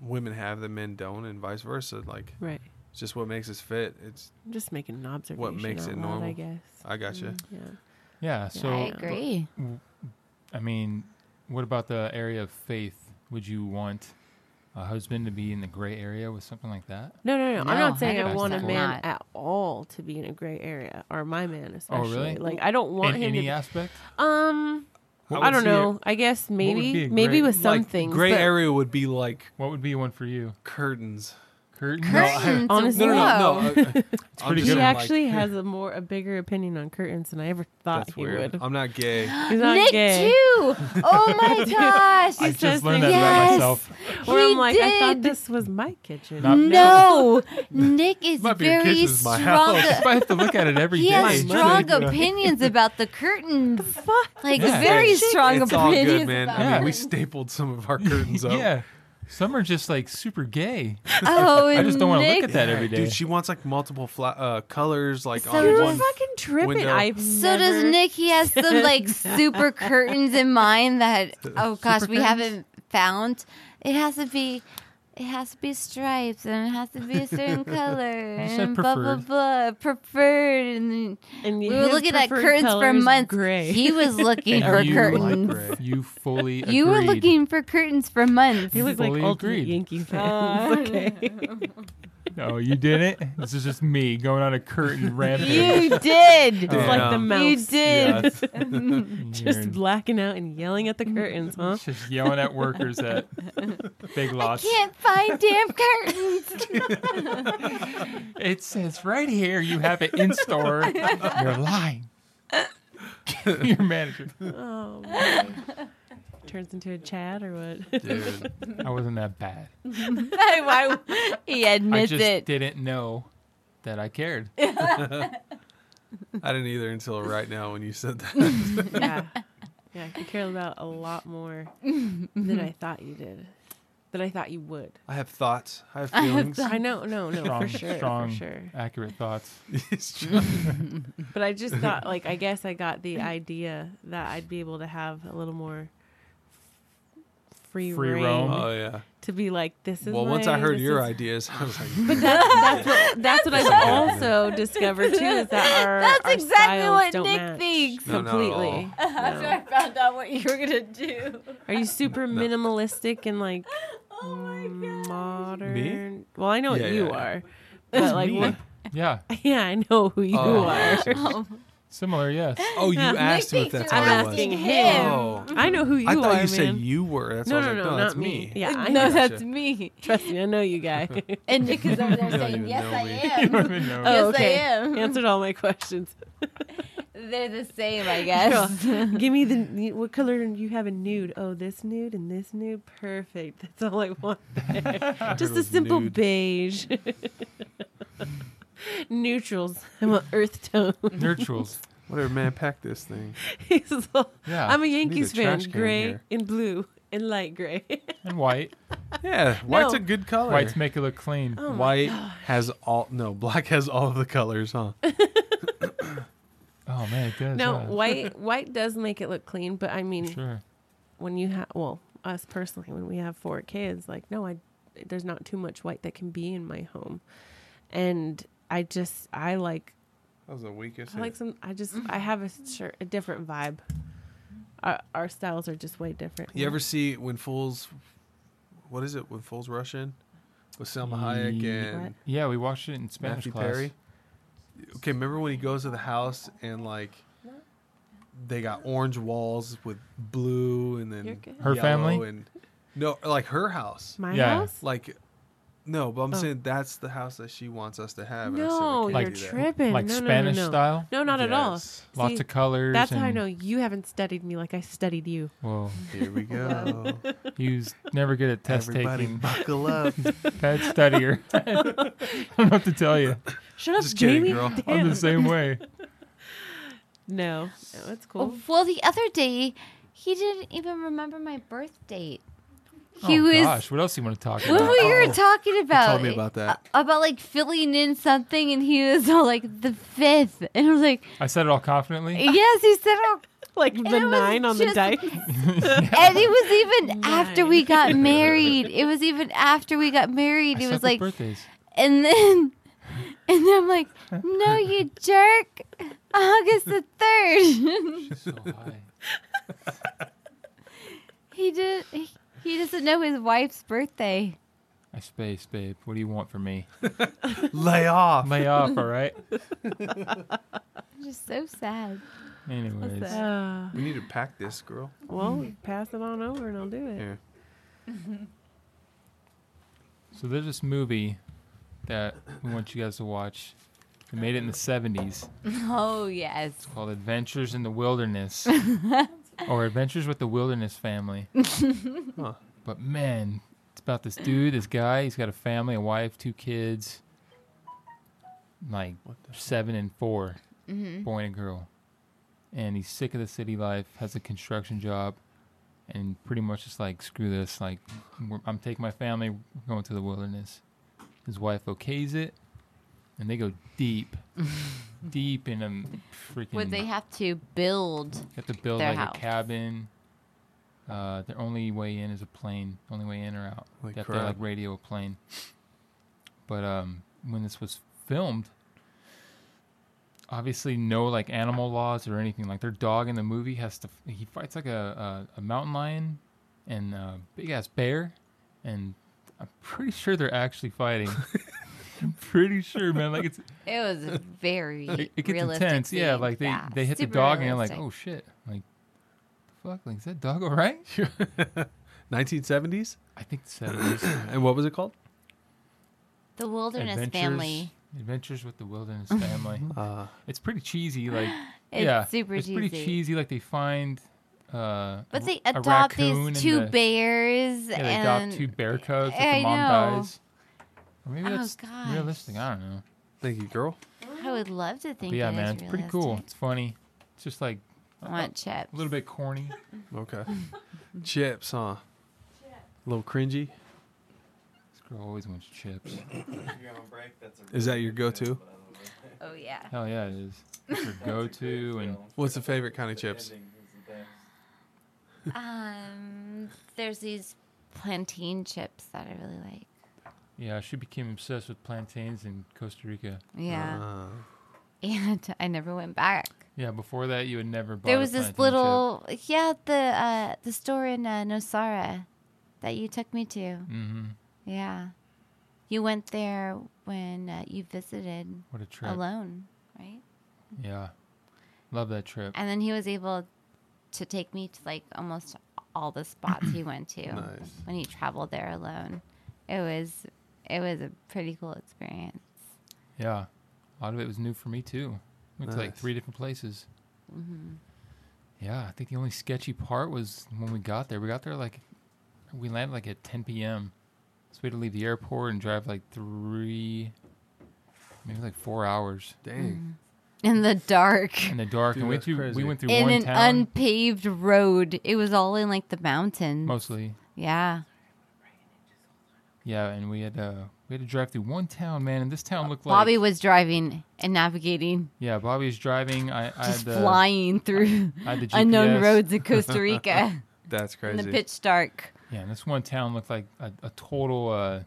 S2: women have that men don't, and vice versa. Like
S1: right.
S2: it's just what makes us fit. It's
S1: I'm just making an observation.
S2: makes
S1: out
S2: it
S1: loud, I
S2: normal?
S1: guess.
S2: I gotcha.
S1: Yeah.
S3: Yeah. So
S4: I agree.
S3: I mean, what about the area of faith? Would you want a husband to be in the gray area with something like that?
S1: No, no, no. I'm
S4: No,
S1: not saying I want a
S4: 100%
S1: man
S4: not.
S1: at all to be in a gray area, or my man
S2: Oh,
S1: especially.
S3: really?
S1: Like I don't want
S3: in
S1: him to.
S3: any
S1: be-
S3: aspect?
S1: um,
S2: I
S1: I,
S2: would
S1: don't
S2: see
S1: know. I guess
S3: be a
S1: maybe, maybe
S3: gray-
S1: with some
S2: like,
S1: things.
S2: Gray
S1: but
S2: area would be like
S3: What would be one for you?
S2: curtains.
S3: Curtain?
S4: Curtains.
S2: [LAUGHS]
S1: honestly-
S2: No,
S1: [LAUGHS]
S2: no, no. no. uh, I'm
S3: pretty
S2: just
S1: He
S3: good.
S2: saying, like,
S1: actually has
S2: [LAUGHS]
S1: a more a bigger opinion on curtains than I ever thought
S2: that's
S1: he
S2: weird. Uh,
S1: would.
S2: I'm
S1: [GASPS]
S2: not gay.
S1: He's not
S4: Nick
S1: gay.
S4: too. Oh
S2: [LAUGHS]
S4: my gosh.
S3: I
S1: He says
S3: just learned that
S1: things
S3: about
S4: Yes.
S3: myself.
S1: Where
S4: He
S1: I'm like, I
S4: did.
S1: thought this was my kitchen.
S3: Not-
S4: no, Nick is
S2: Might be your
S4: very
S2: kitchen's my
S4: strong.
S2: [LAUGHS] house.
S3: I have to look at it every
S4: [LAUGHS]
S3: day.
S4: He has
S1: [LAUGHS]
S2: My
S4: strong
S2: mother-
S4: opinions about the curtains. Like
S3: Yeah.
S4: very
S2: It's-
S4: strong
S2: it's all
S4: opinions.
S2: good, man.
S4: About
S2: I mean,
S3: it.
S2: we stapled some of [LAUGHS] our curtains up.
S3: Yeah. Some are just like super gay.
S4: Oh,
S3: I just don't want to
S4: Nick
S3: look at that every day.
S2: Dude, she wants like multiple fla- uh, colors, like
S4: So
S2: on
S4: does-
S2: one.
S1: fucking tripping.
S2: Window.
S1: I've
S4: So does
S1: never-
S4: Nick. He has
S1: [LAUGHS]
S4: some like super curtains in mind
S3: [LAUGHS]
S4: that oh gosh we haven't found. It has to be, it has to be stripes and it has to be a
S3: [LAUGHS]
S4: certain color
S3: said
S4: and blah blah
S3: preferred.
S4: blah preferred. And then
S1: And
S4: we were
S1: his
S4: looking at
S1: preferred
S4: curtains
S1: color
S4: for
S1: is
S4: months.
S1: Gray.
S4: He was looking
S3: [LAUGHS] And
S4: for
S3: you,
S4: curtains.
S2: gray.
S3: You fully
S4: [LAUGHS] you were
S3: agreed.
S4: looking for curtains for months.
S1: He looked like
S3: fully
S1: ultimate
S3: agreed.
S1: Yankee
S4: Uh,
S1: fans. [LAUGHS] okay.
S3: No, you didn't. This is just me going on
S4: [LAUGHS]
S3: a curtain [LAUGHS] rampage.
S4: you did.
S3: Oh,
S1: It's like
S2: Yeah.
S1: the mouse.
S4: You
S1: [LAUGHS]
S4: did.
S3: Yes.
S1: Just blacking out and yelling
S4: [LAUGHS]
S1: at the curtains, huh?
S2: [LAUGHS]
S3: Just yelling at workers at Big
S4: I [LAUGHS]
S3: Lots.
S4: can't find damn curtains. [LAUGHS]
S3: It says right here you have it
S4: [LAUGHS]
S3: in store. You're lying. Your manager.
S1: Oh, man.
S4: [LAUGHS]
S1: Turns into a Chad or what?
S2: Dude,
S3: I wasn't that bad.
S4: Why- he
S3: I
S4: admits
S3: just
S4: it.
S3: didn't know that I cared.
S2: I didn't either until right now when you said that.
S1: yeah. [LAUGHS] Yeah, I care about a lot more than
S4: [LAUGHS]
S1: I thought you did. Than I thought you would.
S2: I have thoughts. I have feelings.
S1: I know, no, no,
S3: Strong,
S1: for sure,
S3: strong,
S1: for sure.
S3: accurate thoughts.
S2: [LAUGHS] It's just-
S1: But I just thought, like, I guess I
S4: [LAUGHS]
S1: got the idea that I'd be able to have a little more free,
S3: Free
S1: reign
S3: roam.
S1: [LAUGHS]
S2: oh yeah.
S1: to be like, this is.
S2: Well, once I
S1: my-
S2: heard
S1: this
S2: your
S1: is- [LAUGHS]
S2: ideas, I was like,
S4: [LAUGHS]
S1: that's what I've also discovered too is that our
S4: That's
S1: our
S4: exactly
S1: styles
S4: what
S1: don't
S4: Nick
S1: match
S4: thinks.
S2: No, not at
S1: completely.
S4: After Uh-huh, I found out what you were gonna do.
S1: Are you super minimalistic and like
S4: Oh
S1: modern? Well, I know
S2: Yeah,
S1: what you
S2: yeah, yeah. [LAUGHS]
S1: are, but like,
S2: me.
S1: what- [LAUGHS]
S3: Yeah,
S1: yeah, I know who you
S2: Oh.
S1: are.
S4: [LAUGHS]
S1: [LAUGHS]
S3: similar, yes.
S2: [LAUGHS] oh, you
S1: Yeah.
S2: asked me if
S4: thinks
S2: that's
S4: you're
S2: how
S1: I'm
S2: I
S1: asking
S2: was.
S1: him.
S2: Oh,
S1: I know who you
S2: I
S1: are,
S2: thought you
S1: man.
S2: said you were. That's
S1: no,
S2: why I
S1: no,
S2: was
S1: no,
S2: like, no,
S1: not
S2: that's
S1: me.
S2: me.
S4: [LAUGHS]
S1: Yeah, I
S4: no,
S1: know.
S4: that's me.
S1: [LAUGHS] Trust me, I know
S4: [LAUGHS]
S1: you
S2: [LAUGHS]
S1: guy.
S4: And Nick is over
S3: [LAUGHS]
S4: there
S2: You don't
S4: saying,
S2: even
S4: "Yes,
S2: know
S4: I
S2: me."
S3: You
S4: am.
S3: don't [LAUGHS] even know.
S4: [LAUGHS] Yes,
S1: Oh, okay.
S4: I am.
S1: Answered all my questions.
S4: [LAUGHS] They're the same,
S1: [LAUGHS]
S4: I guess. [LAUGHS]
S1: Give me the what color do you have a nude? Oh, this nude and this nude, perfect. [LAUGHS] That's all I
S2: [LAUGHS]
S1: want.
S2: I heard
S1: Just
S2: it
S1: a
S2: was
S1: simple
S2: nude.
S1: beige. [LAUGHS] Neutrals. I want earth tone. [LAUGHS]
S3: Neutrals.
S2: Whatever, man. Pack this thing.
S1: He's all-
S3: Yeah.
S1: I'm a Yankees fan.
S2: trash can
S1: Gray
S2: here.
S1: and blue and light gray. [LAUGHS]
S3: and white.
S2: [LAUGHS] Yeah, white's a
S1: No.
S2: good color.
S3: Whites make it look clean.
S1: Oh my
S2: White has all no. Black has all of the colors, huh?
S3: Oh man, it does.
S1: no,
S3: huh?
S1: white white does make it look clean, but I mean
S3: Sure.
S1: when you have well, us personally when we have four kids, like no, I there's not too much white that can be in my home. And I just I like
S2: That was the weakest.
S1: I like some. I just I have a shirt, a different vibe. Our, our styles are just way different.
S2: You ever see when fools? What is it when fools rush in? With Selma Hayek
S3: Ye-
S2: and
S1: What?
S3: Yeah, we watched it in Spanish
S2: Matthew
S3: class.
S2: Perry. Okay, remember when he goes to the house and like they got orange walls with blue and then
S1: You're good.
S3: Her
S2: yellow
S3: family?
S2: and no, like her house.
S1: My
S3: Yeah.
S1: house?
S2: Like no, but I'm
S1: Oh.
S2: saying that's the house that she wants us to have. and
S1: No,
S2: I said we can't
S1: you're
S2: do that.
S1: tripping.
S3: like
S1: no, no, no,
S3: Spanish
S1: no.
S3: style.
S1: No, not at all.
S2: Yes.
S3: Lots
S1: See,
S3: of colors.
S1: That's how I
S3: and-
S1: know you haven't studied me like I studied you.
S3: Whoa,
S2: Here we go.
S3: he's never
S2: [LAUGHS]
S3: good at test
S2: Everybody
S3: taking.
S2: buckle
S3: [LAUGHS]
S2: up.
S3: Bad
S1: [LAUGHS]
S3: studier. [LAUGHS] I don't know what to tell you.
S1: Shut up,
S2: Just kidding,
S1: Jamie.
S2: girl.
S3: I'm
S1: Damn.
S3: the same
S1: [LAUGHS]
S3: way.
S1: No, no, it's cool.
S4: Well, the other day, he didn't even remember my birth date. He
S3: oh
S4: was.
S3: gosh, what else do you want to talk
S4: What
S3: about?
S4: were you talking about?
S2: uh, oh, told me about that.
S4: A- about like filling in something, and he was all like the fifth, and I was like,
S3: I said it all confidently.
S4: yes, he said. Oh.
S1: Like the
S4: it was
S1: nine on the
S4: just-
S1: dice.
S3: [LAUGHS]
S4: And it was [LAUGHS] even after we
S1: Nine.
S2: [LAUGHS]
S4: got married. It was even after we got married.
S3: I
S4: it
S3: set
S4: was
S3: the
S4: like,
S3: birthdays.
S4: and then, and then I'm like, no, you jerk. August the third. [LAUGHS]
S3: So
S2: [LAUGHS]
S3: high.
S4: he did. He, he doesn't know his wife's birthday.
S3: I space, babe. What do you want from me?
S2: Lay off.
S3: Lay off, all right?
S4: I'm just so sad.
S3: Anyways.
S4: that?
S1: [LAUGHS] Uh,
S2: We need to pack this, girl.
S1: well, pass it on over and I'll do it.
S2: Here.
S3: So there's this movie that we want you guys to watch. We made it in the 70s.
S4: Oh yes.
S3: It's called Adventures in the Wilderness or Adventures with the Wilderness Family.
S2: Huh.
S3: But man, it's about this dude, this guy. He's got a family, a wife, two kids, like seven and 4
S4: Mm-hmm.
S3: boy and a girl. And he's sick of the city life, has a construction job, and pretty much just like, screw this. Like, we're, I'm taking my family, we're going to the wilderness. His wife okays it, and they go
S4: [LAUGHS]
S3: deep, deep in a freaking.
S4: Would they have to build?
S3: They have to build
S4: Their
S3: like
S4: house.
S3: a cabin. Uh, their only way in is a plane. Only way in or out.
S2: Holy
S3: they have to like
S2: crap.
S3: radio a plane. But um, when this was filmed, obviously no like animal laws or anything. Like their dog in the movie has to. He fights like a a, a mountain lion and a big ass bear, and I'm pretty sure they're actually fighting. I'm pretty sure, man. Like it's
S4: It was
S3: [LAUGHS]
S4: a very
S3: it, it gets
S4: realistic.
S3: intense. Yeah,
S4: scene.
S3: like they,
S4: Yeah,
S3: they hit the
S4: super
S3: dog and they're like,
S4: realistic.
S3: oh shit, like fuck, like is that dog all right?
S2: 1970s.
S3: I think seventies.
S2: [CLEARS THROAT] And what was it called?
S4: the wilderness family.
S3: Adventures with the Wilderness Family.
S2: Uh,
S3: it's
S4: [GASPS]
S3: pretty cheesy, like
S4: It's
S3: yeah,
S4: super
S3: it's pretty
S4: cheesy.
S3: cheesy. Like they find, uh,
S4: But
S3: a-
S4: they
S3: a
S4: adopt
S3: raccoon and
S4: these two
S3: the-
S4: bears
S3: Yeah, they
S4: and
S3: adopt two bear cubs. That
S4: I
S3: the mom
S4: know.
S3: dies. Or maybe
S4: Oh,
S3: that's
S4: gosh.
S3: realistic. I don't know.
S2: thank you, girl.
S4: I would love to think.
S3: But yeah,
S4: it
S3: man,
S4: is
S3: it's pretty cool.
S4: realistic.
S3: It's funny. It's just like
S4: I want chips.
S3: a little bit corny.
S1: [LAUGHS]
S2: Okay. Chips, huh? A little cringy.
S3: This girl always wants chips.
S2: Is that your go-to?
S4: Oh yeah.
S3: Hell yeah, it is. It's
S4: [LAUGHS]
S3: your go-to and
S2: What's the favorite kind of chips?
S4: Um, there's these plantain chips that I really like.
S3: Yeah, she became obsessed with plantains in Costa Rica. Uh-huh.
S4: Yeah,
S2: Uh,
S4: [LAUGHS] and I never went back.
S3: Yeah, before that you had never bought.
S4: there
S3: a
S4: was this
S3: plantain
S4: little yeah the uh, the store in uh, Nosara that you took me to.
S3: Chip. Mm-hmm.
S4: Yeah, you went there when uh, you visited
S3: What a trip!
S4: alone, right?
S3: yeah, love that trip.
S4: And then he was able to take me to like almost all the spots he went
S3: [CLEARS THROAT]
S4: to
S2: Nice.
S4: when he traveled there alone. It was it was a pretty cool experience.
S3: Yeah, a lot of it was new for me too. Went to like
S2: Nice.
S3: three different places.
S4: Mm-hmm.
S3: Yeah, I think the only sketchy part was when we got there. We got there like we landed like at 10 p.m. So we had to leave the airport and drive like three, maybe like four hours
S1: Mm.
S2: dang.
S4: In the dark.
S3: [LAUGHS] in the dark.
S2: Dude,
S3: and we went
S2: that's
S3: through
S2: crazy.
S3: we went through
S4: in
S3: one
S4: an
S3: town
S4: unpaved road. It was all in like the mountains.
S3: mostly.
S4: Yeah.
S3: Yeah, and we had uh we had to drive through one town, man, and this town looked
S4: Uh, Bobby
S3: like
S4: was driving and navigating,
S3: yeah. Bobby's driving. I, I had uh,
S4: just
S3: the
S4: flying
S3: [LAUGHS]
S4: through
S3: I had the GPS.
S4: unknown roads of
S3: [LAUGHS]
S4: Costa Rica
S2: That's
S4: in
S2: crazy.
S4: the pitch dark.
S3: Yeah, and this one town looked like a, a total uh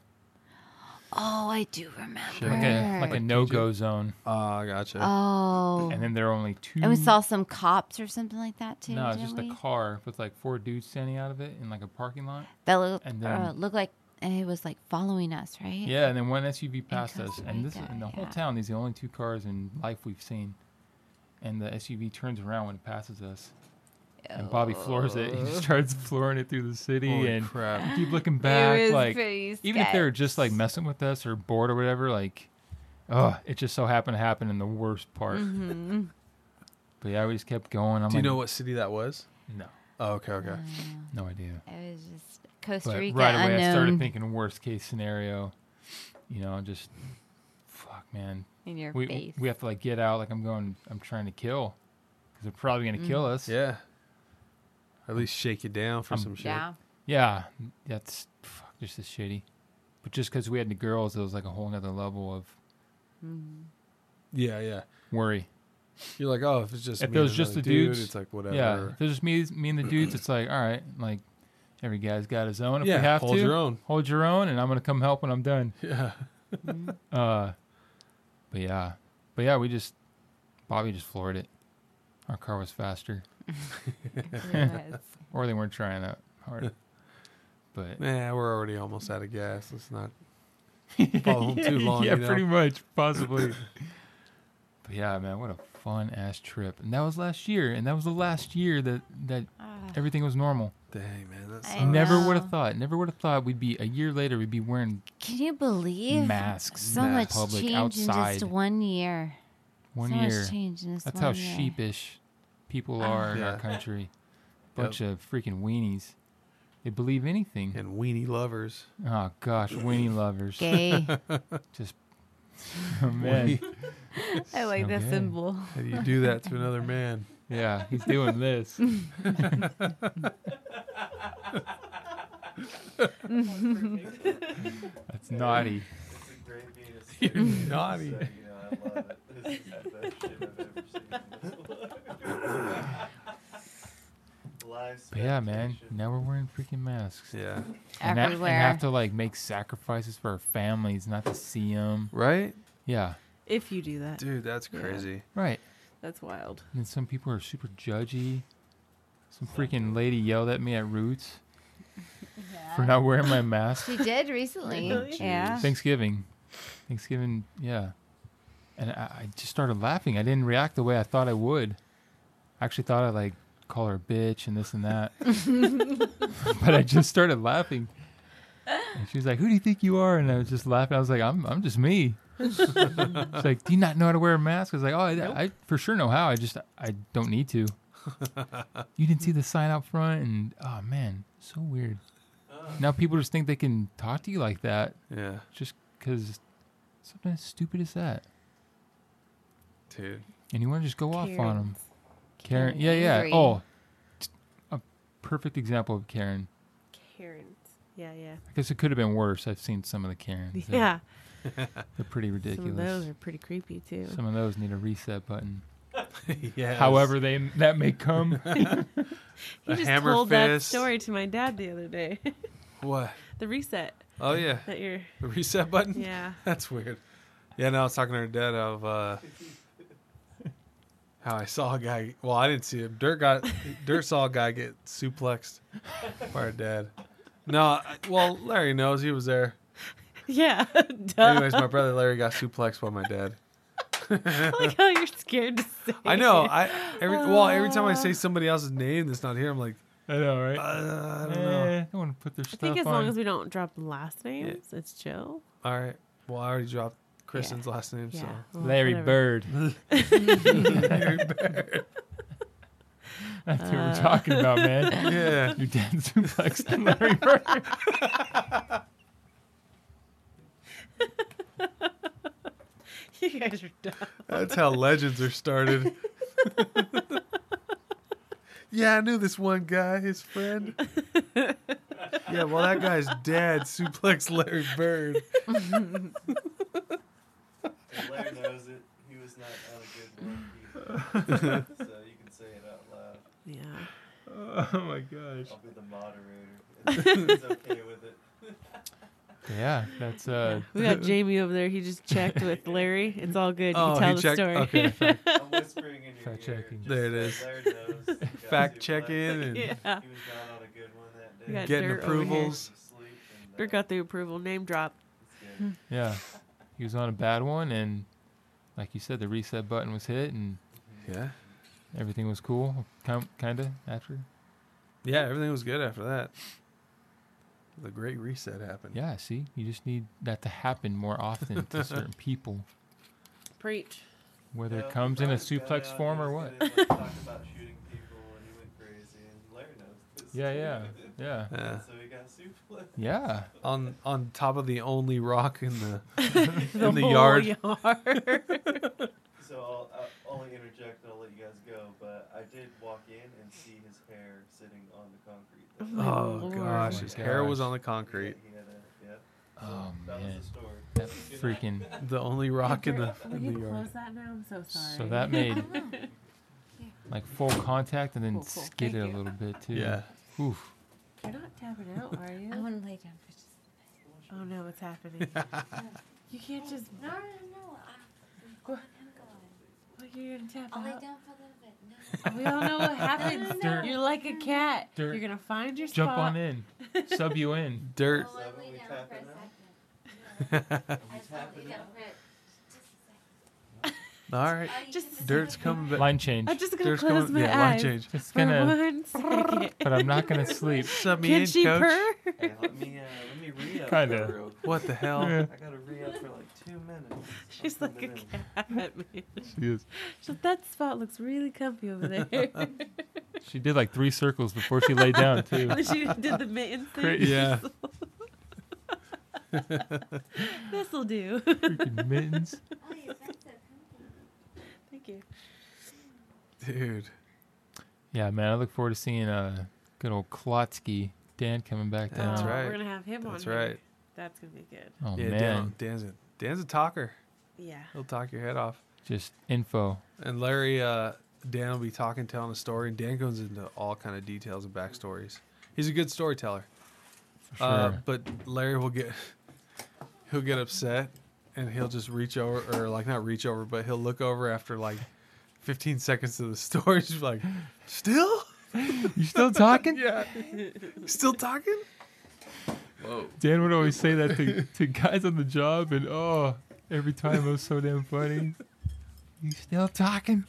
S4: Oh, I do remember.
S3: like a like a no go zone,
S2: Ah, gotcha.
S4: oh.
S3: and
S4: And,
S3: then there were only two.
S4: we saw some cops or something like that too.
S3: no, it's
S4: didn't
S3: just
S4: we?
S3: a car with like four dudes standing out of it in like a parking lot.
S4: that looked,
S3: and
S4: uh,
S3: then-
S4: looked like it was like following us, right?
S3: Yeah, and then one SUV passed us,
S4: Costa
S3: and this
S4: Rica,
S3: in the whole
S4: yeah.
S3: town. These are the only two cars in life we've seen. and the SUV turns around when it passes us. And Bobby floors it. He just starts flooring it through the city
S2: Holy
S3: and [LAUGHS]
S2: crap.
S3: keep looking back.
S5: was
S3: like
S5: pretty
S3: even if
S5: sketch.
S3: they were just like messing with us or bored or whatever, like oh, it just so happened to happen in the worst part.
S4: Mm-hmm.
S3: But yeah, we just kept going. I'm
S2: Do you
S3: like,
S2: know what city that was?
S3: No,
S2: Oh, okay, okay.
S3: Mm. no idea.
S5: It was just
S3: But
S5: Costa
S3: right
S5: Rica
S3: away,
S5: unknown.
S3: I started thinking worst case scenario. You know, just fuck, man.
S5: in your
S3: we
S5: face.
S3: we have to like get out. Like I'm going. I'm trying to kill because they're probably
S5: Mm.
S3: gonna kill us.
S2: Yeah. Or at least shake it down for
S3: Um,
S2: some shit.
S5: yeah.
S3: Yeah, that's fuck, just as shitty. But just because we had the girls, it was like a whole nother level of
S2: Yeah, yeah.
S3: worry.
S2: You're like, oh, if it's just
S3: If
S2: me
S3: it
S2: and
S3: was just
S2: another
S3: the
S2: dude,
S3: dudes,
S2: it's like whatever.
S3: Yeah, if it's just me,
S2: [CLEARS THROAT]
S3: me and the dudes. It's like, all right, like every guy's got his own. If
S2: Yeah,
S3: we have
S2: hold
S3: to,
S2: your
S3: [LAUGHS]
S2: own.
S3: hold your own, and I'm gonna come help when I'm done.
S2: Yeah.
S4: Mm-hmm.
S5: [LAUGHS]
S3: Uh, but yeah, but yeah, we just Bobby just floored it. Our car was faster,
S5: It was.
S3: or they weren't trying that hard. but
S2: [LAUGHS] [LAUGHS] Nah, we're already almost out of gas. Let's not follow
S3: [LAUGHS]
S2: them too long.
S3: yeah,
S2: you know?
S3: pretty much,
S2: [LAUGHS]
S3: possibly. but yeah, man, what a fun ass trip! And that was last year, and that was the last year that that
S5: Ah.
S3: everything was normal.
S2: Dang, man. That's
S5: I
S3: Never
S5: know.
S3: would have thought. Never would have thought we'd be a year later. We'd be wearing
S4: Can you believe
S3: masks,
S4: so
S3: in
S4: much
S3: public
S4: change in
S3: outside.
S4: just one year?
S3: one
S4: so
S3: year.
S4: much change in this
S3: That's
S4: one
S3: how
S4: year.
S3: sheepish people are in
S2: Yeah.
S3: our country. Bunch of freaking weenies. They believe anything.
S2: and weenie lovers.
S3: Oh gosh, weenie lovers.
S4: Gay.
S3: Just [LAUGHS] oh, man.
S5: I like that
S1: [LAUGHS]
S3: Okay.
S5: symbol.
S2: How do you do that to another man?
S3: Yeah, he's doing this.
S4: [LAUGHS]
S3: That's naughty.
S2: [LAUGHS] You're naughty.
S6: [LAUGHS]
S3: But yeah, man. Now we're wearing freaking masks.
S2: Yeah.
S3: And, ha- and
S4: Everywhere.
S3: have to like make sacrifices for our families not to see them.
S2: Right?
S3: Yeah,
S1: If you do that,
S2: Dude, that's crazy.
S3: right.
S1: that's wild.
S3: And then some people are super judgy. Some freaking lady yelled at me at
S4: [LAUGHS]
S3: Roots for not wearing my mask.
S4: she did recently.
S1: Really?
S5: Yeah.
S3: Thanksgiving. Thanksgiving, yeah. And I, I just started laughing. I didn't react the way I thought I would. I actually thought I'd like call her a bitch and this and that. but I just started laughing. And she was like, Who do you think you are? And I was just laughing. I was like, I'm I'm just me. She's like, Do you not know how to wear a mask? I was like, Oh, I, I for sure know how. I just I don't need to. you didn't see the sign out front and oh man, so weird. Now people just think they can talk to you like that
S2: Yeah.
S3: just because something as stupid as that,
S2: Dude. [LAUGHS]
S3: and you want to just go off on them.
S1: Karens.
S3: Karen, yeah, yeah.
S5: Angry.
S3: Oh, t- a perfect example of Karen.
S1: Karens. Yeah, yeah,
S3: I guess it could have been worse. I've seen some of the Karens. They're-
S1: yeah.
S3: they're pretty
S1: Some of those
S3: ridiculous.
S1: are pretty creepy too.
S3: Some of those need a reset button.
S2: yeah.
S3: However, they that may come.
S2: [LAUGHS]
S1: He
S2: a
S1: just
S2: hammer
S1: told
S2: fist.
S1: that story to my dad the other day. [LAUGHS]
S2: What?
S1: the reset
S2: Oh, yeah.
S1: that you're.
S2: The reset button?
S1: Yeah. [LAUGHS]
S2: [LAUGHS] That's weird. Yeah, no, I was talking to her dad of uh, how I saw a guy. Well, I didn't see him. Dirt got Dirt saw a guy get suplexed by her dad. No, I, well, Larry knows he was there.
S1: Yeah. [LAUGHS] Duh.
S2: Anyways, my brother Larry got suplexed by my dad.
S1: I like how you're scared to say.
S2: I know. I every well every time I say somebody else's name that's not here, I'm like,
S3: I know, right?
S2: uh, I don't know.
S3: Eh, I want to put their
S1: I
S3: stuff
S1: think as
S3: on.
S1: long as we don't drop last names, it's chill.
S2: All right. Well, I already dropped Kristen's last name,
S1: Yeah. Well,
S3: Larry
S1: whatever.
S3: Bird. [LAUGHS] That's what
S1: Uh.
S3: we're talking about,
S1: [LAUGHS]
S3: man.
S2: so yeah.
S3: Your dad [LAUGHS] suplexed Larry Bird.
S1: [LAUGHS] You guys are dumb. [LAUGHS]
S2: That's how legends are started. yeah, I knew this one guy, his friend. Yeah, well, that guy's dad suplex Larry Bird.
S6: Blair knows it. He was not on a good one either. so you can say it out loud.
S1: Yeah.
S2: Oh my gosh.
S6: I'll be the moderator. It's okay with it.
S3: Yeah, that's uh,
S1: We
S2: [LAUGHS]
S1: got Jamie over there. He just checked with Larry. It's all good. You
S2: Oh,
S1: can tell
S2: he
S1: the
S2: checked.
S1: story.
S2: Okay.
S6: I'm whispering in your
S3: Fact
S6: ear.
S3: checking.
S6: just
S2: There it
S6: so
S2: is.
S6: Blair knows he got
S2: Fact
S6: suplexed.
S2: checking and
S1: [LAUGHS] yeah.
S6: He was not on a good one that
S1: We
S6: day.
S1: got
S2: Getting
S1: dirt
S2: approvals.
S6: Sleep and, uh,
S1: Over here. Got the approval. Name drop.
S6: it's good.
S3: yeah. He was on a bad one, and like you said, the reset button was hit, and
S2: Yeah.
S3: Everything was cool, kind of after.
S2: Yeah, everything was good after that. The great reset happened.
S3: Yeah, see, you just need that to happen more
S1: [LAUGHS]
S3: often to certain people,
S1: Preach.
S3: whether it comes in a suplex form or what. Yeah,
S6: [LAUGHS]
S3: yeah, yeah,
S2: Yeah.
S6: So he got suplex.
S3: yeah.
S2: On on top of the only rock in the
S1: [LAUGHS] The,
S2: in the
S1: whole
S2: yard.
S1: yard.
S6: So I'll, I'll only interject and I'll let you guys go, but I did walk in and see his hair sitting on the concrete.
S1: my
S2: Oh
S1: lord.
S2: gosh,
S3: Oh my
S2: his hair was
S3: gosh.
S2: on the concrete.
S6: He had a, yeah. So
S3: Oh
S6: that
S3: man,
S6: was the story.
S3: that freaking.
S2: The only [LAUGHS] rock in the
S1: Will
S2: in
S1: you
S2: the yard.
S1: close that now? I'm so sorry.
S3: So that
S5: [LAUGHS]
S3: made like full contact and then
S1: Cool, cool.
S3: skidded a
S1: Thank you.
S3: little bit too.
S2: Yeah.
S3: Oof.
S1: You're not tapping out, are
S5: I
S1: you?
S5: want to lay down for just.
S1: Oh no, it's
S3: [LAUGHS]
S1: happening. you can't just.
S5: No, no, no.
S1: Go-
S5: Go.
S1: Well, you're gonna tap
S5: I'll lay
S1: out.
S5: down for a little bit. No.
S1: We all know [LAUGHS] what happens.
S3: Dirt.
S1: You're like a cat.
S3: Dirt.
S1: You're gonna find your
S3: Jump
S1: spot.
S3: on in.
S1: [LAUGHS]
S3: Sub you in.
S2: Dirt.
S5: Oh, I'll lay down for a second. I just wanna lay down for it. Just a second.
S2: All right.
S5: Oh, you
S1: Just-
S5: took a
S2: Dirt's
S5: second.
S2: coming back.
S3: Line change.
S1: I'm just gonna
S2: Dirt's
S1: close
S2: coming.
S1: my
S2: Yeah, line
S1: eyes
S2: change.
S3: It's
S1: for [LAUGHS]
S3: gonna.
S1: one second.
S3: [LAUGHS] But I'm
S1: [LAUGHS]
S3: not gonna sleep.
S2: Sub me
S1: Can
S2: in,
S1: she
S2: coach.
S3: [LAUGHS]
S1: purr? [LAUGHS]
S6: Hey, let me, uh, let me re-up
S3: Kinda.
S6: real quick.
S2: What the hell?
S3: Yeah.
S6: I gotta re-up for like two minutes.
S1: She's
S6: Something
S1: like a
S6: to do.
S1: cat. man.
S3: She is.
S1: She's like, that spot looks really comfy over there.
S3: She did like three circles [LAUGHS] before she laid
S1: [LAUGHS]
S3: down [LAUGHS] too.
S1: And then she did the mitten
S3: [LAUGHS] Great.
S1: thing.
S2: Yeah.
S1: [LAUGHS] This'll do. [LAUGHS]
S3: Freaking mittens.
S5: Oh, your friends are coming.
S1: Thank you.
S2: Dude.
S3: Yeah, man. I look forward to seeing uh, good old Klotsky Dan coming back down.
S2: That's
S1: Oh,
S2: right.
S1: We're gonna have him on.
S2: That's
S1: here.
S2: right.
S1: That's gonna be good.
S3: Oh
S2: yeah,
S3: man,
S2: Dan, Dan's a Dan's a talker.
S1: Yeah.
S2: He'll talk your head off.
S3: just info.
S2: And Larry, uh, Dan will be talking, telling a story, and Dan goes into all kind of details and backstories. He's a good storyteller.
S3: For
S2: Uh, [LAUGHS]
S3: sure.
S2: but Larry will get [LAUGHS] he'll get upset and he'll just reach over or like not reach over, but he'll look over after like 15 seconds of the [LAUGHS] story. He's like, still, [LAUGHS]
S3: you still talking?
S2: yeah, still talking. Whoa.
S3: Dan would always say that to, to guys on the job, and oh, every time it was so damn funny. You still talking?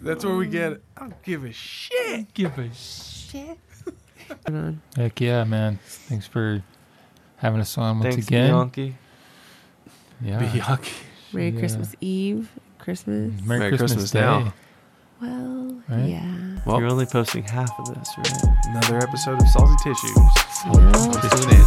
S2: That's where we get. I don't give a shit.
S3: Give a shit. Heck yeah, man. Thanks for having us on once again.
S6: Bianchi.
S3: Yeah.
S2: Bianchi.
S1: Merry
S3: Yeah.
S1: Christmas Eve. Christmas.
S3: Merry,
S2: Merry
S3: Christmas,
S2: Christmas
S3: Day.
S2: now.
S1: Well,
S3: Right?
S1: yeah.
S2: Well,
S6: You're only posting half of this, right?
S2: another episode of Salty Tissues.
S1: Well,
S2: Tune in.